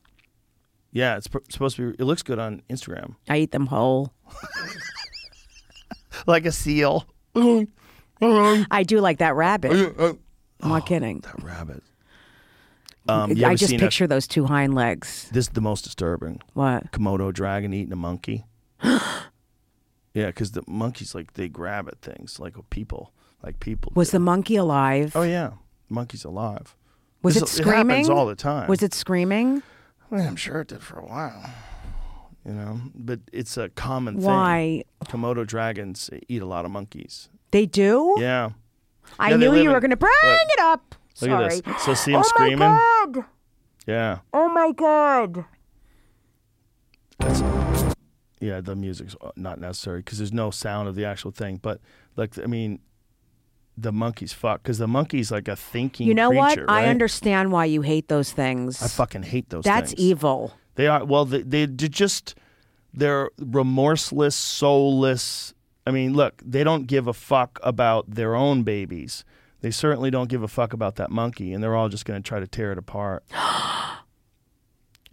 S4: Yeah, it's pr- supposed to be. It looks good on Instagram.
S5: I eat them whole.
S4: Like a seal.
S5: I do like that rabbit.
S4: uh,
S5: I'm not kidding.
S4: That rabbit. Um, you
S5: I
S4: ever
S5: just
S4: seen a-
S5: picture those two hind legs.
S4: this is the most disturbing.
S5: What?
S4: Komodo dragon eating a monkey. yeah, because the monkeys like they grab at things like people, like people.
S5: Was
S4: do.
S5: the monkey alive?
S4: oh yeah, monkey's alive.
S5: Was
S4: This-
S5: it screaming?
S4: happens all the time.
S5: Was it screaming?
S4: I mean, I'm sure it did for a while. You know, but it's a common
S5: Why?
S4: thing. Komodo dragons eat a lot of monkeys.
S5: They do?
S4: Yeah.
S5: I
S4: Yeah, they
S5: knew
S4: live
S5: you
S4: in-
S5: were going to bring
S4: look.
S5: it up.
S4: Look
S5: Sorry.
S4: at this. So see him
S5: oh
S4: screaming.
S5: my god.
S4: Yeah.
S5: Oh my god.
S4: yeah, the music's uh, not necessary because there's no sound of the actual thing. But like, I mean, the monkey's fuck because the monkey's like a thinking.
S5: You know what?
S4: creature,
S5: I
S4: right?
S5: understand why you hate those things.
S4: I fucking hate those.
S5: That's
S4: things.
S5: evil.
S4: They are well. They, they they're just they're remorseless, soulless. I mean, look, they don't give a fuck about their own babies. They certainly don't give a fuck about that monkey, and they're all just going to try to tear it apart.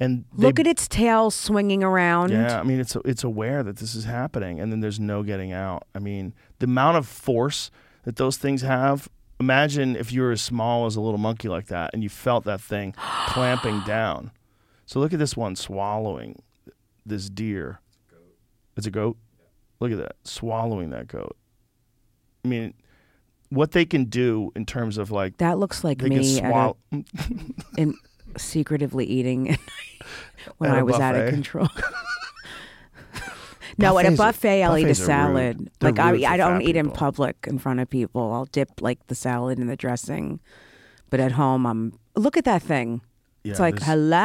S4: And they
S5: Look at its tail swinging around.
S4: Yeah, I mean it's it's aware that this is happening, and then there's no getting out. I mean the amount of force that those things have. Imagine if you were as small as a little monkey like that, and you felt that thing clamping down. So look at this one swallowing this deer. It's a goat. Look at that swallowing that goat. I mean, what they can do in terms of like
S5: That looks like
S4: they can
S5: me at a,
S4: swallow.
S5: in, secretively eating when
S4: At a
S5: I was out of
S4: buffet.
S5: control. no, at a
S4: Buffets are-
S5: buffet, I'll eat a
S4: buffets are rude.
S5: salad.
S4: They're
S5: Like I,
S4: rude for
S5: I don't
S4: fat
S5: eat in
S4: people.
S5: public in front of people. I'll dip like the salad in the dressing, but at home, I'm look at that thing. it's
S4: Yeah,
S5: like
S4: there's
S5: hello.
S4: a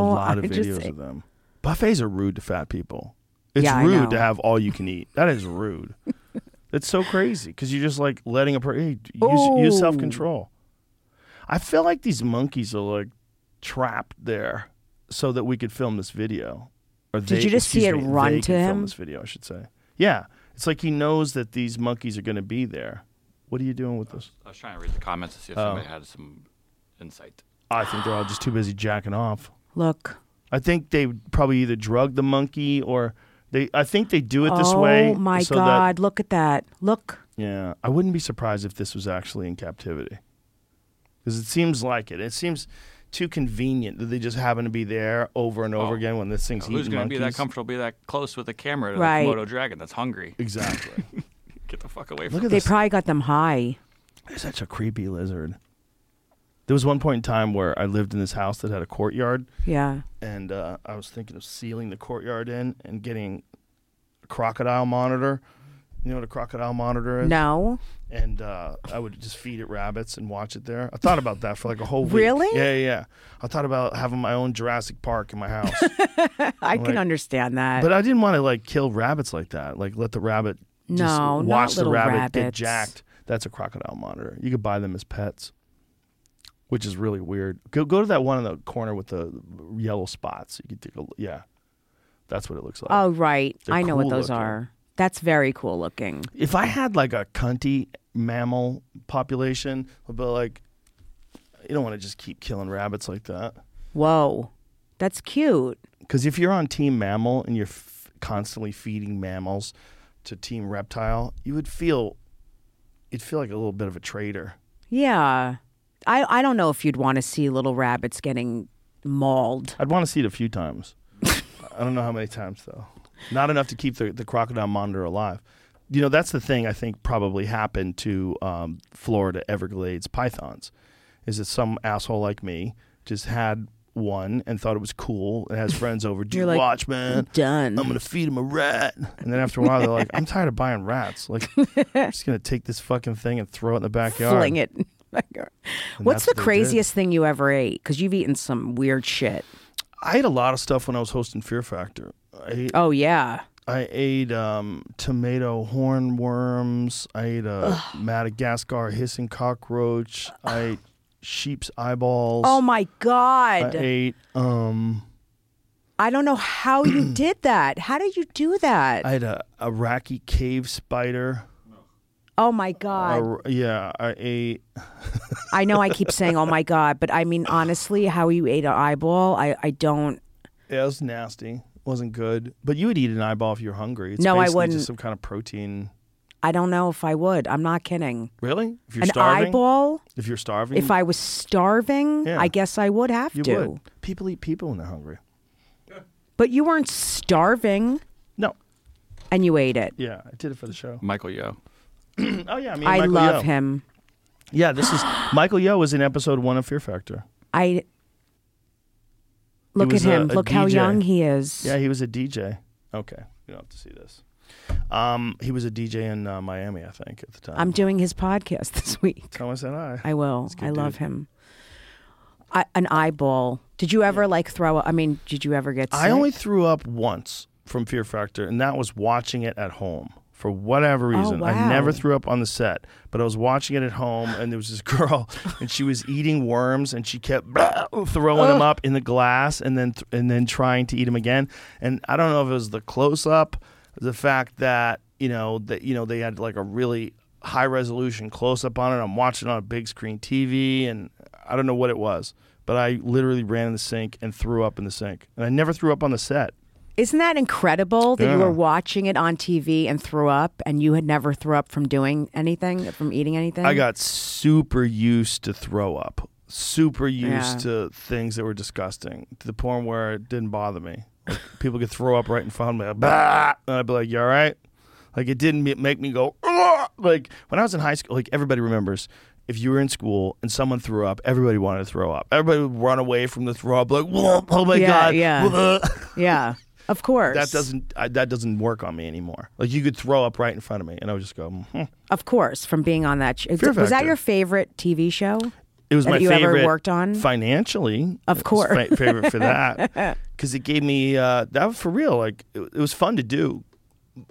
S4: lot of
S5: Oh, I just-
S4: videos of them. Buffets are rude to fat people. It's
S5: Yeah, I
S4: rude to
S5: know.
S4: have all you can eat. That is rude. It's so crazy because you're just like letting a person use, use
S5: Ooh.
S4: self control. I feel like these monkeys are like trapped there so that we could film this video. Or
S5: Did
S4: they-
S5: you just see
S4: excuse
S5: it
S4: me,
S5: run
S4: they
S5: to
S4: can
S5: him?
S4: Film this video, I should say. Yeah, it's like he knows that these monkeys are going to be there. What are you doing with this?
S6: I was trying to read the comments to see if
S4: Oh.
S6: somebody had some insight.
S4: I think they're all just too busy jacking off.
S5: Look.
S4: I think they probably either drug the monkey or they. I think they do it this
S5: oh
S4: way.
S5: my
S4: so that-
S5: god! Look at that. Look.
S4: yeah, I wouldn't be surprised if this was actually in captivity, because it seems like it. It seems too convenient that they just happen to be there over and over again when this thing's
S6: Oh. Who's
S4: eating
S6: going to be
S4: monkeys.
S6: that comfortable, be that close with a camera to
S5: Right.
S6: the Komodo dragon that's hungry?
S4: Exactly.
S6: Get the fuck away from
S4: Look at
S5: they
S4: this.
S5: probably got them high.
S4: They're such a creepy lizard. There was one point in time where I lived in this house that had a courtyard.
S5: Yeah.
S4: And uh, I was thinking of sealing the courtyard in and getting a crocodile monitor. You know what a crocodile monitor is?
S5: No.
S4: And uh, I would just feed it rabbits and watch it there. I thought about that for like a whole week.
S5: Really?
S4: Yeah, yeah, yeah. I thought about having my own Jurassic Park in my house.
S5: I
S4: I'm
S5: can
S4: like-
S5: understand that.
S4: But I didn't want to like kill rabbits like that. Like let the rabbit just
S5: No, not
S4: watch the
S5: little
S4: rabbit get
S5: rabbits.
S4: jacked. That's a crocodile monitor. You could buy them as pets, which is really weird. Go go to that one in the corner with the yellow spots. You could take a l- yeah. That's what it looks like.
S5: oh, right.
S4: uh, They're
S5: I know what
S4: cool
S5: those
S4: looking.
S5: are. That's very cool looking.
S4: If I had like a cunty mammal population, I'd be like, you don't want to just keep killing rabbits like that.
S5: Whoa. That's cute.
S4: Because if you're on Team Mammal and you're f- constantly feeding mammals to Team Reptile, you would feel you'd feel like a little bit of a traitor.
S5: Yeah. I, I don't know if you'd want to see little rabbits getting mauled.
S4: I'd want to see it a few times. I don't know how many times though. Not enough to keep the, the crocodile monitor alive. You know, that's the thing I think probably happened to um, Florida Everglades pythons, is that some asshole like me just had one and thought it was cool and has friends over. Do you
S5: You're like,
S4: watch, man?
S5: done.
S4: Eh, I'm gonna feed him a rat. Mm. And then after a while, they're like, I'm tired of buying rats. Like, I'm just gonna take this fucking thing and throw it in the backyard.
S5: Fling it. What's
S4: that's
S5: the
S4: what they did.
S5: craziest thing you ever ate? Because you've eaten some weird shit.
S4: I ate a lot of stuff when I was hosting Fear Factor. I ate,
S5: Oh, yeah.
S4: I ate um, tomato hornworms. I ate a Madagascar hissing cockroach. I ate sheep's eyeballs.
S5: Oh, my
S4: I
S5: God. I,
S4: ate um,
S5: don't know how you did that. How did you do that?
S4: I had a Iraqi cave spider.
S5: oh, my God.
S4: Ar- yeah, I ate.
S5: I know I keep saying, oh my God, but I mean, honestly, how you ate an eyeball, I, I don't.
S4: Yeah, it was nasty. wasn't good. But you would eat an eyeball if you're hungry. It's
S5: No, I
S4: basically
S5: wouldn't.
S4: Just some kind of protein.
S5: I don't know if I would. I'm not kidding.
S4: Really? If you're
S5: An
S4: starving.
S5: eyeball,
S4: If you're starving.
S5: if I was starving,
S4: Yeah.
S5: I guess I would have
S4: you
S5: to.
S4: would. People eat people when they're hungry.
S5: But you weren't starving
S4: No.
S5: and you ate it.
S4: Yeah, I did it for the show.
S6: Michael Yo.
S4: Oh yeah, I mean
S5: I
S4: Michael
S5: love
S4: Yo.
S5: him.
S4: Yeah, this is Michael Yo was in episode one of Fear Factor.
S5: I. Look at
S4: was a-
S5: him.
S4: a
S5: Look how
S4: DJ.
S5: young he is.
S4: Yeah, he was a DJ. Okay, you don't have to see this. Um, he was a DJ in uh, Miami, I think, at the time.
S5: I'm doing his podcast this week.
S4: Thomas and I.
S5: I will.
S4: He's a good
S5: I love
S4: dude.
S5: him. I, an eyeball. Did you ever like throw up? I mean, did you ever get sick?
S4: I only threw up once from Fear Factor, and that was watching it at home. For whatever reason, I
S5: wow.
S4: never threw up on the set, but I was watching it at home, and there was this girl, and she was eating worms, and she kept throwing them up in the glass, and then th- and then trying to eat them again. And I don't know if it was the close up, the fact that you know that you know they had like a really high resolution close up on it. I'm watching it on a big screen TV, and I don't know what it was, but I literally ran in the sink and threw up in the sink, and I never threw up on the set.
S5: Isn't that incredible that you
S4: Yeah.
S5: were watching it on TV and threw up and you had never threw up from doing anything, from eating anything?
S4: I got super used to throw up, super used to things that were disgusting to the point where it didn't bother me. Like, people could throw up right in front of me, like, "Bah!" and I'd be like, "You all right?" Like it didn't ma- make me go "Ugh!" like when I was in high school. Like everybody remembers. If you were in school and someone threw up, everybody wanted to throw up. Everybody would run away from the throw up, like, "Whoa, "Oh my
S5: Yeah,
S4: god!"
S5: yeah.
S4: Whoa."
S5: Yeah, of course.
S4: That doesn't I, that doesn't work on me anymore. Like you could throw up right in front of me, and I would just go. "Hmm."
S5: Of course, from being on that. Sh-
S4: Fear
S5: was that
S4: Factor.
S5: your favorite TV show?
S4: It was
S5: that
S4: my
S5: you ever
S4: favorite.
S5: worked on?
S4: financially, It
S5: Of
S4: was
S5: course.
S4: fa- favorite for that because it gave me uh, that was for real. Like it, it was fun to do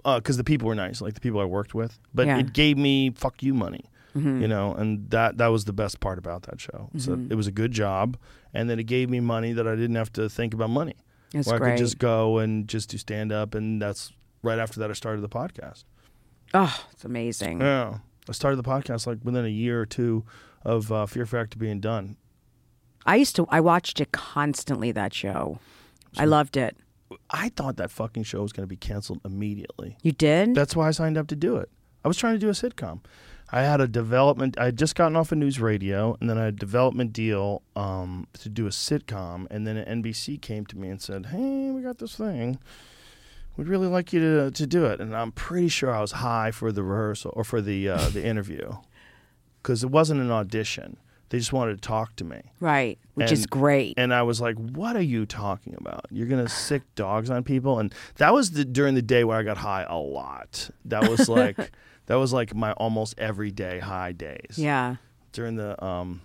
S4: because the people were nice, like the people I worked with. But
S5: Yeah. Mm-hmm.
S4: it gave me fuck you money, you know, and that that was the best part about that show. So it was a good job, and then it gave me money that I didn't have to think about money.
S5: That's
S4: where I
S5: great.
S4: could just go and just do stand up, and that's right after that I started the podcast.
S5: Oh, it's amazing.
S4: Yeah. I started the podcast like within a year or two of uh, Fear Factor being done.
S5: I used to, I watched it constantly, that show. I loved it.
S4: I thought that fucking show was going to be canceled immediately.
S5: You did?
S4: That's why I signed up to do it. I was trying to do a sitcom. I had a development. I had just gotten off of news radio, and then I had a development deal um, to do a sitcom. And then NBC came to me and said, "Hey, we got this thing. We'd really like you to, to do it." And I'm pretty sure I was high for the rehearsal or for the uh, the interview because it wasn't an audition. They just wanted to talk to me.
S5: Right, which is
S4: And-
S5: great.
S4: And I was like, "What are you talking about? You're gonna sick dogs on people?" And that was the during the day where I got high a lot. That was like that was like my almost everyday high days.
S5: Yeah.
S4: During the um,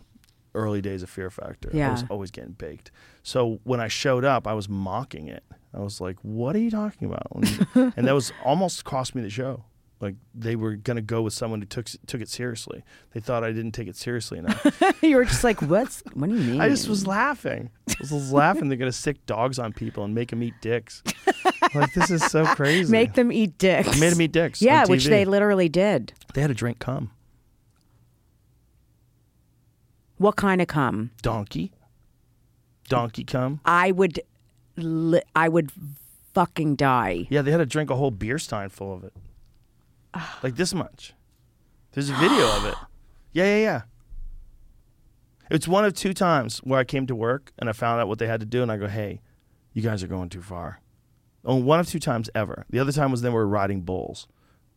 S4: early days of Fear Factor, I
S5: Yeah.
S4: was always getting baked. So when I showed up, I was mocking it. I was like, "What are you talking about?" And, and that was almost cost me the show. Like they were gonna go with someone who took took it seriously. They thought I didn't take it seriously enough.
S5: you were just like, what's? What do you mean?
S4: I just was laughing. I was just laughing. They're gonna sick dogs on people and make them eat dicks. like this is so crazy.
S5: Make them eat dicks.
S4: Made 'em eat dicks on
S5: Yeah, which
S4: TV.
S5: they literally did.
S4: they had to drink cum.
S5: What kind of cum?
S4: Donkey. Donkey cum.
S5: I would, li- I would fucking die.
S4: Yeah, they had to drink a whole beer stein full of it. Like this much. There's a video of it. Yeah, yeah, yeah. It's one of two times where I came to work and I found out what they had to do, and I go, "Hey, you guys are going too far." Only one of two times ever. The other time was then we were riding bulls.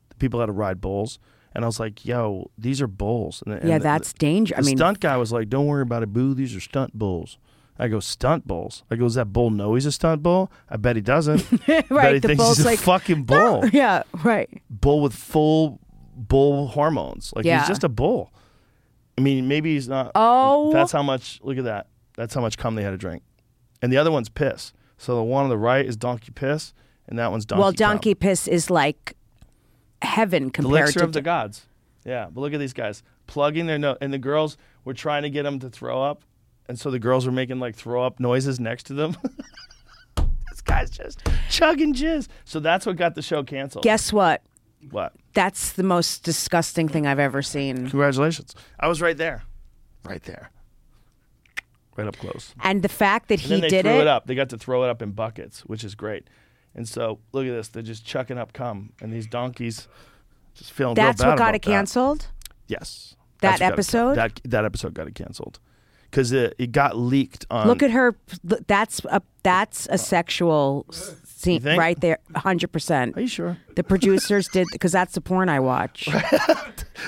S4: The people had to ride bulls, and I was like, "Yo, these are bulls." And, and
S5: Yeah,
S4: the-
S5: that's danger- I
S4: the
S5: mean-
S4: stunt guy was like, "Don't worry about it, boo. These are stunt bulls." I go, "Stunt bulls." I go, "Does that bull know he's a stunt bull?" I bet he doesn't. right, I bet he
S5: the
S4: thinks
S5: bull's
S4: he's a
S5: like,
S4: fucking bull
S5: Yeah, right.
S4: bull with full bull hormones. Like
S5: Yeah.
S4: he's just a bull. I mean, maybe he's not.
S5: Oh.
S4: that's how much. Look at that. That's how much cum they had to drink. And the other one's piss. So the one on the right is donkey piss, and that one's donkey.
S5: well,
S4: cum.
S5: donkey piss is like heaven
S4: The
S5: compared
S4: elixir
S5: to
S4: of the gods. Yeah, but look at these guys plugging their nose, and the girls were trying to get them to throw up, and so the girls were making like throw up noises next to them. this guy's just chugging jizz. So that's what got the show canceled.
S5: Guess what?
S4: what?
S5: That's the most disgusting thing I've ever seen.
S4: Congratulations. I was right there. Right there. Right up close.
S5: And the fact that
S4: And
S5: he
S4: then they
S5: did
S4: threw it. up. They got to throw it up in buckets, which is great. And so look at this. They're just chucking up cum. And these donkeys just feeling real
S5: that's
S4: bad
S5: what got
S4: about
S5: it
S4: that.
S5: canceled.
S4: Yes.
S5: That
S4: That's what got it-
S5: episode?
S4: that, that episode got it canceled. Because it, it got leaked on.
S5: Look at her. That's a that's a sexual s- scene
S4: Uh, think?
S5: right there, hundred percent. Are
S4: you sure?
S5: The producers did because that's the porn I watch.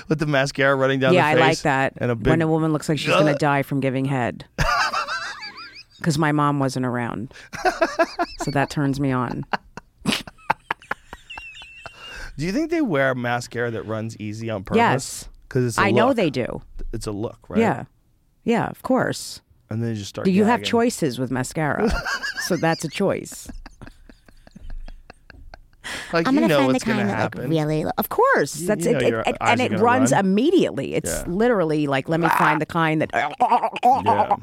S4: With the mascara running down
S5: yeah,
S4: the face.
S5: I like that.
S4: And a big,
S5: when a woman looks like she's gonna die from giving head, because my mom wasn't around, so that turns me on.
S4: Do you think they wear mascara that runs easy on purpose?
S5: Yes.
S4: Because it's a
S5: I know
S4: look.
S5: they do.
S4: It's a look, right?
S5: Yeah, yeah, of course.
S4: And then you just start
S5: Do you have
S4: gagging.
S5: choices with mascara? so that's a choice.
S4: Like,
S8: I'm
S4: you
S8: gonna
S4: know
S8: find
S4: what's
S8: the
S4: going
S8: kind
S4: to
S8: that
S4: happen.
S8: like really. lo-
S5: Of course,
S4: You-
S5: that's
S4: you
S5: it,
S4: know
S5: it-
S4: your
S5: it-
S4: eyes
S5: and
S4: are
S5: it
S4: gonna
S5: runs
S4: run.
S5: immediately. It's
S4: Yeah. Ah!
S5: literally like let me find the kind that
S4: Yeah.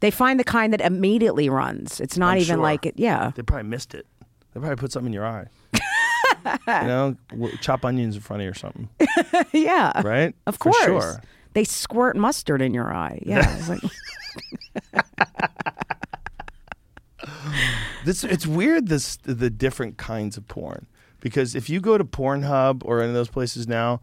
S5: they find the kind that immediately runs. It's not
S4: I'm
S5: even
S4: sure.
S5: like it. Yeah,
S4: They probably missed it. They probably put something in your eye. you know, w- chop onions in front of you or something,
S5: yeah,
S4: right?
S5: of
S4: For
S5: course.
S4: sure.
S5: They squirt mustard in your eye. Yeah, it's like,
S4: This it's weird. This the different kinds of porn because if you go to Pornhub or any of those places now,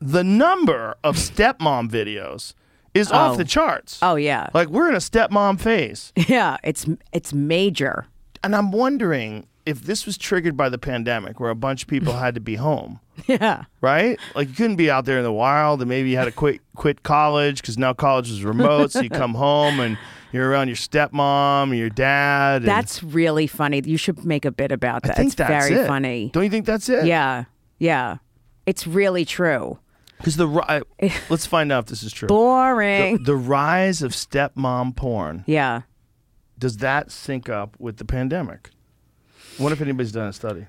S4: the number of stepmom videos is off
S5: Oh.
S4: the charts.
S5: oh yeah,
S4: Like we're in a stepmom phase,
S5: yeah. It's it's major.
S4: and I'm wondering if this was triggered by the pandemic, where a bunch of people had to be home.
S5: Yeah,
S4: right? Like you couldn't be out there in the wild, and maybe you had to quit quit college because now college is remote. so you come home and you're around your stepmom, and your dad. and-
S5: that's really funny. You should make a bit about that.
S4: I think
S5: it's
S4: that's
S5: very
S4: it.
S5: funny.
S4: Don't you think that's it?
S5: yeah, yeah. It's really true.
S4: Because the ri- I- let's find out if this is true. The,
S5: Boring.
S4: the rise of stepmom porn
S5: yeah.
S4: does that sync up with the pandemic? I wonder if anybody's done a study.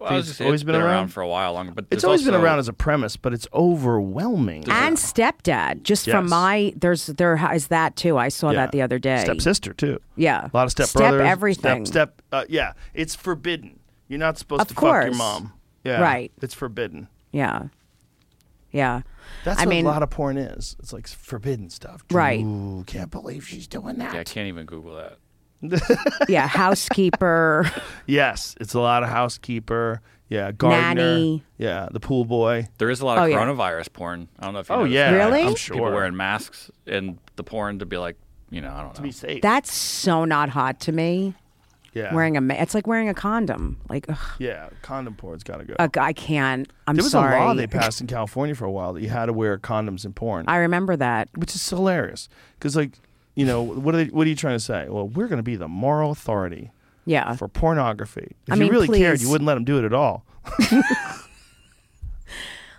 S6: Well, I was
S4: it's
S6: just-
S4: always
S6: it's
S4: been
S6: around?
S4: around?
S6: for a while longer, but
S4: It's
S6: there's
S4: always been
S6: also-
S4: around as a premise, but it's overwhelming.
S5: and stepdad just from
S4: Yes.
S5: my there's there is that too i saw
S4: Yeah.
S5: that the other day
S4: Stepsister too.
S5: yeah
S4: A lot of step
S5: step
S4: brothers.
S5: everything
S4: Step, step uh, yeah. It's forbidden. You're not supposed
S5: Of
S4: to fuck your
S5: course.
S4: mom. Yeah.
S5: Right.
S4: It's forbidden.
S5: yeah yeah
S4: That's
S5: i
S4: what
S5: mean
S4: a lot of porn is. It's like forbidden stuff.
S5: Right.
S4: Ooh, can't believe she's doing that.
S6: Yeah, I can't even Google that.
S5: yeah housekeeper
S4: Yes, it's a lot of housekeeper. Yeah, Gardner.
S5: Nanny.
S4: Yeah, the pool boy.
S6: There is a lot of
S4: Oh, yeah.
S6: coronavirus porn. I don't know if you
S4: Oh,
S6: noticed
S4: yeah,
S6: that.
S4: Really? I'm
S6: People
S4: sure.
S6: wearing masks in the porn to be like, you know, I don't know. To be
S4: safe.
S5: That's so not hot to me.
S4: Yeah.
S5: Wearing a ma- it's like wearing a condom. Like ugh,
S4: Yeah, condom porn's got to go.
S5: ugh, I can't. I'm
S4: there was
S5: sorry.
S4: a law they passed in California for a while that you had to wear condoms in porn.
S5: I remember that,
S4: which is hilarious because, like, you know, what are they, what are you trying to say? Well, we're going to be the moral authority.
S5: Yeah.
S4: For pornography. If
S5: Uh, I
S4: you
S5: mean,
S4: really cared,
S5: please.
S4: you wouldn't let them do it at all.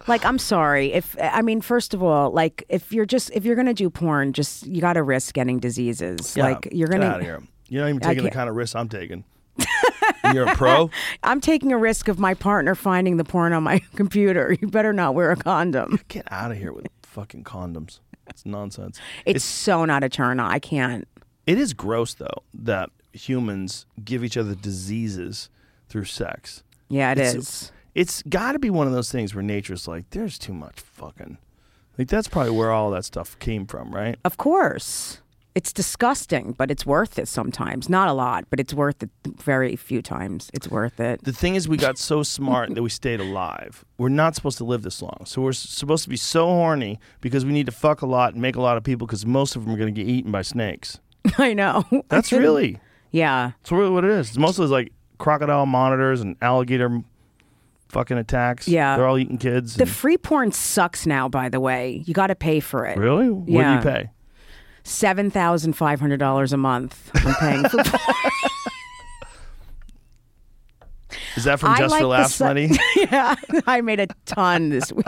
S5: Like I'm sorry if I mean first of all, like if you're just if you're gonna do porn, just you got to risk getting diseases.
S4: Yeah,
S5: like you're
S4: get
S5: gonna.
S4: out of here. You're not even
S5: I
S4: taking the
S5: can't-
S4: kind of risk I'm taking. And you're a pro.
S5: I'm taking a risk of my partner finding the porn on my computer. You better not wear a condom.
S4: Get out of here with fucking condoms. It's nonsense.
S5: It's, so not a turn on. I can't.
S4: It is gross though that humans give each other diseases through sex.
S5: Yeah, it
S4: it's,
S5: is.
S4: It's got to be one of those things where nature's like, there's too much fucking. Like that's probably where all that stuff came from, right?
S5: Of course. It's disgusting, but it's worth it sometimes. Not a lot, but it's worth it very few times. It's worth it.
S4: The thing is, we got so smart that we stayed alive. We're not supposed to live this long, so we're s- supposed to be so horny because we need to fuck a lot and make a lot of people because most of them are going to get eaten by snakes.
S5: I know.
S4: That's really.
S5: Yeah.
S4: That's really what it is. It's mostly like crocodile monitors and alligator m- fucking attacks.
S5: Yeah.
S4: They're all eating kids.
S5: The
S4: and-
S5: free porn sucks now, by the way. You got to pay for it.
S4: really? What
S5: yeah.
S4: do you pay?
S5: Seven thousand five hundred dollars a month. I'm paying for.
S4: Is that from
S5: I
S4: Just
S5: like
S4: for
S5: the
S4: Laughs
S5: su-
S4: money?
S5: yeah, I made a ton this week.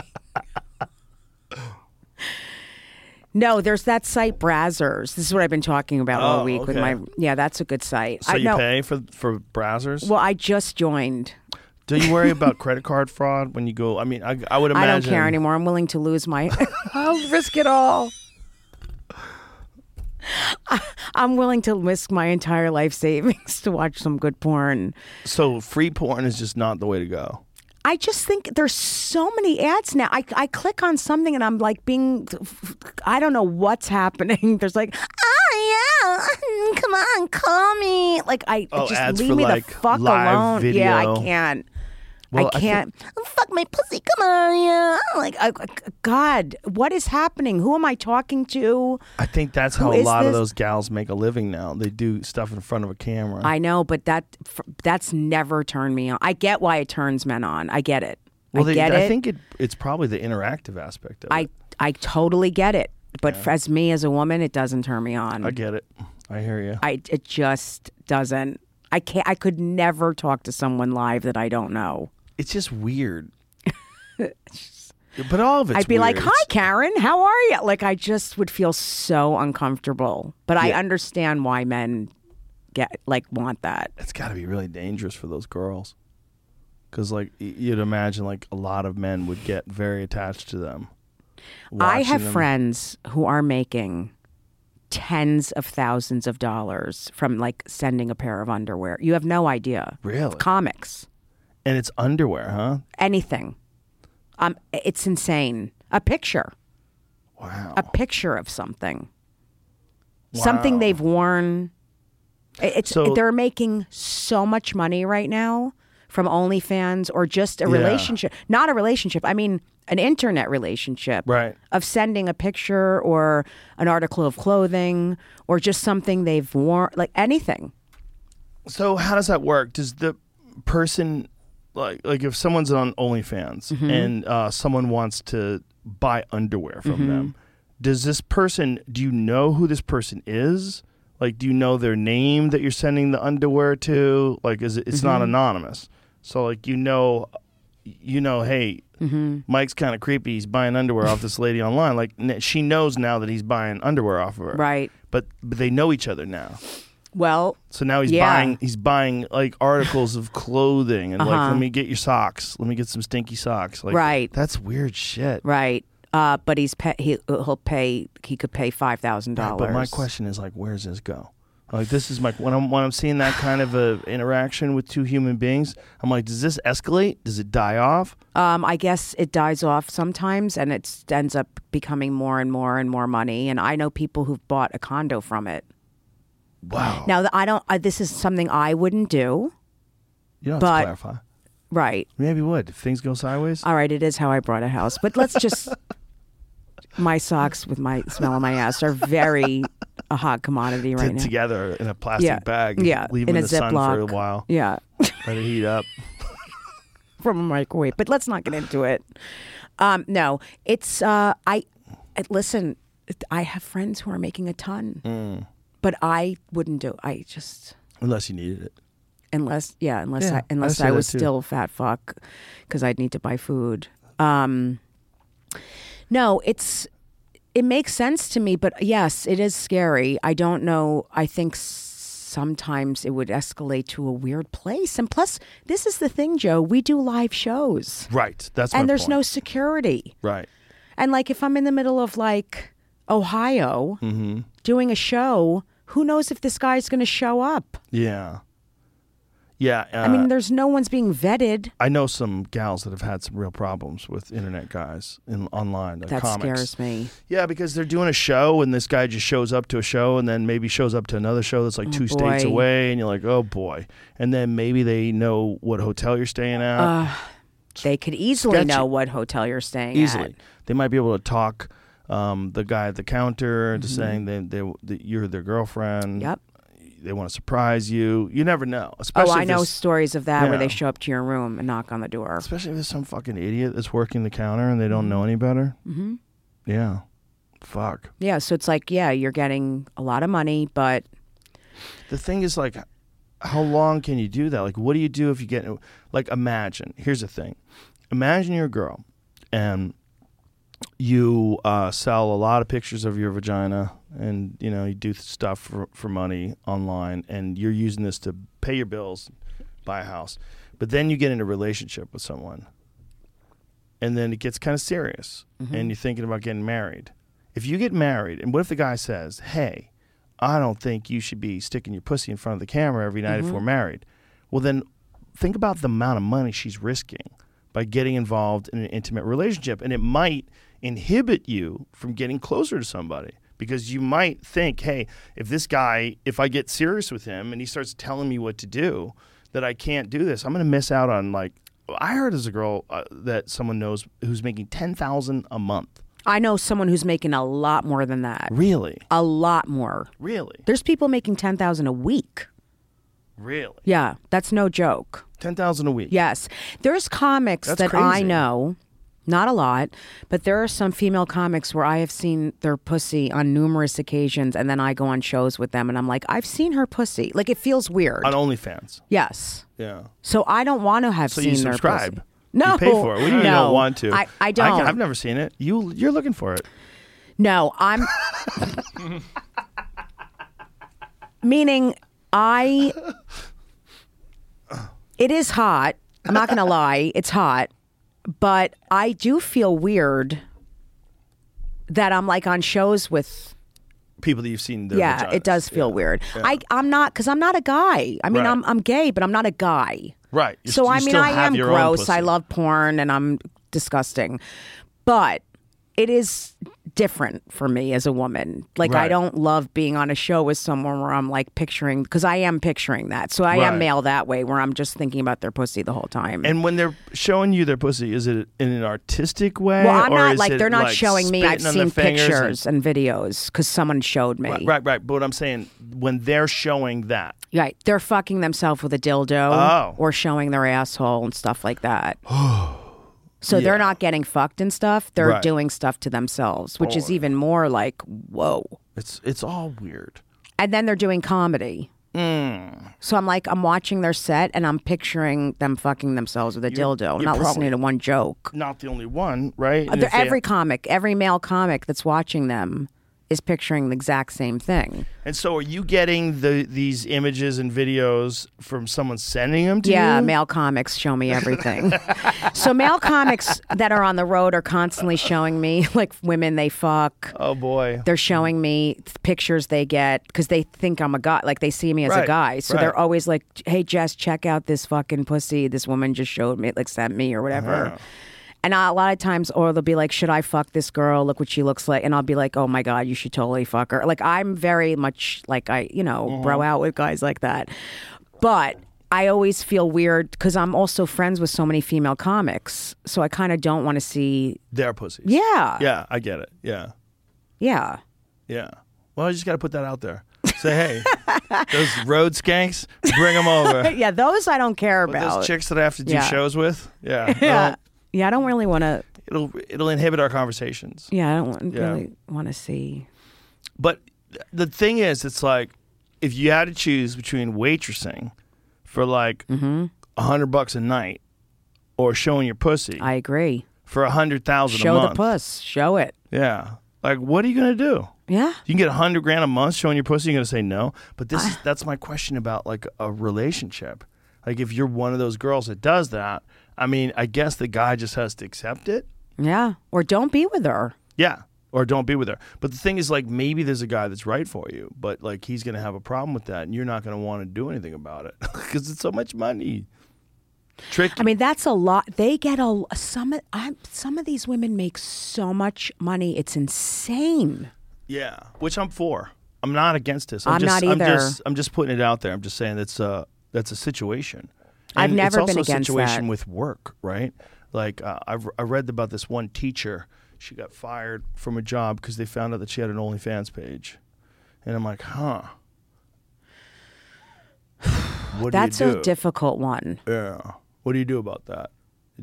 S5: No, there's that site Brazzers. This is what I've been talking about all
S4: Oh,
S5: week with
S4: okay.
S5: my yeah, that's a good site.
S4: So
S5: I
S4: you
S5: know.
S4: pay for for browsers?
S5: Well, I just joined.
S4: do you worry about credit card fraud when you go? I mean, I, I would
S5: I
S4: imagine.
S5: don't care anymore. I'm willing to lose my I'll risk it all. I- I'm willing to risk my entire life savings to watch some good porn.
S4: So free porn is just not the way to go.
S5: I just think there's so many ads now. I, I click on something and I'm like being, I don't know what's happening. There's like, oh yeah, come on, call me. Like I
S8: Oh,
S5: just
S8: ads
S5: leave
S8: for,
S5: me
S8: like,
S5: the fuck
S8: live
S5: alone. Yeah, I
S8: video.
S5: can't.
S8: Well, I
S5: I
S8: thi-
S5: can't. Oh, fuck my pussy, come on, yeah. Like, I, I- God, what is happening? Who am I talking to?
S4: I think that's
S5: Who
S4: how a
S5: is
S4: lot of
S5: this?
S4: those gals make a living now. They do stuff in front of a camera.
S5: I know, but that f- that's never turned me on. I get why it turns men on. I get it.
S4: well,
S5: I
S4: they,
S5: get
S4: I
S5: it.
S4: think it, it's probably the interactive aspect of it.
S5: I I totally get it, but
S4: Yeah.
S5: f as me as a woman, it doesn't turn me on.
S4: I get it. I hear you.
S5: I it just doesn't. I can't. I could never talk to someone live that I don't know.
S4: It's just weird. but all of it's
S5: I'd be like,
S4: weird.
S5: "Hi, Karen. How are you?" Like I just would feel so uncomfortable. But I
S4: Yeah.
S5: understand why men get like want that.
S4: it's got to be really dangerous for those girls because like y- you'd imagine like a lot of men would get very attached to them
S5: I
S4: Watching
S5: have
S4: them-
S5: friends who are making tens of thousands of dollars from like sending a pair of underwear. You have no idea.
S4: Really?
S5: Comics.
S4: and it's underwear huh
S5: anything. Um, it's insane. A picture.
S4: Wow.
S5: A picture of something. Something
S8: Oh. Wow.
S5: they've worn. I- It's
S8: So-
S5: they're making so much money right now from OnlyFans or just a
S8: Yeah.
S5: relationship, not a relationship. I mean, an internet relationship,
S8: Right.
S5: Of sending a picture or an article of clothing or just something they've worn, like anything.
S4: so how does that work does the person like like if someone's on onlyfans
S12: Mhm.
S4: and uh, someone wants to buy underwear from
S12: Mhm.
S4: them does this person do you know who this person is like do you know their name that you're sending the underwear to like is it, it's not
S12: Mhm.
S4: anonymous so like you know you know hey Mike's kind of creepy. He's buying underwear off this lady online. Like n- she knows now that he's buying underwear off of her.
S5: Right.
S4: But, but they know each other now.
S5: Well,
S4: So now he's
S5: Yeah.
S4: buying he's buying like articles of clothing and like
S5: Uh-huh.
S4: let me get your socks. Let me get some stinky socks. Like
S5: right.
S4: That's weird shit.
S5: Right. Uh, but he's pay, he, he'll pay. He could pay five thousand dollars.
S4: But my question is like where does this go? Like this is my when I'm when I'm seeing that kind of a interaction with two human beings, I'm like, does this escalate? Does it die off?
S5: Um, I guess it dies off sometimes, and it ends up becoming more and more and more money. And I know people who've bought a condo from it.
S4: Wow.
S5: Now th- I don't. I, this is something I wouldn't do.
S4: You don't have
S5: but
S4: to clarify.
S5: Right.
S4: Maybe would if things go sideways.
S5: All right, it is how I brought a house. But let's just my socks with my smell on my ass are very a hot commodity right
S4: T-
S5: now.
S4: together in a plastic
S5: Yeah.
S4: bag. and
S5: Yeah.
S4: leave
S5: In
S4: them in
S5: a
S4: the sun for a
S5: Ziploc.
S4: while.
S5: Yeah.
S4: let it heat up.
S5: from a microwave, but let's not get into it. Um, no, it's uh, I I- listen. I have friends who are making a ton,
S4: Mm.
S5: but I wouldn't do. I just
S4: Unless you needed it.
S5: unless yeah, unless
S4: Yeah,
S5: I, unless
S4: I say
S5: I
S4: that
S5: was
S4: too.
S5: still fat fuck because I'd need to buy food. Um, no, it's it makes sense to me, but yes, it is scary. I don't know. I think sometimes it would escalate to a weird place, and plus, this is the thing, Joe. We do live shows.
S4: Right. That's my
S5: and there's
S4: point.
S5: no security.
S4: right.
S5: And like if I'm in the middle of like Ohio
S4: Mm-hmm.
S5: doing a show, who knows if this guy's going to show up?
S4: Yeah. Yeah. Uh,
S5: I mean, there's no one's being vetted.
S4: I know some gals that have had some real problems with internet guys in online. Like
S5: That
S4: comics.
S5: scares me.
S4: Yeah, because they're doing a show and this guy just shows up to a show and then maybe shows up to another show that's like
S5: Oh,
S4: two states
S5: boy.
S4: away and you're like, oh boy. And then maybe they know what hotel you're staying at.
S5: Uh, they could easily
S4: Sketchy.
S5: know what hotel you're staying
S4: easily.
S5: at.
S4: They might be able to talk um, the guy at the counter into
S5: Mhm.
S4: saying they, they, that you're their girlfriend.
S5: Yep.
S4: They want to surprise you. You never know. Especially
S5: Oh, I
S4: if
S5: know
S4: there's-
S5: stories of that where
S4: Yeah.
S5: they show up to your room and knock on the door.
S4: Especially if there's some fucking idiot that's working the counter and they don't know any better.
S5: hmm
S4: Yeah. Fuck.
S5: Yeah, so it's like, yeah, you're getting a lot of money, but
S4: The thing is, like, how long can you do that? Like, what do you do if you get, like, imagine. Here's the thing imagine you're a girl and you uh, sell a lot of pictures of your vagina and, you know, you do stuff for, for money online and you're using this to pay your bills, buy a house. But then you get in a relationship with someone and then it gets kind of serious and you're thinking about getting married. If you get married, and what if the guy says, Hey, I don't think you should be sticking your pussy in front of the camera every night if
S12: Mhm.
S4: we're married. Well, then think about the amount of money she's risking by getting involved in an intimate relationship. And it might inhibit you from getting closer to somebody because you might think, Hey, if this guy, if I get serious with him and he starts telling me what to do, that I can't do this, I'm going to miss out on like, I heard there's a girl uh, that someone knows who's making 10,000 a month.
S5: I know someone who's making a lot more than that.
S4: Really?
S5: A lot more.
S4: Really?
S5: There's people making 10,000 a week.
S4: Really?
S5: Yeah, that's no joke.
S4: 10,000 a week.
S5: Yes. There's comics
S4: That's
S5: that I
S4: crazy.
S5: know, not a lot, but there are some female comics where I have seen their pussy on numerous occasions and then I go on shows with them and I'm like, I've seen her pussy. Like it feels weird.
S4: On OnlyFans.
S5: Yes.
S4: Yeah.
S5: So I don't want to have
S4: So
S5: seen
S4: you
S5: their
S4: subscribe.
S5: pussy. No.
S4: You pay for it. What do you mean you
S5: no.
S4: don't want to?
S5: I, I don't.
S4: I, have never seen it. You, you're looking for it.
S5: No, I'm. meaning, I. It is hot. I'm not going to lie. It's hot. But I do feel weird that I'm like on shows with.
S4: People that you've seen. Their
S5: yeah,
S4: vaginas.
S5: it does feel weird.
S4: Yeah.
S5: I, I'm not, because I'm not a guy. I mean,
S4: Right.
S5: I'm, I'm gay, but I'm not a guy.
S4: Right. You
S5: so
S4: st- you
S5: I mean,
S4: still
S5: I
S4: have
S5: am
S4: your own
S5: gross.
S4: pussy.
S5: I love porn, and I'm disgusting, but it is different for me as a woman. Like I
S13: Right.
S5: don't love being on a show with someone where I'm like picturing because I am picturing that. So I
S4: Right.
S5: am male that way, where I'm just thinking about their pussy the whole time.
S4: And when they're showing you their pussy, is it in an artistic way?
S5: well, I'm
S4: or
S5: not
S4: is
S5: like
S4: it
S5: they're not
S4: like
S5: showing me. I've
S4: spitting on their
S5: seen
S4: fingers and-
S5: pictures and, videos because someone showed me.
S4: Right, right, right. But what I'm saying, when they're showing that,
S5: Right. They're fucking themselves with a dildo
S4: Oh.
S5: or showing their asshole and stuff like that. so
S4: Yeah.
S5: they're not getting fucked and stuff. They're
S4: Right.
S5: doing stuff to themselves, which is
S4: Boy.
S5: even more like, whoa.
S4: it's it's all weird.
S5: And then they're doing comedy.
S4: Mm.
S5: So I'm like, I'm watching their set and I'm picturing them fucking themselves with a
S4: You're-
S5: dildo,
S4: you're
S5: not listening
S4: probably
S5: to one joke.
S4: Not the only one, right?
S5: Uh,
S4: And
S5: they're-
S4: if they-
S5: Every comic, every male comic that's watching them is picturing the exact same thing.
S4: And so, are you getting the these images and videos from someone sending them to
S5: yeah,
S4: you?
S5: male comics show me everything. so male comics that are on the road are constantly showing me like women they fuck.
S4: Oh boy.
S5: They're showing me th- pictures they get because they think I'm a guy. Like they see me as
S13: Right,
S5: a guy, so
S13: right.
S5: they're always like, "Hey, Jess, check out this fucking pussy. This woman just showed me, like sent me or whatever."
S13: Uh-huh.
S5: And I, a lot of times, or they'll be like, "Should I fuck this girl? Look what she looks like." And I'll be like, "Oh my god, you should totally fuck
S13: Mm-hmm.
S5: her." Like I'm very much like I, you know, bro out with guys like that. But I always feel weird because I'm also friends with so many female comics, so I kind of don't want to see.
S4: They're pussies.
S5: Yeah.
S4: Yeah, I get it. Yeah.
S5: Yeah.
S4: Yeah. Well, I just got to put that out there. Say, hey, those road skanks, bring them over.
S5: yeah, those I don't care
S4: But
S5: about.
S4: Those chicks that I have to do
S5: Yeah.
S4: shows with. Yeah. I
S5: yeah.
S4: don't-
S5: Yeah, I don't really want to.
S4: It'll it'll inhibit our conversations.
S5: Yeah, I don't want,
S4: Yeah.
S5: really want to see.
S4: But th- the thing is, it's like if you had to choose between waitressing for like a
S5: Mm-hmm.
S4: hundred bucks a night or showing your pussy. I
S5: agree.
S4: For a hundred thousand a
S5: Show the
S4: month.
S5: puss. Show it.
S4: Yeah. Like what are you gonna do?
S5: Yeah.
S4: You can get a hundred grand a month showing your pussy, you're gonna say no. But this is that's my question about like a relationship. Like if you're one of those girls that does that, I mean, I guess the guy just has to accept it.
S5: Yeah. Or don't be with her.
S4: Yeah. Or don't be with her. But the thing is, like, maybe there's a guy that's right for you, but like he's gonna have a problem with that, and you're not gonna want to do anything about it because it's so much money. Tricky.
S5: I mean, that's a lot. They get a some. of- I'm, some of these women make so much money. It's insane.
S4: Yeah, which I'm for. I'm not against this. I'm,
S5: I'm
S4: just,
S5: not
S4: I'm
S5: either.
S4: just, I'm just putting it out there. I'm just saying that's a that's a situation.
S5: I've
S4: And
S5: never
S4: it's also
S5: been
S4: a
S5: against
S4: situation
S5: that.
S4: with work, right? Like uh, I've, I read about this one teacher. She got fired from a job because they found out that she had an OnlyFans page, and I'm like, huh. What
S5: that's
S4: do you do?
S5: a difficult one.
S4: Yeah. What do you do about that?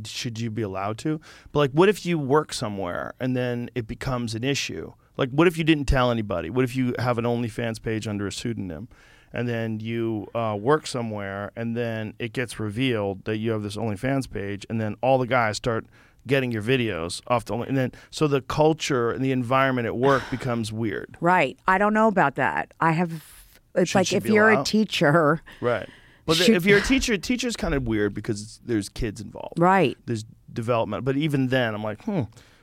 S4: Should you be allowed to? But like, what if you work somewhere and then it becomes an issue? Like, what if you didn't tell anybody? What if you have an OnlyFans page under a pseudonym, and then you uh, work somewhere and then it gets revealed that you have this OnlyFans page, and then all the guys start getting your videos off the only, and then so the culture and the environment at work becomes weird.
S5: Right. I don't know about that. I have. It's
S4: Should
S5: like
S4: she
S5: if
S4: be
S5: you're
S4: allowed?
S5: a teacher.
S4: Right. But
S5: Should-
S4: if you're a teacher, teacher's kind of weird because it's- there's kids involved.
S5: Right.
S4: There's development. But even then, I'm like, hmm,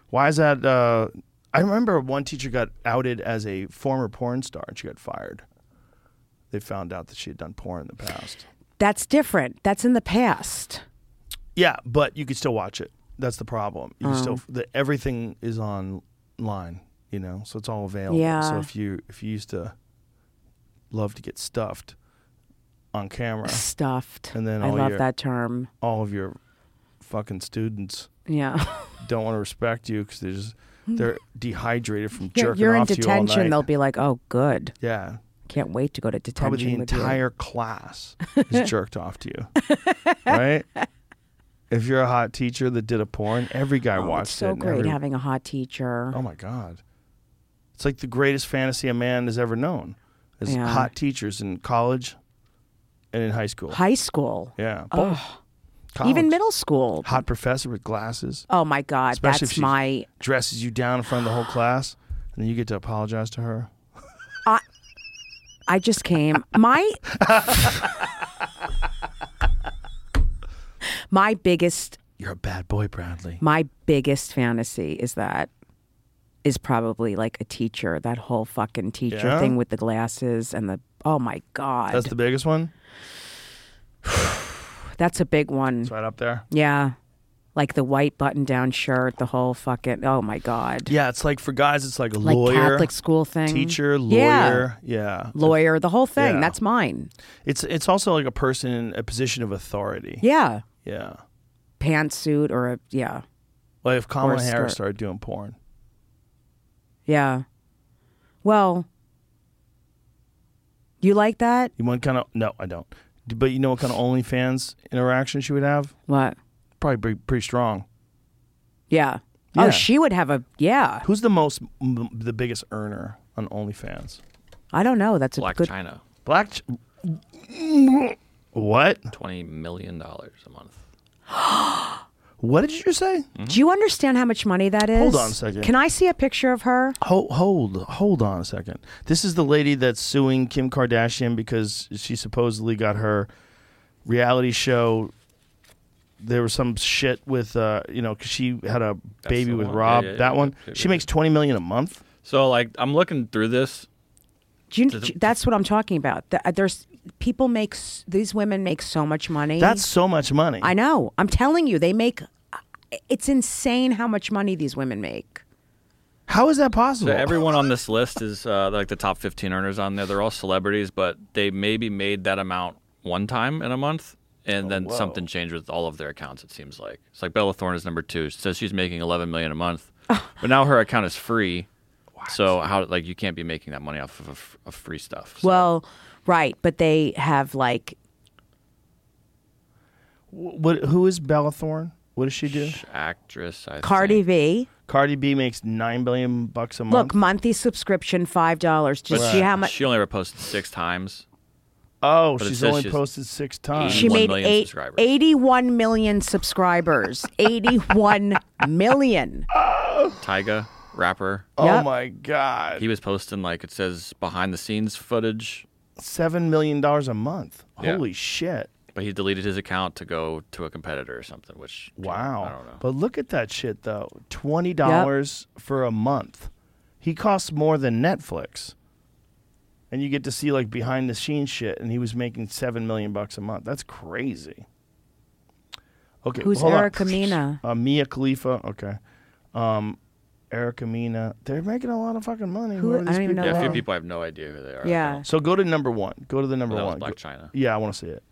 S4: why is that? Uh, I remember one teacher got outed as a former porn star and she got fired. They found out that she had done porn in the past.
S5: That's different. That's in the past.
S4: Yeah, but you could still watch it. That's the problem. You can
S5: Oh.
S4: still the, everything is online, you know, so it's all available. So
S5: Yeah.
S4: if you if you used to love to get stuffed on camera,
S5: Stuffed.
S4: and then
S5: I
S4: all
S5: love
S4: your-
S5: that term.
S4: All of your fucking students,
S5: Yeah.
S4: don't want to respect you because they're just, they're dehydrated from
S5: Hmm. Yeah,
S4: jerking
S5: you're in
S4: off to you all
S5: detention.
S4: night.
S5: They'll be like, "Oh, good.
S4: Yeah.
S5: Can't wait to go to detention."
S4: Probably the
S5: with you."
S4: entire class is jerked off to you, right? If you're a hot teacher that did a porn, every guy
S5: Oh,
S4: watched
S5: it's so
S4: it. and
S5: great
S4: every-
S5: having a hot teacher.
S4: Oh my God. It's like the greatest fantasy a man has ever known. Is
S5: Yeah.
S4: hot teachers in college and in high school.
S5: High school.
S4: Yeah.
S5: Ugh.
S4: both. Oh. College.
S5: Even middle school.
S4: Hot professor with glasses.
S5: Oh my God,
S4: Especially if
S5: that's
S4: she
S5: my.
S4: dresses you down in front of the whole class and then you get to apologize to her.
S5: I, I just came. My. my biggest,
S4: You're a bad boy, Bradley.
S5: my biggest fantasy is that. Is probably like a teacher, that whole fucking teacher
S4: Yeah?
S5: thing with the glasses and the oh my god,
S4: That's the biggest one.
S5: That's a big one. It's
S4: right up there.
S5: Yeah. Like the white button down shirt, the whole fucking oh my god.
S4: Yeah, it's like for guys, it's like a
S5: Like
S4: lawyer,
S5: Catholic school thing.
S4: teacher,
S5: Yeah.
S4: lawyer, yeah.
S5: Lawyer, the whole thing.
S4: Yeah.
S5: That's mine.
S4: It's it's also like a person in a position of authority.
S5: Yeah.
S4: yeah.
S5: Pantsuit or a yeah.
S4: Like if
S5: Or
S4: Kamala
S5: a
S4: Harris
S5: skirt.
S4: started doing porn,
S5: Yeah. Well You like that?
S4: you want kind of no, I don't. But you know what kind of OnlyFans interaction she would have?
S5: What?
S4: Probably be pretty strong.
S5: Yeah.
S4: Yeah.
S5: Oh, she would have a yeah.
S4: Who's the most m- the biggest earner on OnlyFans?
S5: I don't know. That's a
S6: Black
S5: good
S6: China,
S4: Black. Ch- what?
S6: twenty million dollars a month.
S4: What did you just say?
S5: Do you understand how much money that is?
S4: Hold on a second.
S5: Can I see a picture of her?
S4: Hold, hold, hold on a second. This is the lady that's suing Kim Kardashian because she supposedly got her reality show. There was some shit with, uh, you know, because she had a baby
S6: the
S4: with
S6: one.
S4: Rob.
S6: Yeah, yeah,
S4: that
S6: yeah,
S4: one.
S6: yeah,
S4: she makes twenty million a month.
S6: So like, I'm looking through this.
S5: Do you, that's what I'm talking about. Th- There's people make s- these women make so much money.
S4: That's so much money.
S5: I know. I'm telling you, they make. It's insane how much money these women make.
S4: How is that
S6: So
S4: possible?
S6: everyone on this list is uh, like the top 15 earners on there. They're all celebrities, but they maybe made that amount one time in a month,
S5: Oh,
S6: and then
S4: whoa.
S6: something changed with all of their accounts. It seems like it's like Bella Thorne is number two. She says she's making eleven million a month,
S5: Oh.
S6: but now her account is free. So how like you can't be making that money off of, of, of free stuff?
S5: Well, right, but they have like
S4: What? Who is Bella Thorne? What does she do?
S6: Actress. I
S5: Cardi
S6: think.
S5: B.
S4: Cardi B makes nine billion bucks a month.
S5: Look, monthly subscription five dollars. Just
S6: But
S5: see how much
S6: She only ever posted six times.
S4: Oh,
S6: But it
S4: she's
S6: says
S4: only
S6: she has
S4: posted six times.
S5: she
S6: 81
S5: made
S6: million
S5: eight,
S6: subscribers.
S5: 81 million subscribers. 81 million.
S6: Tyga, rapper.
S4: oh
S5: Yep.
S4: my god,
S6: He was posting like it says behind the scenes footage,
S4: seven million dollars a month.
S6: Yeah.
S4: Holy shit!
S6: but he deleted his account to go to a competitor or something. Which
S4: Wow.
S6: I don't know.
S4: But look at that shit though. Twenty dollars for a month. He costs more than Netflix. And you get to see like behind the scenes shit, and he was making seven million bucks a month. That's crazy. Okay,
S5: Who's
S4: hold on.
S5: Erica Mina?
S4: Uh, Mia Khalifa. Okay, um, Erica Mina. They're making a lot of fucking money.
S5: Who-
S4: whoever these
S5: I don't even
S4: people
S6: yeah,
S5: know
S6: a few
S5: that.
S4: are.
S6: people I have no idea who they are.
S5: Yeah.
S4: So go to number one. Go to the number
S6: That was
S4: one.
S6: Blac
S4: Go-
S6: China.
S4: Yeah, I want to see it.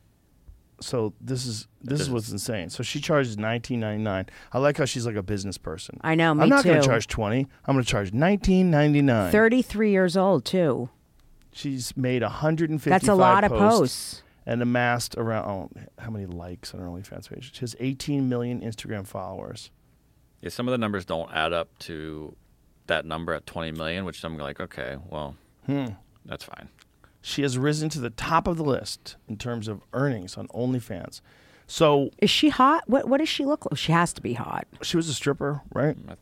S4: So this is this is
S6: doesn't-
S4: what's insane. So she charges nineteen ninety nine. I like how she's like a business person.
S5: I know, me
S4: I'm not gonna
S5: too.
S4: charge twenty. I'm gonna charge nineteen ninety nine.
S5: 33 years old, too.
S4: She's made hundred and fifty.
S5: That's a lot of posts.
S4: And amassed around oh, how many likes on her OnlyFans page? She has 18 million Instagram followers.
S6: Yeah, some of the numbers don't add up to that number at 20 million, which I'm like, okay, well,
S4: Hmm.
S6: that's fine.
S4: She has risen to the top of the list in terms of earnings on OnlyFans. So
S5: Is she hot? What What does she look like? She has to be hot.
S4: she was a stripper, right?
S6: I-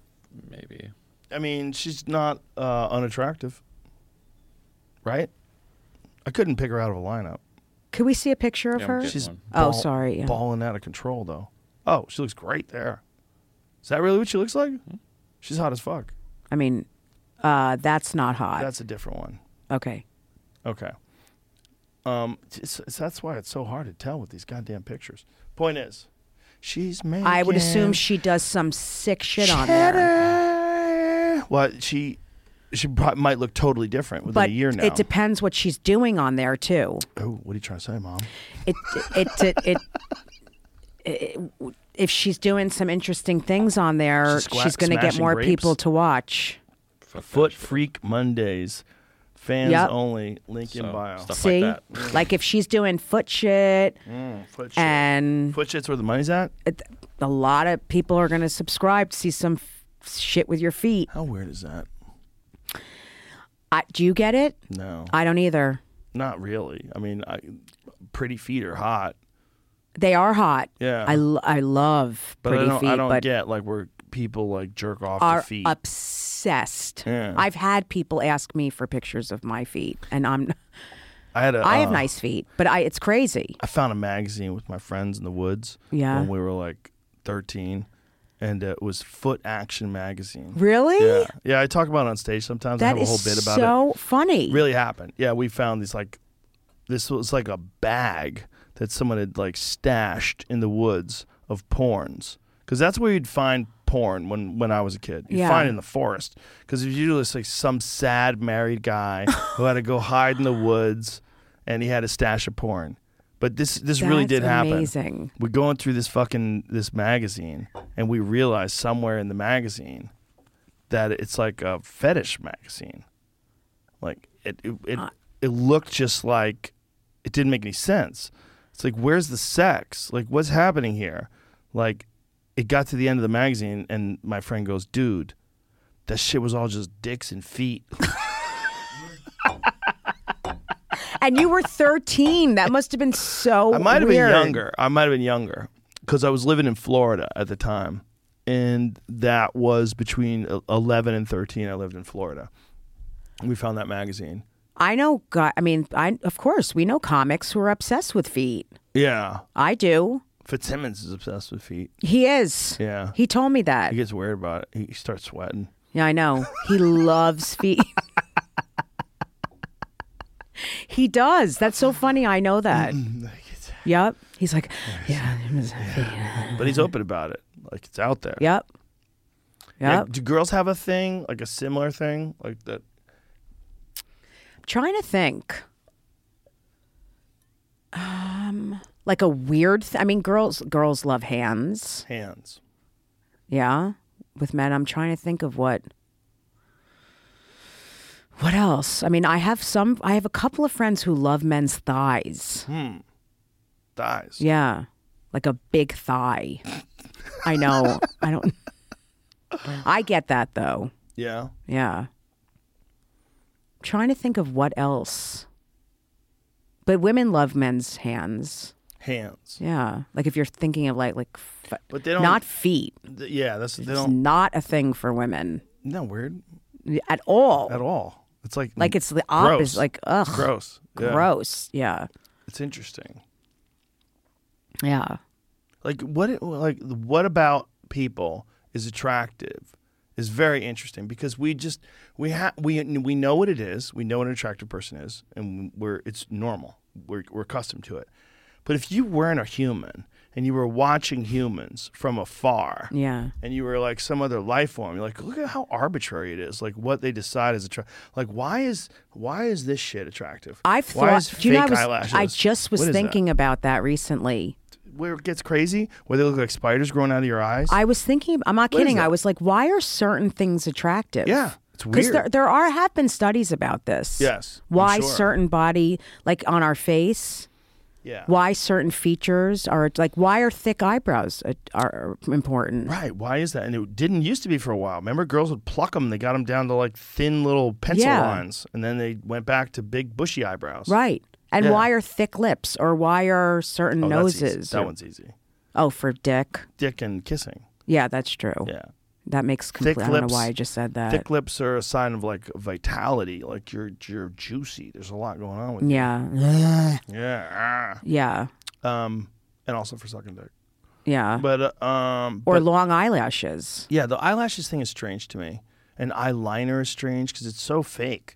S6: Maybe.
S4: I mean, she's not uh, unattractive, right? I couldn't pick her out of a lineup.
S5: Could we see a picture of
S6: Yeah, I'm
S5: her?
S6: good.
S4: She's
S6: one.
S5: Oh, sorry, yeah.
S4: balling out of control though. Oh, she looks great there. Is that really what she looks like?
S6: Hmm?
S4: She's hot as fuck.
S5: I mean, uh, that's not hot.
S4: That's a different one.
S5: okay.
S4: Okay. Um, it's, it's- that's why it's so hard to tell with these goddamn pictures. Point is, she's making.
S5: I would assume she does some sick shit on there.
S4: cheddar. Well, she she prob- might look totally different within
S5: But
S4: a year now.
S5: it depends what she's doing on there too.
S4: oh, what are you trying to say, mom?
S5: It it it, it, it- if she's doing some interesting things on there,
S4: She's squa-
S5: she's going to get
S4: smashing
S5: more
S4: grapes?
S5: people to watch.
S4: Foot Freak Mondays, fans
S5: Yep.
S4: only. Link in
S6: So,
S4: bio.
S6: stuff like
S5: See,
S6: that.
S5: like, if she's doing foot shit,
S4: Mm, Foot shit.
S5: and
S4: Foot shit's where the money's at.
S5: it, a lot of people are going to subscribe to see some f- shit with your feet.
S4: How weird is that?
S5: I, do you get it?
S4: No,
S5: I don't either.
S4: not really. I mean, I, pretty feet are hot,
S5: They are hot.
S4: Yeah.
S5: I, lo- I love
S4: but
S5: pretty
S4: I don't.
S5: feet,
S4: I don't
S5: but
S4: get like where people like jerk off
S5: are
S4: to feet.
S5: obsessed.
S4: Yeah.
S5: I've had people ask me for pictures of my feet, and I'm
S4: I had a.
S5: I have
S4: uh,
S5: nice feet, but I it's crazy.
S4: I found a magazine with my friends in the woods.
S5: Yeah.
S4: When we were like thirteen, and it was Foot Action magazine.
S5: Really?
S4: Yeah. Yeah. I talk about it on stage sometimes. I
S5: That
S4: have a
S5: is
S4: whole bit about it.
S5: so funny.
S4: really happened. Yeah, we found these like this was like a bag that someone had like stashed in the woods of porns because that's where you'd find porn when when I was a kid. You'd
S5: Yeah.
S4: find it in the forest because it's usually just, like some sad married guy who had to go hide in the woods and he had a stash of porn. But this this really
S5: That's
S4: did happen.
S5: amazing.
S4: We're going through this fucking this magazine and we realize somewhere in the magazine that it's like a fetish magazine. Like it, it, it, it looked just like it didn't make any sense. It's like, where's the sex? Like, what's happening here? Like, it got to the end of the magazine, and my friend goes, "Dude, that shit was all just dicks and feet."
S5: And you were 13. That must have been so.
S4: I might have been
S5: weird.
S4: younger. I might have been younger because I was living in Florida at the time, and that was between el- eleven and thirteen. I lived in Florida. We found that magazine.
S5: I know. guy- I mean, I of course we know comics who are obsessed with feet.
S4: Yeah,
S5: I do.
S4: Fitzsimmons is obsessed with feet.
S5: He is.
S4: Yeah.
S5: He told me that.
S4: He gets weird about it. He he starts sweating.
S5: Yeah, I know. He loves feet. he does. That's so funny. I know that. yep. He's like, yeah.
S4: But he's open about it. Like it's out there.
S5: Yep.
S4: Yeah,
S5: Yep.
S4: do girls have a thing, like a similar thing? Like that
S5: trying to think. Um, like a weird. Th- I mean, girls girls love hands.
S4: Hands.
S5: Yeah, with men, I'm trying to think of what. What else? I mean, I have some. I have a couple of friends who love men's thighs.
S4: Hmm. Thighs.
S5: Yeah, like a big thigh. I know. I don't. I get that though.
S4: Yeah.
S5: Yeah. Trying to think of what else. But women love men's hands.
S4: Hands.
S5: Yeah, like if you're thinking of like like, f-
S4: But they don't-
S5: not feet.
S4: Th- yeah, that's they
S5: It's
S4: don't.
S5: not a thing for women
S4: Isn't that weird?
S5: at all.
S4: At all. It's like
S5: Like it's the
S4: gross.
S5: opposite. Like ugh,
S4: It's gross. Yeah.
S5: gross. Yeah,
S4: It's interesting.
S5: yeah.
S4: Like what? Like what about people is attractive? Is very interesting because we just we ha- we we know what it is. We know what an attractive person is, and we're it's normal. We're we're accustomed to it. But if you weren't a human and you were watching humans from afar,
S5: Yeah.
S4: and you were like some other life form, you're like, look at how arbitrary it is. Like what they decide is attractive. Like why is why is this shit attractive?
S5: I've
S4: why
S5: thought.
S4: is
S5: do you know, I
S4: fake
S5: was,
S4: eyelashes?
S5: I just
S4: What
S5: was
S4: is that?
S5: thinking about that recently.
S4: where it gets crazy, where they look like spiders growing out of your eyes.
S5: I was thinking. I'm not
S4: What is
S5: kidding. I
S4: that?
S5: was like, why are certain things attractive?
S4: Yeah, it's
S5: Because
S4: weird.
S5: there, there are have been studies about this.
S4: Yes, I'm
S5: Why
S4: sure.
S5: certain body, like on our face,
S4: yeah.
S5: why certain features are like why are thick eyebrows uh, are important?
S4: Right. Why is that? And it didn't used to be for a while. Remember, girls would pluck them. They got them down to like thin little pencil
S5: Yeah.
S4: lines, and then they went back to big bushy eyebrows.
S5: Right. And
S4: Yeah.
S5: why are thick lips or why are certain
S4: Oh, that's easy.
S5: noses?
S4: That
S5: or-
S4: one's easy.
S5: Oh, for dick.
S4: Dick and kissing.
S5: Yeah, that's true.
S4: Yeah.
S5: That makes
S4: Thick
S5: complete. I don't know
S4: lips-
S5: why I just said that.
S4: Thick lips are a sign of like vitality. Like you're you're juicy. There's a lot going on with
S5: yeah.
S4: you. Yeah.
S5: yeah.
S4: ah. Um, and also for sucking dick.
S5: Yeah.
S4: But uh, um,
S5: or
S4: but-
S5: long eyelashes.
S4: Yeah, the eyelashes thing is strange to me, and eyeliner is strange because it's so fake,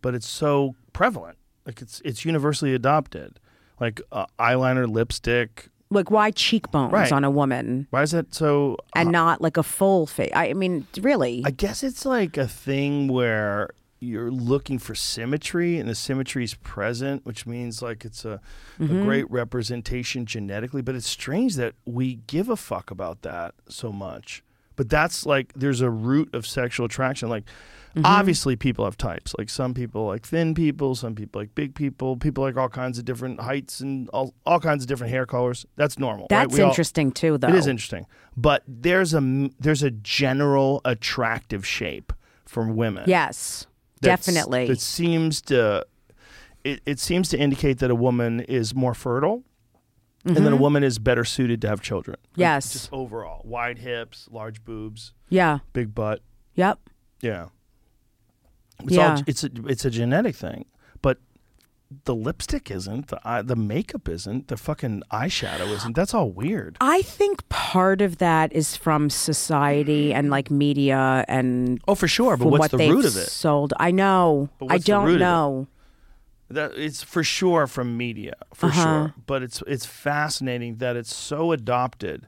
S4: but it's so prevalent. Like it's it's universally adopted. Like uh, eyeliner, lipstick.
S5: Like why cheekbones
S4: Right.
S5: on a woman
S4: Why is that so?
S5: and not like a full face? I I mean, really.
S4: Uh, I guess it's like a thing where you're looking for symmetry, and the symmetry is present, which means like it's a,
S5: Mm-hmm.
S4: a great representation genetically. But it's strange that we give a fuck about that so much. But that's like there's a root of sexual attraction. Like
S5: Mm-hmm.
S4: obviously people have types. Like some people like thin people, some people like big people, people like all kinds of different heights and all, all kinds of different hair colors. That's normal. right?
S5: That's
S4: We all-
S5: interesting too, though.
S4: It is interesting, but there's a m- there's a general attractive shape from women. uh,
S5: Yes,
S4: that's-
S5: definitely.
S4: That seems to it, it seems to indicate that a woman is more fertile, and that a woman is better suited to have children. Like,
S5: Mm-hmm. Yes.
S4: just overall, wide hips, large boobs,
S5: yeah.
S4: big butt.
S5: Yep.
S4: Yeah, it's
S5: Yeah.
S4: all it's a, it's a genetic thing, but. The lipstick isn't the eye, the makeup isn't the fucking eyeshadow isn't. That's all weird.
S5: I think part of that is from society and like media and
S4: Oh, for sure. But
S5: from
S4: what's
S5: what
S4: the
S5: they've
S4: root of it?
S5: Sold. I know.
S4: But
S5: I
S4: what's the root
S5: don't
S4: of it?
S5: know.
S4: That it's for sure from media, for
S5: Uh-huh.
S4: sure. But it's it's fascinating that it's so adopted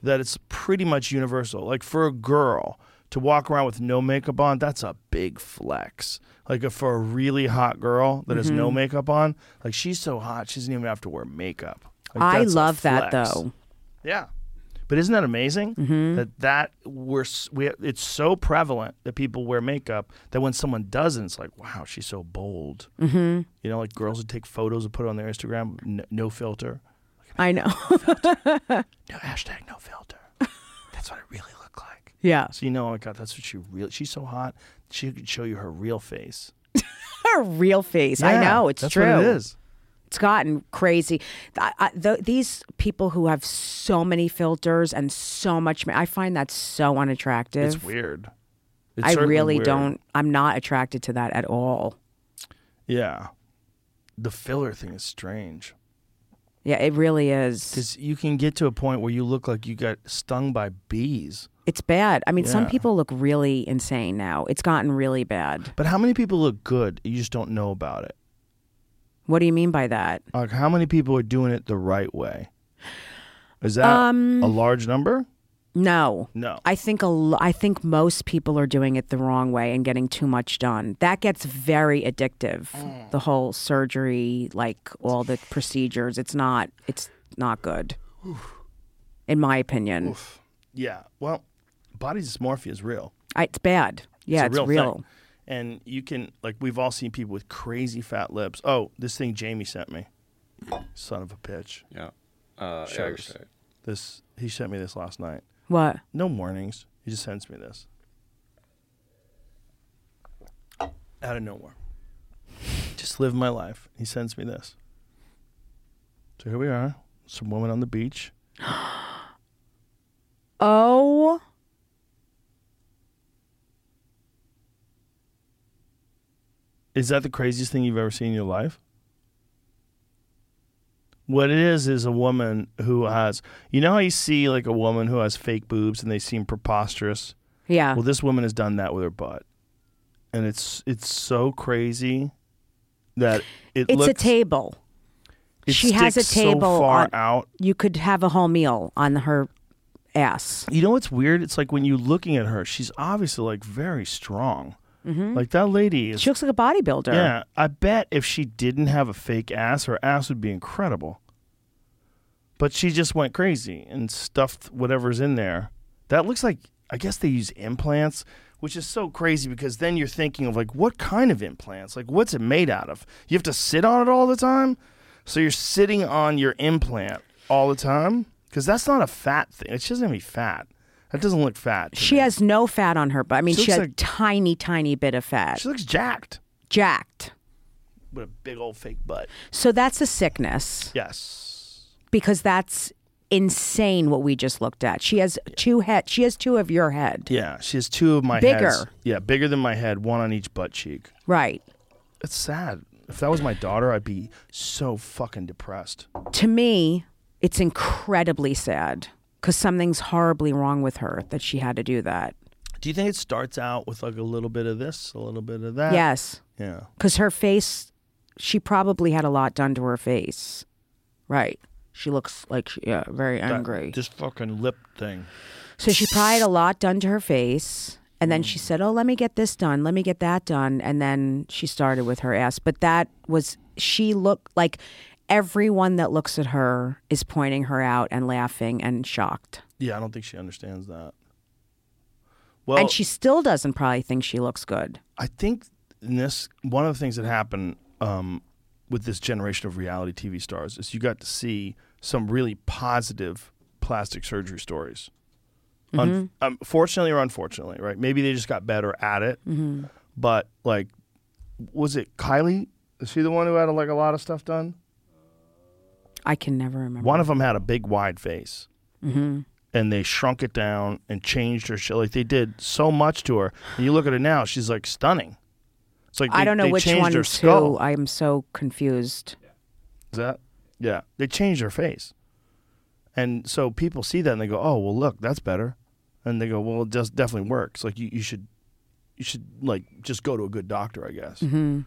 S4: that it's pretty much universal. Like for a girl to walk around with no makeup on, that's a big flex. Like if for a really hot girl that has no
S5: Mm-hmm.
S4: makeup on, like she's so hot she doesn't even have to wear makeup. Like,
S5: I
S4: that's a
S5: love that
S4: flex.
S5: though.
S4: Yeah. But isn't that amazing
S5: Mm-hmm.
S4: that that we're s- we it's so prevalent that people wear makeup that when someone doesn't, it's like wow she's so bold. Mm-hmm. You know, like girls would take photos and put it on their Instagram, n- no filter,
S5: I know.
S4: no hashtag, no filter. that's what I really look like.
S5: yeah.
S4: So you know, oh my God, that's what she really. She's so hot. She could show you her real face.
S5: Her real face. I
S4: Yeah,
S5: know. It's
S4: that's
S5: true.
S4: What it is.
S5: It's gotten crazy. I, I, th- these people who have so many filters and so much, ma- I find that so unattractive.
S4: It's weird. It's
S5: I
S4: certainly
S5: really
S4: weird.
S5: don't. I'm not attracted to that at all.
S4: Yeah. The filler thing is strange.
S5: Yeah, it really is.
S4: Because you can get to a point where you look like you got stung by bees.
S5: It's bad. I mean, some
S4: Yeah.
S5: people look really insane now. It's gotten really bad.
S4: But how many people look good? You just don't know about it.
S5: What do you mean by that?
S4: Like, how many people are doing it the right way? Is that a large number?
S5: No.
S4: No.
S5: Um, I think a lo- I think most people are doing it the wrong way and getting too much done. That gets very addictive.
S4: Mm.
S5: The whole surgery, like all the procedures, it's not it's not good. In my opinion.
S4: Yeah. Well, body dysmorphia is real.
S5: I, it's bad. Yeah, it's,
S4: a real. thing.
S5: real.
S4: And you can like we've all seen people with crazy fat lips. Oh, this thing Jamie sent me. Son of a bitch.
S6: Yeah. Uh, yeah, you're
S4: Shows. this he sent me this last night.
S5: What?
S4: No warnings. He just sends me this. Out of nowhere. Just live my life. He sends me this. So here we are. Some woman on the beach.
S5: Oh.
S4: Is that the craziest thing you've ever seen in your life? What it is is a woman who has you know how you see like a woman who has fake boobs and they seem preposterous?
S5: Yeah.
S4: Well, this woman has done that with her butt. And it's it's so crazy that it
S5: it's a
S4: looks
S5: table.
S4: it
S5: she has a
S4: sticks so
S5: table
S4: far
S5: on-
S4: out.
S5: You could have a whole meal on her ass.
S4: You know what's weird? It's like when you're looking at her, she's obviously like very strong.
S5: Mhm.
S4: Like that lady is
S5: She looks like a bodybuilder.
S4: Yeah, I bet if she didn't have a fake ass, her ass would be incredible. But she just went crazy and stuffed whatever's in there. That looks like I guess they use implants, which is so crazy because then you're thinking of like what kind of implants? Like what's it made out of? You have to sit on it all the time? So you're sitting on your implant all the time? Cuz that's not a fat thing. She doesn't have any fat. That doesn't look fat. to
S5: She
S4: me.
S5: has no fat on her butt. I mean,
S4: She
S5: she,
S4: looks
S5: has
S4: like-
S5: tiny, tiny bit of fat.
S4: She looks jacked
S5: jacked.
S4: with a big old fake butt.
S5: So that's a sickness
S4: Yes.
S5: because that's insane what we just looked at. She has two head. She has two of your head.
S4: Yeah, she has two of my
S5: Bigger.
S4: heads. Yeah, bigger than my head, one on each butt cheek.
S5: Right.
S4: It's sad. If that was my daughter, I'd be so fucking depressed.
S5: To me, it's incredibly sad because something's horribly wrong with her that she had to do that.
S4: Do you think it starts out with like a little bit of this, a little bit of that?
S5: yes.
S4: Yeah.
S5: Because her face, she probably had a lot done to her face. Right. She looks like, she, yeah, very
S4: That-
S5: angry.
S4: this fucking lip thing.
S5: So she probably had a lot done to her face. And then
S4: Mm.
S5: she said, Oh, let me get this done. Let me get that done. And then she started with her ass. But that was, she looked like everyone that looks at her is pointing her out and laughing and shocked.
S4: Yeah, I don't think she understands that. Well,
S5: and she still doesn't probably think she looks good.
S4: I think in this one of the things that happened um, with this generation of reality TV stars is you got to see some really positive plastic surgery stories. Un- um, fortunately or unfortunately, right? Maybe they just got better at it. But like, was it Kylie? Is she the one who had like a lot of stuff done?
S5: I can never remember.
S4: One of them had a big wide face,
S5: hmm
S4: and they shrunk it down and changed her shit. Like they did so much to her. And you look at her now; she's like stunning. It's like
S5: I
S4: they-
S5: don't know
S4: they
S5: which
S4: changed
S5: one
S4: her
S5: to.
S4: skull.
S5: I'm so confused.
S4: Is that? Yeah. They change their face. And so people see that and they go, oh, well, look, that's better. And they go, well, it does definitely works. Like you, you should, you should like just go to a good doctor, I guess.
S5: hmm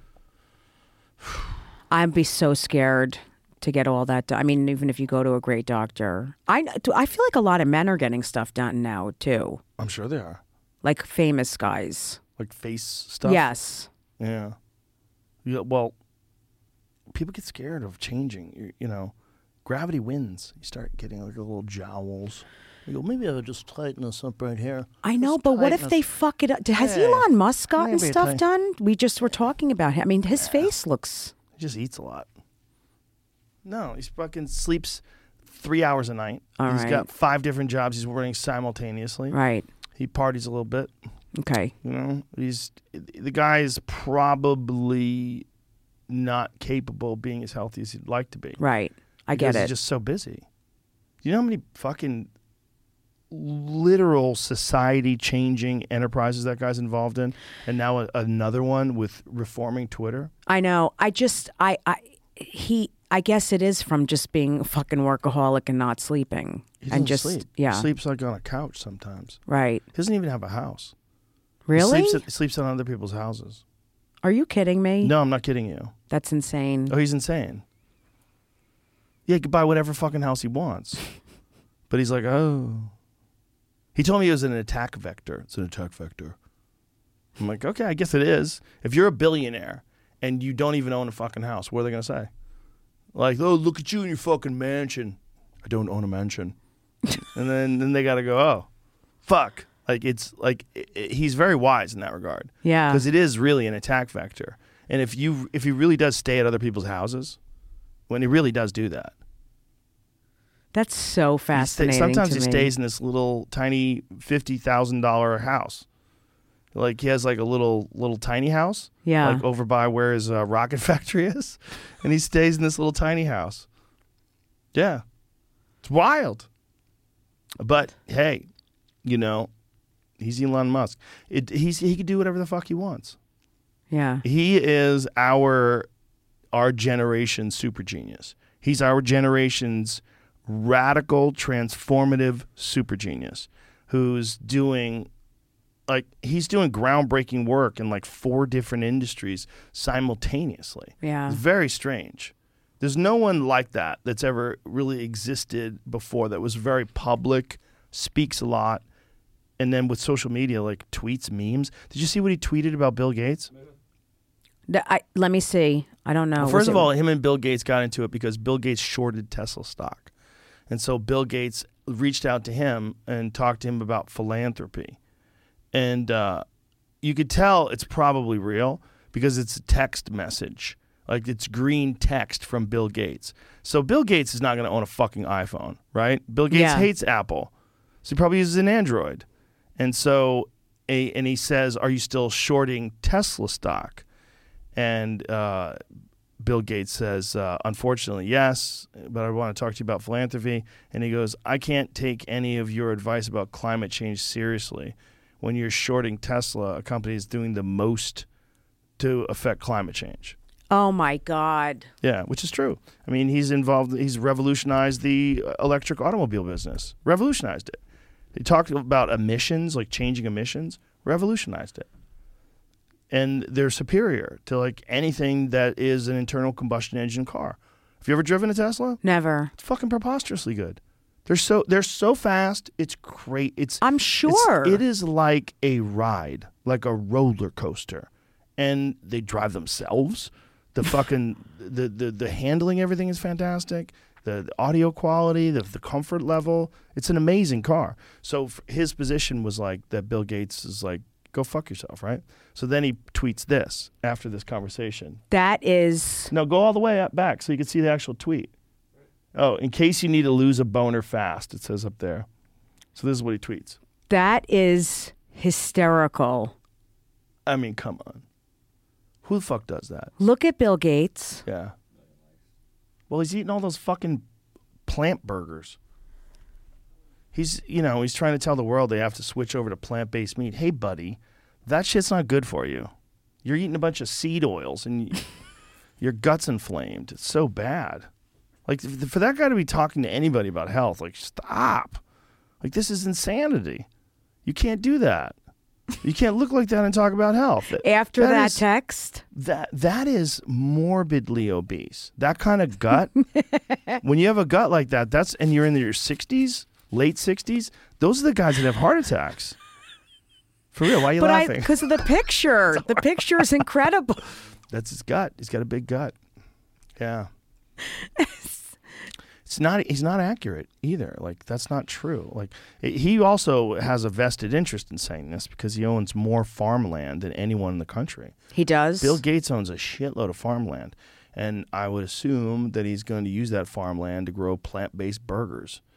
S5: I'd be so scared to get all that done. I mean, even if you go to a great doctor, I I feel like a lot of men are getting stuff done now too,
S4: I'm sure they are.
S5: like famous guys.
S4: Like face stuff.
S5: Yes,
S4: Yeah. Yeah. Well, people get scared of changing. You, you know, gravity wins. You start getting like little jowls. You go, maybe I'll just tighten this up right here.
S5: I know, but what if they fuck it up? Has
S4: Yeah.
S5: Elon Musk gotten
S4: Maybe
S5: stuff
S4: they-
S5: done? We just were talking about him. I mean, his face looks.
S4: He just eats a lot. No, he's fucking sleeps three hours a night. He's
S5: All right.
S4: got five different jobs he's running simultaneously.
S5: Right.
S4: He parties a little bit.
S5: Okay.
S4: You know, he's the guy is probably not capable of being as healthy as he'd like to be.
S5: Right. I
S4: because
S5: get it.
S4: He's just so busy. You know how many fucking literal society changing enterprises that guy's involved in, and now a, another one with reforming Twitter.
S5: I know. I just I I he I guess it is from just being a fucking workaholic and not sleeping
S4: He doesn't
S5: and just
S4: sleep.
S5: yeah.
S4: he sleeps like on a couch sometimes.
S5: Right.
S4: He doesn't even have a house.
S5: Really?
S4: He sleeps, he sleeps on other people's houses.
S5: Are you kidding me?
S4: No, I'm not kidding you.
S5: That's insane.
S4: Oh, he's insane. Yeah, he could buy whatever fucking house he wants. But he's like, oh, He told me it was an attack vector. It's an attack vector. I'm like, okay, I guess it is. If you're a billionaire and you don't even own a fucking house, what are they gonna say? Like, oh, look at you in your fucking mansion. I don't own a mansion. and then, then they gotta go, oh, fuck. Like it's like i i he's very wise in that regard.
S5: Yeah.
S4: Because it is really an attack vector. And if you if he really does stay at other people's houses, when he really does do that,
S5: That's so
S4: he sta-
S5: fascinating.
S4: sometimes
S5: to
S4: he
S5: me.
S4: stays in this little tiny fifty thousand dollar house. Like he has like a little little tiny house.
S5: Yeah.
S4: Like over by where his uh, rocket factory is, and he stays in this little tiny house. Yeah, it's wild. But hey, you know, he's Elon Musk. It, he's he can do whatever the fuck he wants.
S5: Yeah.
S4: He is our our generation super genius. He's our generation's radical transformative super genius who's doing like he's doing groundbreaking work in like four different industries simultaneously.
S5: Yeah.
S4: It's very strange. There's no one like that that's ever really existed before that was very public, speaks a lot, and then with social media like tweets, memes. Did you see what he tweeted about Bill Gates?
S5: Th- I, let me see. I don't know.
S4: Well,
S5: Was
S4: first of
S5: it-
S4: all, him and Bill Gates got into it because Bill Gates shorted Tesla stock. And so Bill Gates reached out to him and talked to him about philanthropy. And uh, you could tell it's probably real because it's a text message. Like it's green text from Bill Gates. So Bill Gates is not going to own a fucking iPhone, right? Bill Gates
S12: Yeah.
S4: hates Apple. So he probably uses an Android. And so, a, and he says, Are you still shorting Tesla stock? And uh, Bill Gates says, uh, Unfortunately, yes, but I want to talk to you about philanthropy. And he goes, I can't take any of your advice about climate change seriously. When you're shorting Tesla, a company is doing the most to affect climate change.
S5: Oh my God.
S4: Yeah, which is true. I mean, he's involved. He's revolutionized the uh, electric automobile business. Revolutionized it. He talked about emissions, like changing emissions. Revolutionized it. And they're superior to like anything that is an internal combustion engine car. Have you ever driven a Tesla?
S5: Never.
S4: It's fucking preposterously good. They're so they're so fast. It's great. It's
S5: I'm sure.
S4: it is like a ride, like a roller coaster, and they drive themselves. The fucking the the, the handling everything is fantastic. The, the audio quality, the the comfort level. It's an amazing car. So f- his position was like that. Bill Gates is like, go fuck yourself, right? So then he tweets this after this conversation.
S5: That is.
S4: No, go all the way up back so you can see the actual tweet. Oh, in case you need to lose a boner fast, it says up there. So this is what he tweets.
S5: That is hysterical.
S4: I mean, come on. Who the fuck does that?
S5: Look at Bill Gates.
S4: Yeah. Well, he's eating all those fucking plant burgers. He's, you know, he's trying to tell the world they have to switch over to plant based meat. Hey, buddy, that shit's not good for you. You're eating a bunch of seed oils and y- your gut's inflamed. It's so bad. Like, f- for that guy to be talking to anybody about health, like, stop. Like, this is insanity. You can't do that. You can't look like that and talk about health.
S5: After that
S4: is-
S5: text,
S4: that that is morbidly obese. That kind of gut. when you have a gut like that, that's and you're in your 60s, late 60s. Those are the guys that have heart attacks. For real, why are you
S5: but I
S4: laughing?
S5: because of the picture. the picture is incredible.
S4: that's his gut. He's got a big gut. Yeah. it's not. He's not accurate either. Like that's not true. Like it, he also has a vested interest in saying this because he owns more farmland than anyone in the country.
S5: He does.
S4: Bill Gates owns a shitload of farmland, and I would assume that he's going to use that farmland to grow plant-based burgers.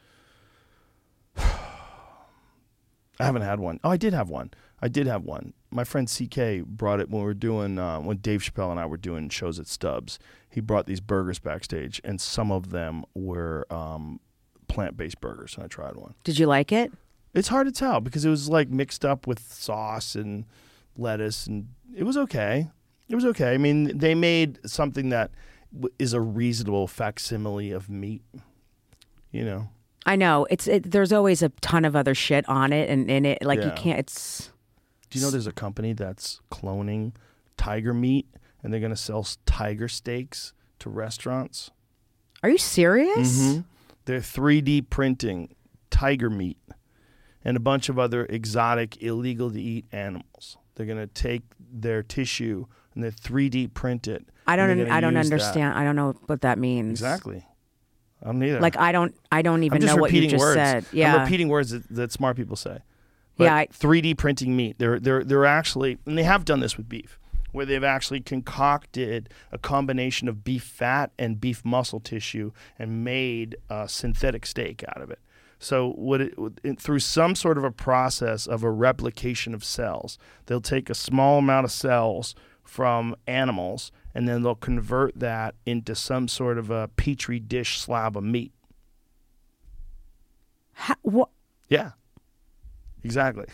S4: I haven't had one. Oh, I did have one. I did have one. My friend CK brought it when we were doing uh, when Dave Chappelle and I were doing shows at Stubbs. He brought these burgers backstage, and some of them were um, plant-based burgers, and I tried one.
S5: Did you like it?
S4: It's hard to tell because it was like mixed up with sauce and lettuce, and it was okay. It was okay. I mean, they made something that w- is a reasonable facsimile of meat. You know,
S5: I know it's it, there's always a ton of other shit on it, and in it like you
S4: Yeah.
S5: can't. It's
S4: do you know there's a company that's cloning tiger meat, and they're gonna sell s- tiger steaks to restaurants? Mm-hmm.
S5: are you serious?
S4: Mhm. They're 3D printing tiger meat and a bunch of other exotic, illegal to eat animals. They're going to take their tissue and they 3D print it.
S5: I
S4: and they're
S5: don't.
S4: gonna
S5: I don't
S4: use that.
S5: understand. I don't know what that means.
S4: Exactly. I'm neither.
S5: Like I don't. I don't even
S4: I'm just
S5: know what you
S4: repeating
S5: just
S4: words.
S5: said. Yeah.
S4: I'm repeating words that, that smart people say. But
S5: Yeah, I-
S4: 3D printing meat. They're they're they're actually and they have done this with beef, where they've actually concocted a combination of beef fat and beef muscle tissue and made a synthetic steak out of it. So what it, it, through some sort of a process of a replication of cells, they'll take a small amount of cells from animals and then they'll convert that into some sort of a petri dish slab of meat.
S5: Wha-
S4: Yeah. Exactly.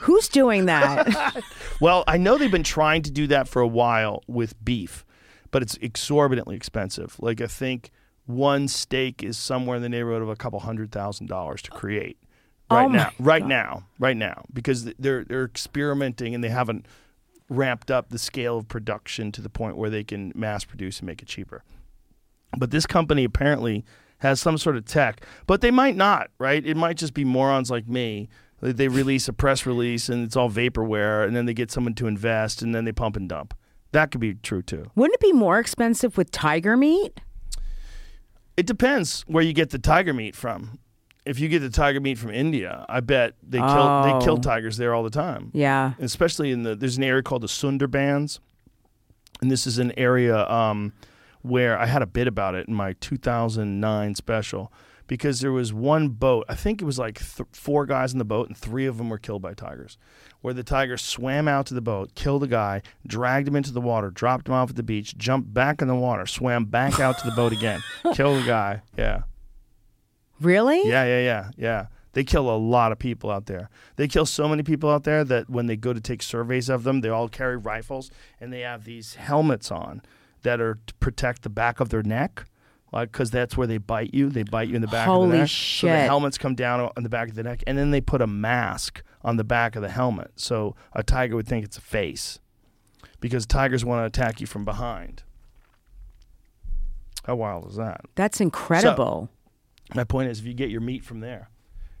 S5: Who's doing that?
S4: well, I know they've been trying to do that for a while with beef, but it's exorbitantly expensive. Like I think one steak is somewhere in the neighborhood of a couple hundred thousand dollars to create right
S5: Oh my
S4: now. Right now. Right now because th- they're they're experimenting and they haven't ramped up the scale of production to the point where they can mass produce and make it cheaper. But this company apparently has some sort of tech, but they might not, right? It might just be morons like me. They- They release a press release and it's all vaporware, and then they get someone to invest, and then they pump and dump. That could be true too.
S5: Wouldn't it be more expensive with tiger meat?
S4: It depends where you get the tiger meat from. If you get the tiger meat from India, I bet they kill
S5: Oh.
S4: they kill tigers there all the time.
S5: Yeah.
S4: especially in the there's an area called the Sundarbans, and this is an area um, where I had a bit about it in my 2009 special because there was one boat. I think it was like th- four guys in the boat, and three of them were killed by tigers. Where the tiger swam out to the boat, killed a guy, dragged him into the water, dropped him off at the beach, jumped back in the water, swam back out to the boat again, killed a guy. Yeah.
S5: Really?
S4: Yeah, yeah, yeah, yeah. They kill a lot of people out there. They kill so many people out there that when they go to take surveys of them, they all carry rifles and they have these helmets on that are to protect the back of their neck. Like, cause that's where they bite you. They bite you in the back of the
S5: Holy
S4: neck. So the
S5: shit.
S4: helmets come down on the back of the neck, and then they put a mask on the back of the helmet, so a tiger would think it's a face, because tigers want to attack you from behind. How wild is that?
S5: That's incredible.
S4: My point is, if you get your meat from there,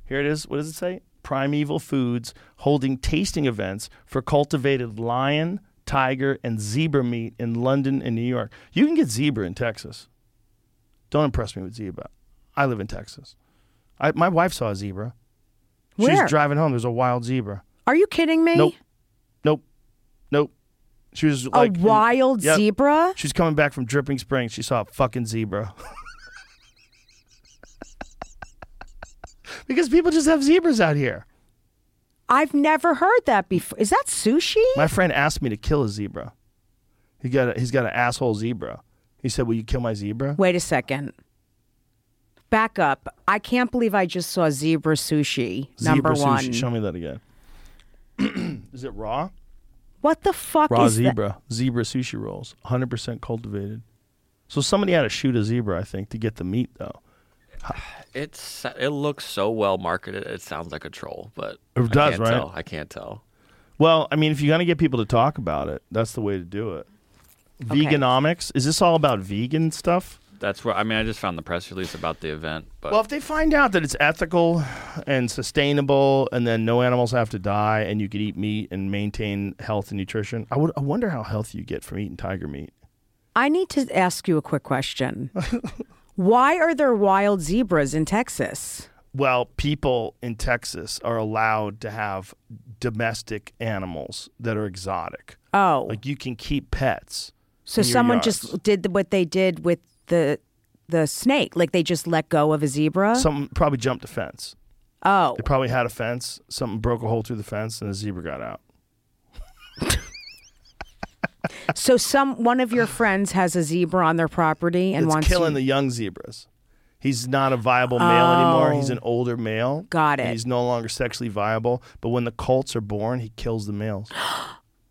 S4: here it is. What does it say? Primeval Foods holding tasting events for cultivated lion, tiger, and zebra meat in London and New York. You can get zebra in Texas. Don't impress me with zebra. I live in Texas. I, my wife saw a zebra. She
S5: Where?
S4: was driving home. There's a wild zebra.
S5: Are you kidding me?
S4: Nope. Nope. Nope. She was like in-
S5: wild
S4: Yep.
S5: zebra?
S4: She's coming back from Dripping Springs. She saw a fucking zebra. because people just have zebras out here.
S5: I've never heard that before. Is that sushi?
S4: My friend asked me to kill a zebra. He got a, he's got an asshole zebra. He said, "Will you kill my zebra?"
S5: Wait a second. Back up. I can't believe I just saw zebra sushi. number
S4: zebra
S5: one.
S4: Sushi. Show me that again. is it raw?
S5: What the fuck
S4: Raw
S5: is that?
S4: zebra. Zebra sushi rolls. 100% cultivated. So somebody had to shoot a zebra, I think, to get the meat though.
S6: It's it looks so well marketed. It sounds like a troll, but
S4: It
S6: I
S4: does,
S6: can't
S4: right?
S6: Tell. I can't tell.
S4: Well, I mean, if you're gonna get people to talk about it, that's the way to do it.
S6: Okay.
S4: Veganomics. Is this all about vegan stuff?
S6: That's where I mean. I just found the press release about the event, but
S4: Well, if they find out that it's ethical and sustainable, and then no animals have to die, and you could eat meat and maintain health and nutrition, I would. I wonder how healthy you get from eating tiger meat.
S5: I need to ask you a quick question. Why are there wild zebras in Texas?
S4: Well, people in Texas are allowed to have domestic animals that are exotic.
S5: Oh.
S4: like you can keep pets.
S5: So
S4: in your
S5: someone
S4: yards.
S5: just did the- what they did with the the snake, like they just let go of a zebra.
S4: Something probably jumped a fence.
S5: oh,
S4: They probably had a fence. Something broke a hole through the fence, and a zebra got out.
S5: so some one of your friends has a zebra on their property and
S4: it's
S5: wants
S4: killing
S5: you-
S4: the young zebras. He's not a viable male anymore. He's an older male.
S5: Oh. Got
S4: And
S5: it.
S4: He's no longer sexually viable. But when the colts are born, he kills the males.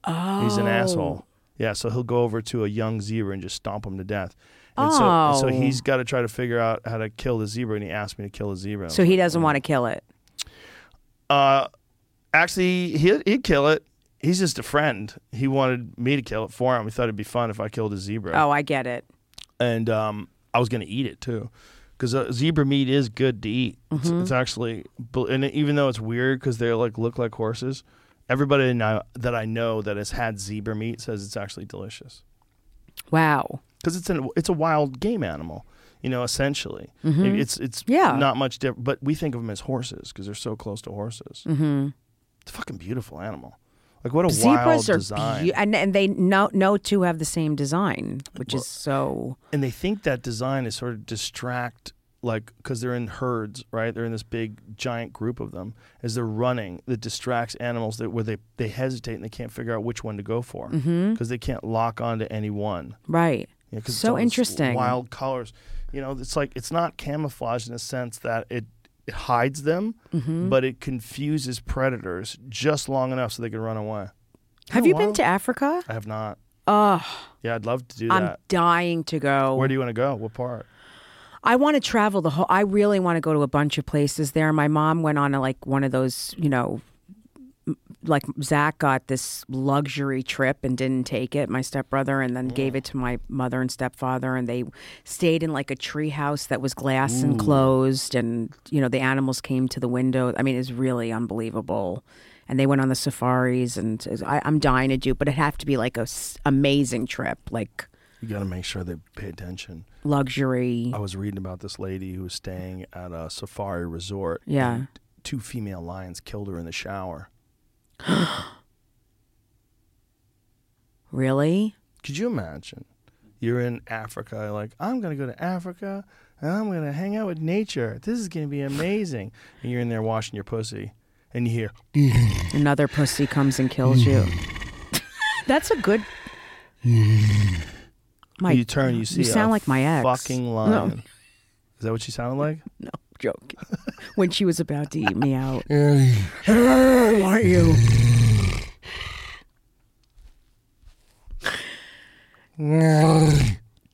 S5: oh.
S4: He's an asshole. Yeah, so he'll go over to a young zebra and just stomp him to death. And so, and so
S5: Oh.
S4: he's got to try to figure out how to kill the zebra, and he asked me to kill the zebra.
S5: So he doesn't want to kill it.
S4: Uh, actually, he'd, he'd kill it. He's just a friend. He wanted me to kill it for him. He thought it'd be fun if I killed a zebra.
S5: Oh, I get it.
S4: and um, I was going to eat it too. because uh, zebra meat is good to eat. It's,
S5: Mm-hmm.
S12: Mhm.
S4: it's actually, bu- and even though it's weird because they like look like horses, everybody that I- that I know that has had zebra meat says it's actually delicious.
S5: Wow.
S4: Because it's an it's a wild game animal, you know. Essentially,
S5: Mhm.
S4: it's it's
S5: Yeah.
S4: not much different. But we think of them as horses because they're so close to horses.
S5: Mm-hmm.
S4: It's a fucking beautiful animal. Like what a wild
S5: Zebras are
S4: design.
S5: beau- and and they no no two have the same design, which is so.
S4: and they think that design is sort of distract like because they're in herds right they're in this big giant group of them as they're running that distracts animals that where they they hesitate and they can't figure out which one to go for because
S5: Mhm.
S4: they can't lock onto any one
S5: Right.
S4: Yeah, 'cause it's
S5: so
S4: all this
S5: interesting.
S4: wild colors you know it's like it's not camouflage in a sense that it it hides them
S5: Mhm.
S4: but it confuses predators just long enough so they can run away
S5: Have you been to Africa?
S4: i have not
S5: Oh,
S4: yeah i'd love to do
S5: I'm
S4: that
S5: dying to go.
S4: where do you want to go what part
S5: I want to travel the whole. I really want to go to a bunch of places there. My mom went on a, like one of those, you know, m- like Zach got this luxury trip and didn't take it. My stepbrother and then gave it to my mother and stepfather, and they stayed in like a tree house that was glass
S13: Ooh.
S5: enclosed, and you know the animals came to the window. I mean, it's really unbelievable. And they went on the safaris, and I, I'm dying to do, but it'd have to be like a s- amazing trip, like
S4: You got to make sure they pay attention.
S5: luxury.
S4: I was reading about this lady who was staying at a safari resort.
S5: Yeah.
S4: and Two female lions killed her in the shower.
S5: Really?
S4: Could you imagine? You're in Africa, you're like, I'm going to go to Africa and I'm going to hang out with nature. This is going to be amazing. and you're in there washing your pussy and you hear,
S5: Another pussy comes and kills you.
S4: Mm.
S5: That's a good. My,
S4: you turn, you see,
S5: You sound
S4: a
S5: like my ex.
S4: Fucking
S5: No.
S4: lion. Is that what she sounded like?
S5: No, joke. when she was about to eat me out. Why you?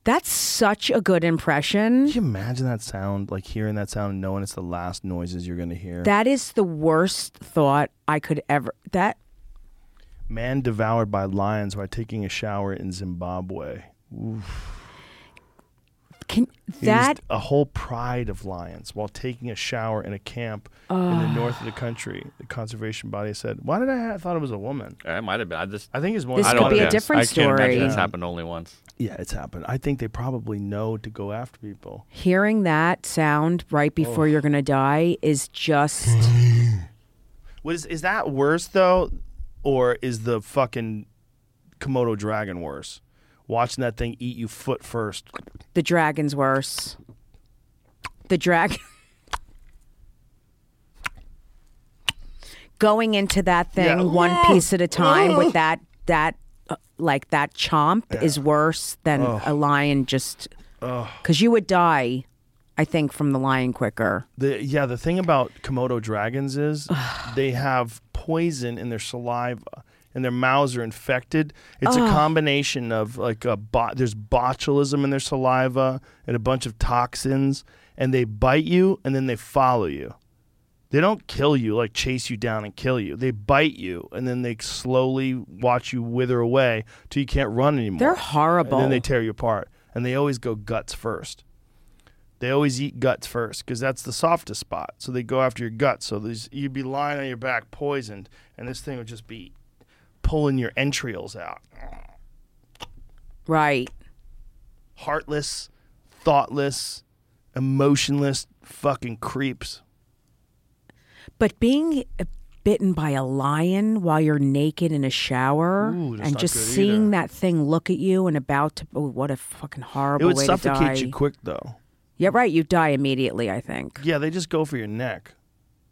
S5: That's such a good impression.
S4: Can you imagine that sound, like hearing that sound and knowing it's the last noises you're going to hear?
S5: That is the worst thought I could ever. That
S4: Man devoured by lions while taking a shower in Zimbabwe. Oof.
S5: Can
S13: that-
S4: a whole pride of lions while taking a shower in a camp in the
S6: Ugh.
S4: north of the country? The conservation body said, "Why did I ha- I thought it was a woman?"
S6: It might have been. I just.
S4: I think it's one.
S6: I
S4: I
S6: don't
S4: don't
S6: know.
S4: know.
S6: I can't imagine It's happened only once.
S4: Yeah, it's happened. I think they probably know to go after people.
S5: hearing that sound right before
S4: Oh. Mm.
S5: you're gonna die is just.
S4: Was is that worse though, or is the fucking Komodo dragon worse? Watching that thing eat you foot first.
S5: The dragon's worse. The dragon. Going into that thing
S13: Yeah.
S5: one piece at a time
S13: Ugh.
S5: with that that uh, like that chomp is worse than
S4: Ugh.
S5: a lion just
S4: Ugh.
S5: because you would die, I think, from the lion quicker.
S4: The yeah, the thing about Komodo dragons is they have poison in their saliva and their mouths are infected. It's a
S12: Ugh.
S4: combination of like a bot there's botulism in their saliva and a bunch of toxins and they bite you and then they follow you. They don't kill you like chase you down and kill you. They bite you and then they slowly watch you wither away till you can't run anymore.
S5: They're
S4: And then
S5: horrible.
S4: they tear you apart. And they always go guts first. They always eat guts first because that's the softest spot. So they go after your guts. So these, you'd be lying on your back poisoned, and this thing would just be pulling your entrails out.
S5: Right.
S4: Heartless, thoughtless, emotionless fucking creeps.
S5: But being bitten by a lion while you're naked in a shower
S4: Ooh, that's
S5: and
S4: not
S5: just
S4: good
S5: seeing that thing look at you and about to oh, what a fucking horrible
S4: it would
S5: way to die.
S4: suffocate you quick, though.
S5: Yeah, right. You die immediately. I think.
S4: Yeah, they just go for your neck.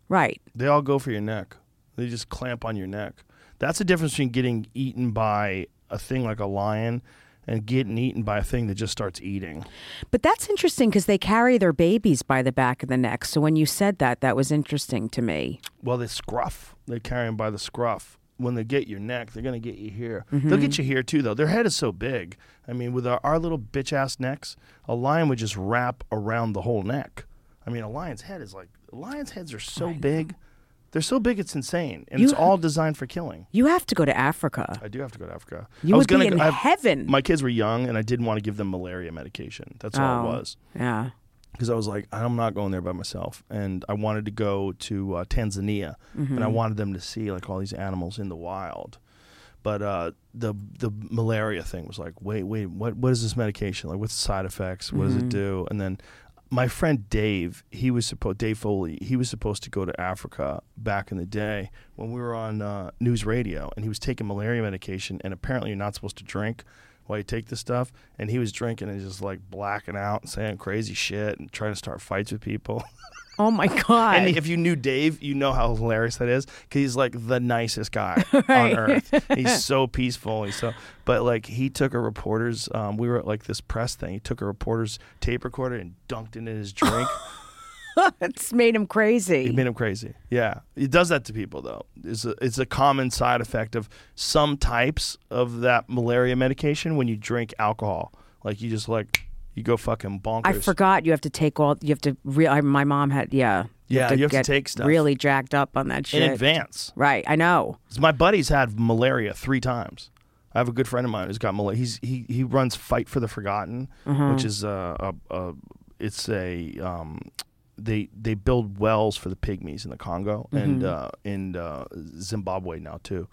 S5: Right.
S4: They all go for your neck. They just clamp on your neck. That's the difference between getting eaten by a thing like a lion and getting eaten by a thing that just starts eating.
S5: But that's interesting because they carry their babies by the back of the neck. So when you said that, that was interesting to me.
S4: Well, they scruff. They carry them by the scruff. When they get your neck, they're gonna get you here.
S5: Mm-hmm.
S4: They'll get
S12: Mhm.
S4: you here too, though. Their head is so big. I mean, with our, our little bitch ass necks, a lion would just wrap around the whole neck. I mean, a lion's head is like lions' heads are so big. They're so big, it's insane, and it's
S5: You-
S4: all designed for killing.
S5: You have to go to Africa.
S4: I do have to go to Africa.
S5: You
S4: I
S5: would be
S4: go-
S5: in
S4: I-
S5: heaven.
S4: My kids were young, and I didn't want to give them malaria medication. That's all
S5: Oh,
S4: it was.
S5: Yeah.
S4: because I was like, I'm not going there by myself, and I wanted to go to uh, Tanzania,
S12: Mhm.
S4: and I wanted them to see like all these animals in the wild. But uh, the the malaria thing was like, wait, wait, what what is this medication? Like, what's the side effects? What does
S12: Mhm.
S4: it do? And then my friend Dave, he was supposed Dave Foley, he was supposed to go to Africa back in the day when we were on uh, news radio, and he was taking malaria medication, and apparently you're not supposed to drink while you take this stuff, and he was drinking and just like blacking out and saying crazy shit and trying to start fights with people.
S5: Oh my god!
S4: And if you knew Dave, you know how hilarious that is because he's like the nicest guy on earth. He's so peaceful. He's so, but like he took a reporter's. Um, we were at like this press thing. He took a reporter's tape recorder and dunked it in his drink.
S5: it's made him crazy.
S4: It made him crazy. Yeah, it does that to people though. It's a it's a common side effect of some types of that malaria medication when you drink alcohol. Like you just like you go fucking bonkers.
S5: I forgot you have to take all. You have to. Re- I, my mom had. Yeah.
S4: Yeah, you have to
S5: get
S4: take stuff.
S5: Really jacked up on that
S4: in
S5: shit
S4: advance.
S5: Right, I know.
S4: 'Cause My buddy's had malaria three times. I have a good friend of mine who's got malaria. He's he he runs Fight for the Forgotten,
S12: Mhm.
S4: which is uh, a, a, a it's a um, they they build wells for the pygmies in the Congo and
S12: Mhm.
S4: uh, in uh, Zimbabwe now too,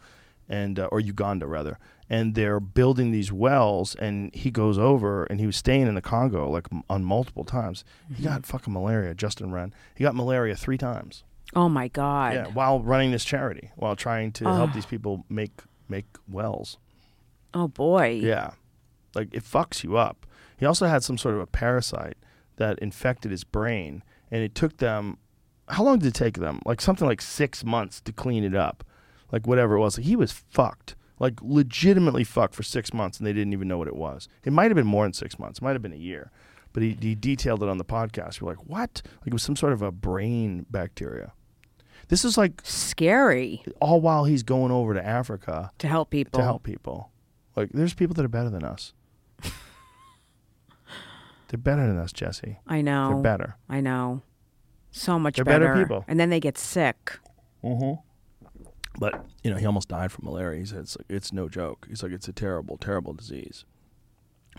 S4: and uh, or Uganda rather. And they're building these wells, and he goes over, and he was staying in the Congo like m- on multiple times. He got fucking malaria. Justin Wren, he got malaria three times.
S5: Oh my god.
S4: Yeah, while running this charity, while trying to
S5: Ah.
S4: help these people make make wells.
S5: Oh boy.
S4: Yeah, like it fucks you up. He also had some sort of a parasite that infected his brain, and it took them. How long did it take them? Like something like six months to clean it up, like whatever it was. Like he was fucked, like legitimately fucked for six months, and they didn't even know what it was. It might have been more than six months. It might have been a year, but he, he detailed it on the podcast. We're like, what? Like it was some sort of a brain bacteria. This is like
S5: scary.
S4: All while he's going over to Africa
S5: to help people.
S4: To help people. Like there's people that are better than us. They're better than us, Jesse.
S5: I know.
S4: They're better.
S5: I know. So much
S4: They're
S5: better.
S4: better people.
S5: And then they get sick.
S4: Mm-hmm. But you know, he almost died from malaria. He said it's like, it's no joke. He's like it's a terrible, terrible disease.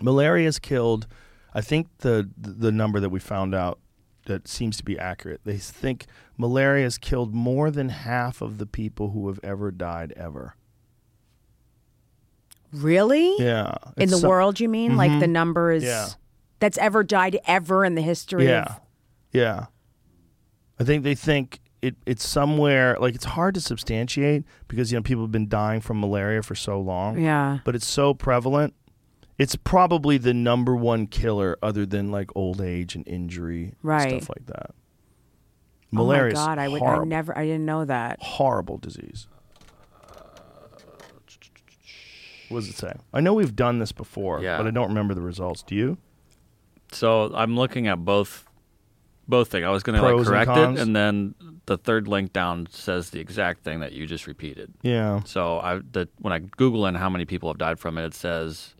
S4: Malaria has killed. I think the the number that we found out that seems to be accurate. They think malaria has killed more than half of the people who have ever died ever.
S5: Really?
S4: Yeah.
S5: In
S4: It's
S5: the
S4: so-
S5: world, you mean? Like the
S4: Mhm.
S5: number is
S4: Yeah.
S5: that's ever died ever in the history
S4: Yeah. Yeah. I think they think it, it's somewhere like it's hard to substantiate because you know people have been dying from malaria for so long.
S5: Yeah.
S4: But it's so prevalent. It's probably the number one killer other than like old age and injury and
S5: Right.
S4: stuff like that.
S5: of
S4: Malaria
S5: Oh my god, I would I
S4: horrible,
S5: never I didn't know that.
S4: horrible disease. What does it say? I know we've done this before, but I don't remember the results. Do you?
S6: So I'm looking at both both things. I was going to like
S4: Pros and
S6: correct
S4: cons?
S6: it, and then the third link down says the exact thing that you just repeated.
S4: Yeah.
S6: So I the, when I Google in how many people have died from it, it says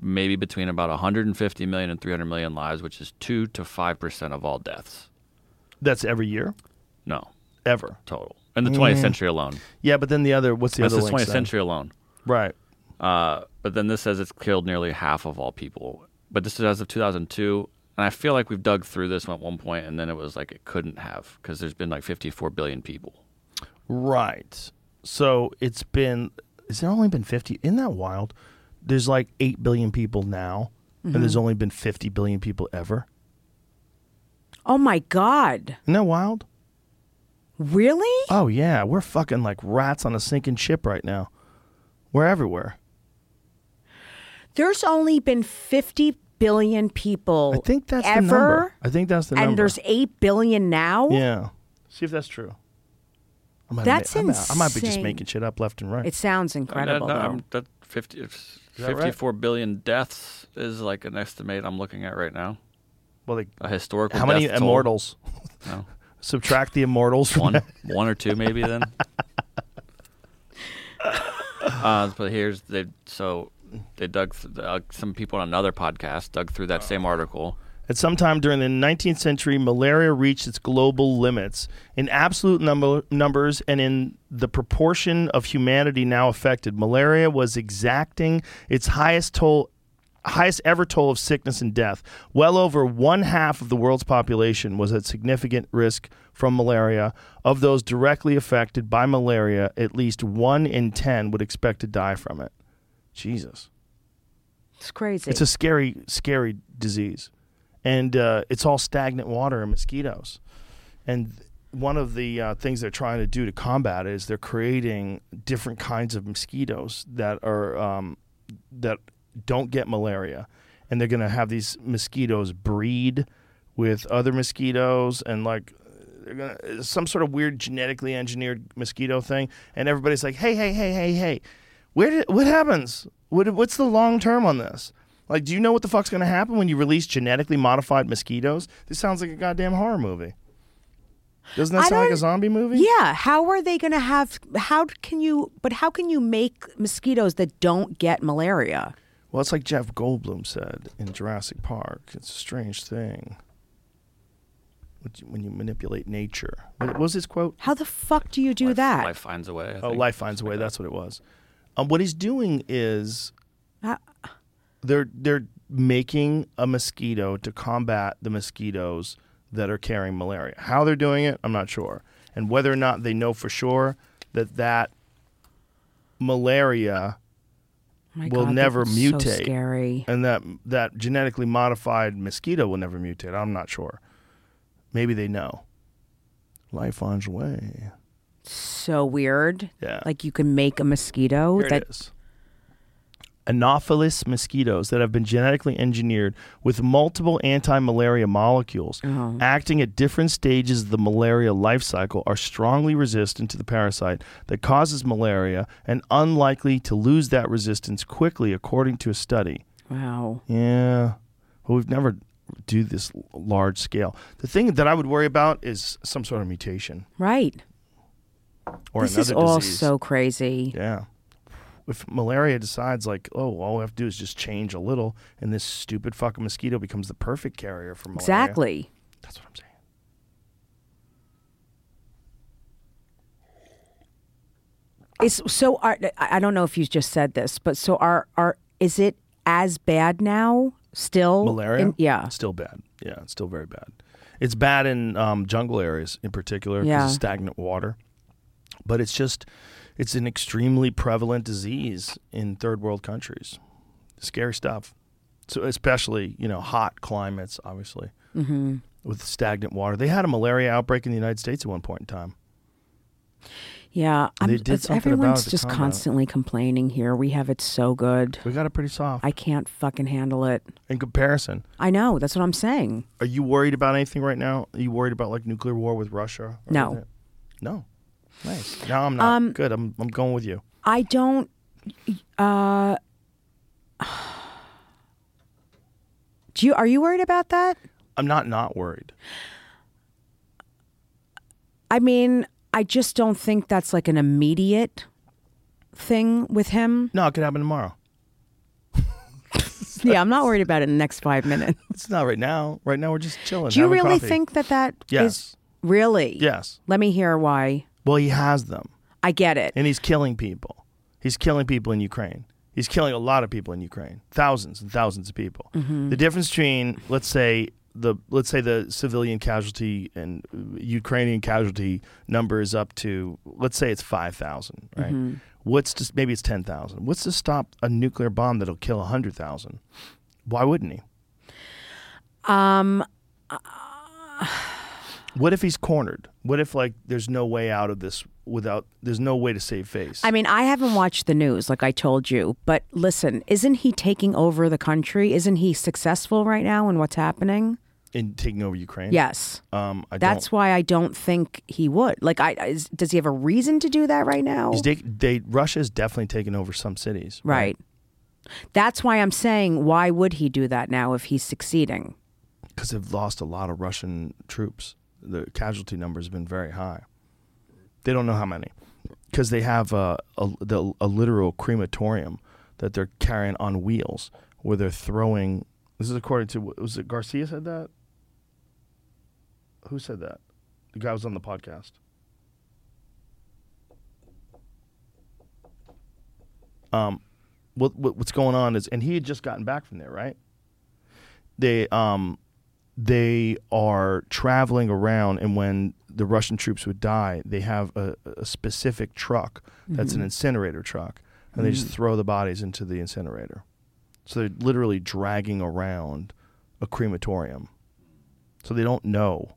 S6: maybe between about 150 million and 300 million lives, which is two to five percent of all deaths.
S4: That's every year?
S6: No,
S4: ever
S6: total in the 20th
S4: Mm.
S6: century alone.
S4: Yeah, but then the other what's the
S6: That's
S4: other
S6: the
S4: link
S6: 20th
S4: say?
S6: century alone.
S4: Right.
S6: Uh, but then this says it's killed nearly half of all people. But this is as of 2002. And I feel like we've dug through this one at one point, and then it was like it couldn't have because there's been like 54 billion people.
S4: Right. So it's been. Is there only been fifty? Isn't that wild? There's like eight billion people now, and there's
S5: Mhm.
S4: only been fifty billion people ever.
S5: Oh my god.
S4: Isn't that wild?
S5: Really?
S4: Oh yeah, we're fucking like rats on a sinking ship right now. We're everywhere.
S5: There's only been 50 billion people I think
S4: that's
S5: ever
S4: the number. I think that's the
S5: and
S4: number.
S5: there's 8 billion now?
S4: yeah. See if that's true. I might
S5: That's
S4: I might, I might be just
S5: insane.
S4: making shit up left and right.
S5: It sounds incredible
S6: No, no,
S5: though.
S6: I'm- that 50, it's
S4: that right?
S6: 54 billion deaths is like an estimate I'm looking at right now.
S4: Well, like
S6: a historical.
S4: How many
S6: death toll.
S4: immortals?
S6: No.
S4: Subtract the immortals from
S6: one,
S4: that.
S6: one or two maybe then. uh, but here's they so they dug th- uh, some people on another podcast dug through that
S4: Oh.
S6: same article.
S4: At some time during the 19th century, malaria reached its global limits in absolute number, numbers and in the proportion of humanity now affected. Malaria was exacting its highest toll highest ever toll of sickness and death. Well over one half of the world's population was at significant risk from malaria. Of those directly affected by malaria, at least one in 10 would expect to die from it. Jesus.
S5: It's crazy.
S4: It's a scary, scary disease, and uh, it's all stagnant water and mosquitoes. And th- one of the uh, things they're trying to do to combat it is they're creating different kinds of mosquitoes that are um, that don't get malaria, and they're going to have these mosquitoes breed with other mosquitoes and like. They're gonna, some sort of weird genetically engineered mosquito thing, and everybody's like, "Hey, hey, hey, hey, hey, where did, what happens? What, what's the long term on this? Like, do you know what the fuck's going to happen when you release genetically modified mosquitoes? This sounds like a goddamn horror movie. Doesn't that
S5: I
S4: sound like a
S5: don't-
S4: zombie movie?
S5: Yeah. How are they going to have? How can you? But how can you make mosquitoes that don't get malaria?
S4: Well, it's like Jeff Goldblum said in Jurassic Park. It's a strange thing When you- when you manipulate nature. What was his quote?
S5: How the fuck do you do that?
S6: Life finds a way. I
S4: oh,
S6: think.
S4: life finds a way. That's what it was. Um, what he's doing is
S5: Ah.
S4: they're they're making a mosquito to combat the mosquitoes that are carrying malaria. How they're doing it, I'm not sure, and whether or not they know for sure that that malaria
S5: My
S4: will
S5: God, that
S4: never
S5: was so
S4: mutate.
S5: scary.
S4: And that that genetically modified mosquito will never mutate. I'm not sure. Maybe they know. Life finds a way.
S5: So weird.
S4: Yeah.
S5: Like you can make a mosquito
S4: Here
S5: that
S4: it is. Anopheles mosquitoes that have been genetically engineered with multiple anti malaria molecules
S5: Oh.
S4: acting at different stages of the malaria life cycle are strongly resistant to the parasite that causes malaria and unlikely to lose that resistance quickly, according to a study.
S5: Wow.
S4: Yeah. But we've never do this l- large scale. The thing that I would worry about is some sort of mutation
S5: Right.
S4: or
S5: this is
S4: another
S5: all
S4: disease.
S5: so crazy.
S4: Yeah. If malaria decides, like, oh, all we have to do is just change a little, and this stupid fucking mosquito becomes the perfect carrier for malaria.
S5: Exactly.
S4: That's what I'm saying.
S5: It's so. Are, I I don't know if you just said this, but so are are is it as bad now? Still
S4: Malaria?
S5: In- yeah.
S4: Still bad. Yeah, it's still very bad. It's bad in um, jungle areas in particular because
S5: Yeah.
S4: of stagnant water. But it's just, it's an extremely prevalent disease in third world countries. Scary stuff. So, especially, you know, hot climates, obviously,
S5: hmm
S4: with stagnant water. They had a malaria outbreak in the United States at one point in time.
S5: Yeah. I'm-
S4: They did
S5: it's-
S4: something about
S5: everyone's
S4: it to
S5: just
S4: combat it.
S5: constantly complaining here. We have it so good.
S4: We got it pretty soft
S5: I can't fucking handle it.
S4: in comparison.
S5: I know. That's what I'm saying.
S4: Are you worried about anything right now? Are you worried about like nuclear war with Russia? or
S5: No. Um,
S4: anything? No. Nice. No, I'm not. Good. I'm I'm going with you.
S5: I don't. Uh, do you? Are you worried about that?
S4: I'm not not worried.
S5: I mean, I just don't think that's like an immediate thing with him.
S4: No, it could happen tomorrow.
S5: Yeah, I'm not worried about it in the next five minutes.
S4: It's not right now. Right now we're just chilling.
S5: Do you
S4: having
S5: really
S4: coffee.
S5: think that that is
S4: Yes.
S5: really?
S4: Yes.
S5: Let me hear why.
S4: Well, he has them.
S5: I get it.
S4: And he's killing people. He's killing people in Ukraine. He's killing a lot of people in Ukraine. Thousands and thousands of people. The difference between let's say the let's say the civilian casualty and uh, Ukrainian casualty number is up to let's say it's 5,000, right? What's just maybe it's 10,000. What's to stop a nuclear bomb that'll kill 100,000? Why wouldn't he?
S5: Um,
S4: What if he's cornered? What if like there's no way out of this without there's no way to save face?
S5: I mean, I haven't watched the news like I told you, but listen, isn't he taking over the country? Isn't he successful right now in what's happening?
S4: in taking over Ukraine?
S5: Yes.
S4: Um I don't
S5: That's why I don't think he would. Like, I is, does he have a reason to do that right now?
S4: He's de- they Russia's definitely taken over some cities.
S5: right. That's why I'm saying, why would he do that now if he's succeeding?
S4: Because they've lost a lot of Russian troops. The casualty number has been very high. They don't know how many. Because they have a, a, the, a literal crematorium that they're carrying on wheels where they're throwing. This is according to, was it Garcia said that? Who said that? The guy was on the podcast. Um, what, what what's going on is, and he had just gotten back from there, right? They um they are traveling around, and when the Russian troops would die, they have a, a specific truck that's an
S12: Mhm.
S4: incinerator truck, and they just
S12: Mm.
S4: throw the bodies into the incinerator. So they're literally dragging around a crematorium, so they don't know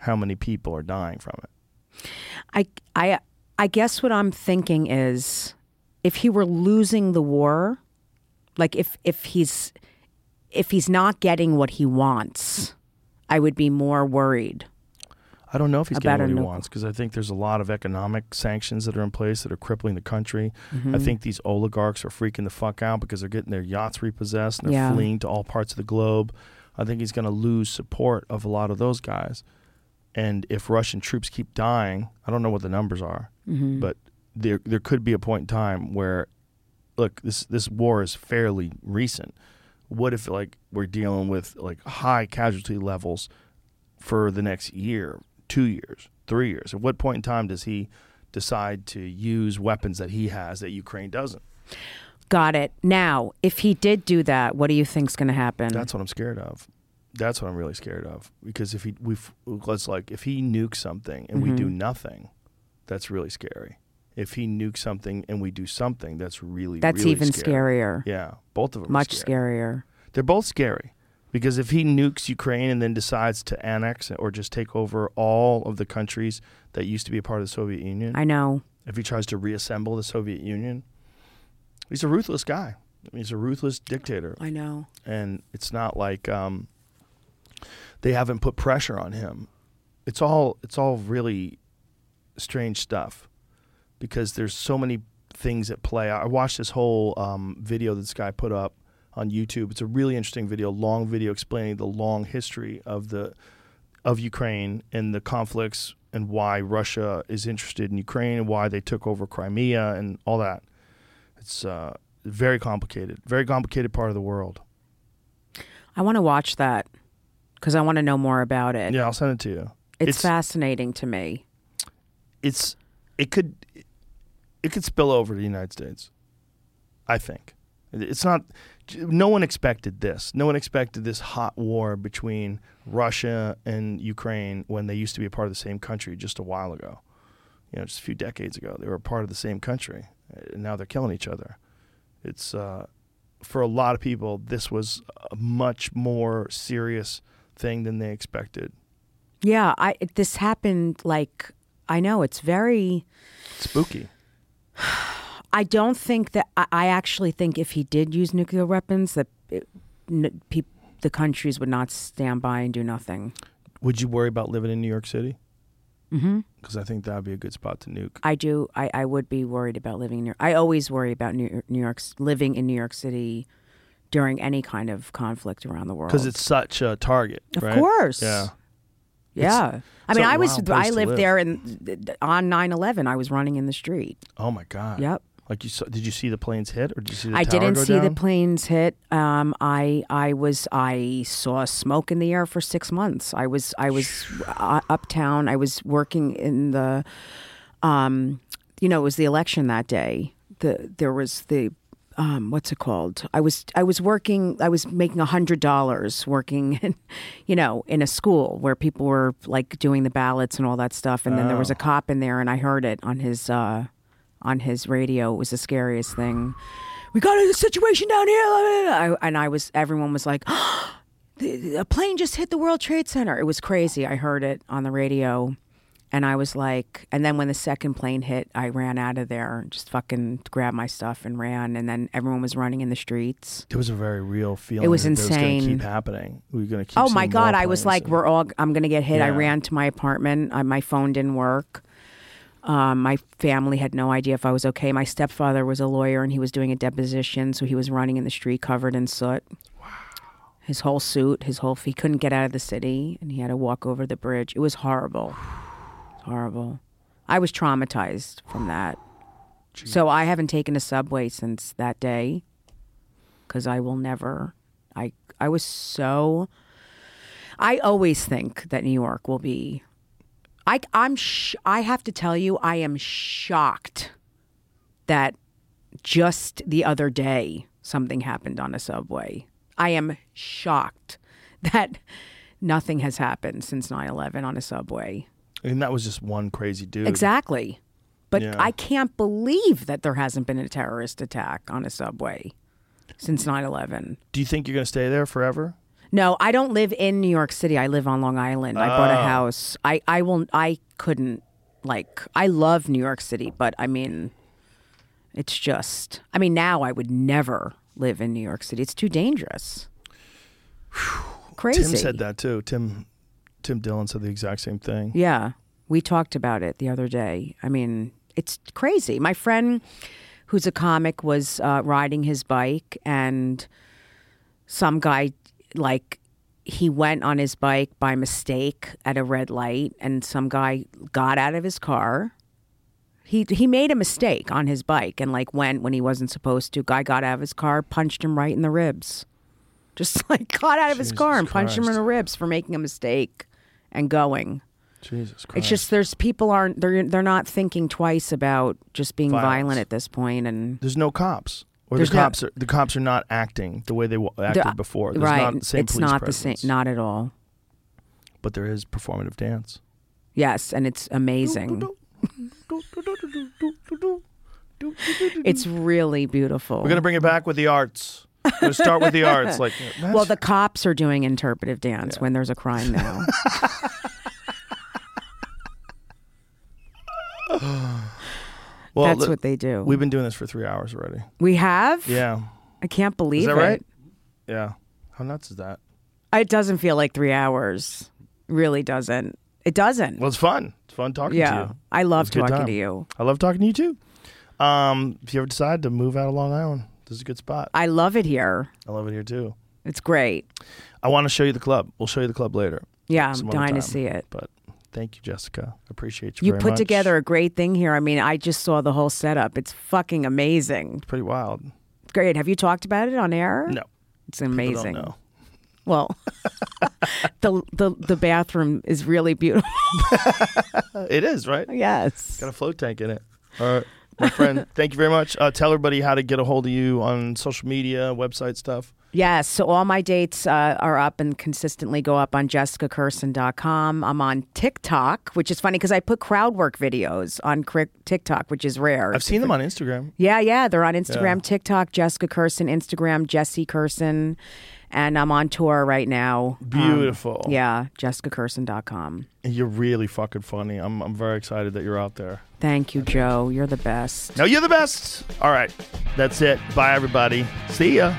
S4: how many people are dying from it.
S5: I, I, I guess what I'm thinking is, if he were losing the war, like if if he's if he's not getting what he wants, I would be more worried.
S4: I don't know if he's
S5: about
S4: getting what
S5: a
S4: he
S5: nu-
S4: wants because I think there's a lot of economic sanctions that are in place that are crippling the country. I
S12: Mhm.
S4: think these oligarchs are freaking the fuck out because they're getting their yachts repossessed and they're
S12: Yeah.
S4: fleeing to all parts of the globe. I think he's going to lose support of a lot of those guys. And if Russian troops keep dying, I don't know what the numbers are,
S12: Mhm.
S4: but there there could be a point in time where, look, this this war is fairly recent. What if like we're dealing with like high casualty levels for the next year, two years, three years? At what point in time does he decide to use weapons that he has that Ukraine doesn't?
S5: Mm-hmm. Got it. Now, if he did do that, what do you think's going to happen?
S4: That's what I'm scared of. That's what I'm really scared of because if he we let's like if he nukes something and we do
S12: Mhm.
S5: Mm-hmm.
S4: nothing, that's really scary. If he nukes something and we do something, that's really
S5: That's
S4: really
S5: even
S4: scary.
S5: scarier.
S4: Yeah, both of them.
S5: Much
S4: are scary.
S5: scarier.
S4: They're both scary because if he nukes Ukraine and then decides to annex or just take over all of the countries that used to be a part of the Soviet Union,
S5: I know.
S4: If he tries to reassemble the Soviet Union, he's a ruthless guy. I mean, he's a ruthless dictator.
S5: I know.
S4: And it's not like um, they haven't put pressure on him. It's all it's all really strange stuff because there's so many things at play. I watched this whole um, video that this guy put up on YouTube. It's a really interesting video, long video explaining the long history of the of Ukraine and the conflicts and why Russia is interested in Ukraine and why they took over Crimea and all that. It's uh, very complicated, very complicated part of the world.
S5: I want to watch that because I want to know more about it.
S4: Yeah, I'll send it to you.
S5: It's,
S4: It's-
S5: fascinating to me.
S4: It's it could it could spill over to the United States. I think it's not. No one expected this. No one expected this hot war between Russia and Ukraine when they used to be a part of the same country just a while ago. You know, just a few decades ago, they were a part of the same country, and now they're killing each other. It's uh, for a lot of people, this was a much more serious thing than they expected.
S5: Yeah, I it- this happened like I know it's very.
S4: Spooky.
S5: I don't think that I, I actually think if he did use nuclear weapons that it, n- peop, the countries would not stand by and do nothing.
S4: Would you worry about living in New York City?
S5: hmm
S4: Because I think that would be a good spot to nuke.
S5: I do. I, I would be worried about living in New. I always worry about New York, New York's living in New York City during any kind of conflict around the world.
S4: Because it's such a target.
S5: Of
S4: right?
S5: course.
S4: Yeah.
S5: Yeah.
S4: It's-
S5: I
S4: it's
S5: mean,
S4: a
S5: I was
S4: wild place
S5: I
S4: to
S5: lived
S4: live.
S5: there and on 9/11 I was running in the street.
S4: Oh my god.
S5: Yep.
S4: Like you saw, did you see the planes hit or did you see the
S5: I
S4: tower
S5: didn't
S4: go
S5: see the
S4: down?
S5: planes hit. Um, I I was I saw smoke in the air for 6 months. I was I was uh, uptown. I was working in the um you know, it was the election that day. The there was the um, what's it called? I was I was working. I was making a hundred dollars working, in, you know, in a school where people were like doing the ballots and all that stuff. And then there was a
S2: Oh.
S5: cop in there, and I heard it on his uh, on his radio. It was the scariest thing. We got a situation down here, blah, blah, blah. I, and I was. Everyone was like, "The- "A plane just hit the World Trade Center." It was crazy. I heard it on the radio. And I was like, and then when the second plane hit, I ran out of there and just fucking grabbed my stuff and ran. And then everyone was running in the streets.
S4: It was a very real feeling.
S5: was
S4: that that going to
S5: insane.
S4: keep happening. We were going to keep.
S5: Oh my
S4: seeing
S5: God.
S4: more
S5: I was
S4: planes.
S5: like, we're all, I'm going to get hit. I
S4: Yeah.
S5: ran to my apartment. I, my phone didn't work. Um, my family had no idea if I was okay. My stepfather was a lawyer and he was doing a deposition. So he was running in the street covered in soot. His whole suit, his whole, he couldn't get out of the city and he had to walk over the bridge. It was horrible. Horrible. I was traumatized from that. So I haven't taken a subway since that day because I will never. I I was so. I always think that New York will be. I I'm sh- I have to tell you I am shocked that just the other day something happened on a subway. I am shocked that nothing has happened since 9/11 on a subway.
S4: And that was just one crazy dude.
S5: Exactly. But
S4: Hmm. Yeah.
S5: I can't believe that there hasn't been a terrorist attack on a subway since 9/11.
S4: Do you think you're gonna stay there forever?
S5: No, I don't live in New York City. I live on Long Island. I bought a
S4: Oh.
S5: house. I I will I couldn't like I love New York City, but I mean it's just I mean now I would never live in New York City. It's too dangerous. Crazy.
S4: Tim said that too. Tim Tim Dillon said the exact same thing.
S5: Yeah. We talked about it the other day. I mean, it's crazy. My friend, who's a comic, was uh, riding his bike, and some guy, like, he went on his bike by mistake at a red light, and some guy got out of his car. He, he made a mistake on his bike and like went when he wasn't supposed to. Guy got out of his car, punched him right in the ribs. Just like got out of his car and punched him in
S4: Christ.
S5: the ribs for making a mistake and going.
S4: Jesus Christ.
S5: It's just there's people aren't they're they're not thinking twice about just being
S4: Violence.
S5: violent at this point and
S4: there's no cops. Or the
S5: There's no-
S4: cops are the cops are not acting the way they wa- acted
S5: They're-
S4: before. There's
S5: right.
S4: not the same
S5: it's
S4: police
S5: not the
S4: presence.
S5: same not at all.
S4: But there is performative dance.
S5: Yes, and it's amazing. It's really beautiful.
S4: We're gonna bring it back with the arts. We're gonna start with the arts. Like
S5: Well, the cops are doing interpretive dance when there's a crime now.
S4: Well,
S5: that's
S4: the-
S5: what they do.
S4: We've been doing this for three hours already.
S5: we have?
S4: Yeah.
S5: I can't believe
S4: Is that
S5: it.
S4: right? Yeah. How nuts is that?
S5: It doesn't feel like 3 hours. Really doesn't. It doesn't.
S4: Well, it's fun. It's fun talking to you.
S5: Yeah. I love
S4: It's a good
S5: talking
S4: time.
S5: to you.
S4: I love talking to you too. Um, if you ever decide to move out of Long Island, this is a good spot.
S5: I love it here.
S4: I love it here too.
S5: It's great.
S4: I want to show you the club. We'll show you the club later.
S5: Yeah, I'm
S4: some other
S5: dying to
S4: time.
S5: see it.
S4: But thank you, Jessica. I appreciate you.
S5: You
S4: very
S5: put
S4: much.
S5: together a great thing here. I mean, I just saw the whole setup. It's fucking amazing.
S4: pretty wild.
S5: Great. Have you talked about it on air?
S4: No,
S5: It's amazing.
S4: No,
S5: Well, the, the the bathroom is really beautiful.
S4: it is right.
S5: yes.
S4: Got a float tank in it. All right, my friend. thank you very much. Uh, tell everybody how to get a hold of you on social media, website stuff.
S5: Yes. So all my dates uh, are up and consistently go up on jessicacurson.com. I'm on TikTok, which is funny because I put crowd work videos on cri- TikTok, which is rare.
S4: I've seen them on Instagram.
S5: Yeah, yeah. They're on Instagram, TikTok, Jessica Curson, Instagram, Jesse Curson. And I'm on tour right now. Um,
S4: Beautiful.
S5: yeah, jessicacurson.com.
S4: You're really fucking funny. I'm, I'm very excited that you're out there.
S5: Thank you, Joe. You're the best.
S4: Now you're the best. All right, that's it. Bye, everybody. See ya.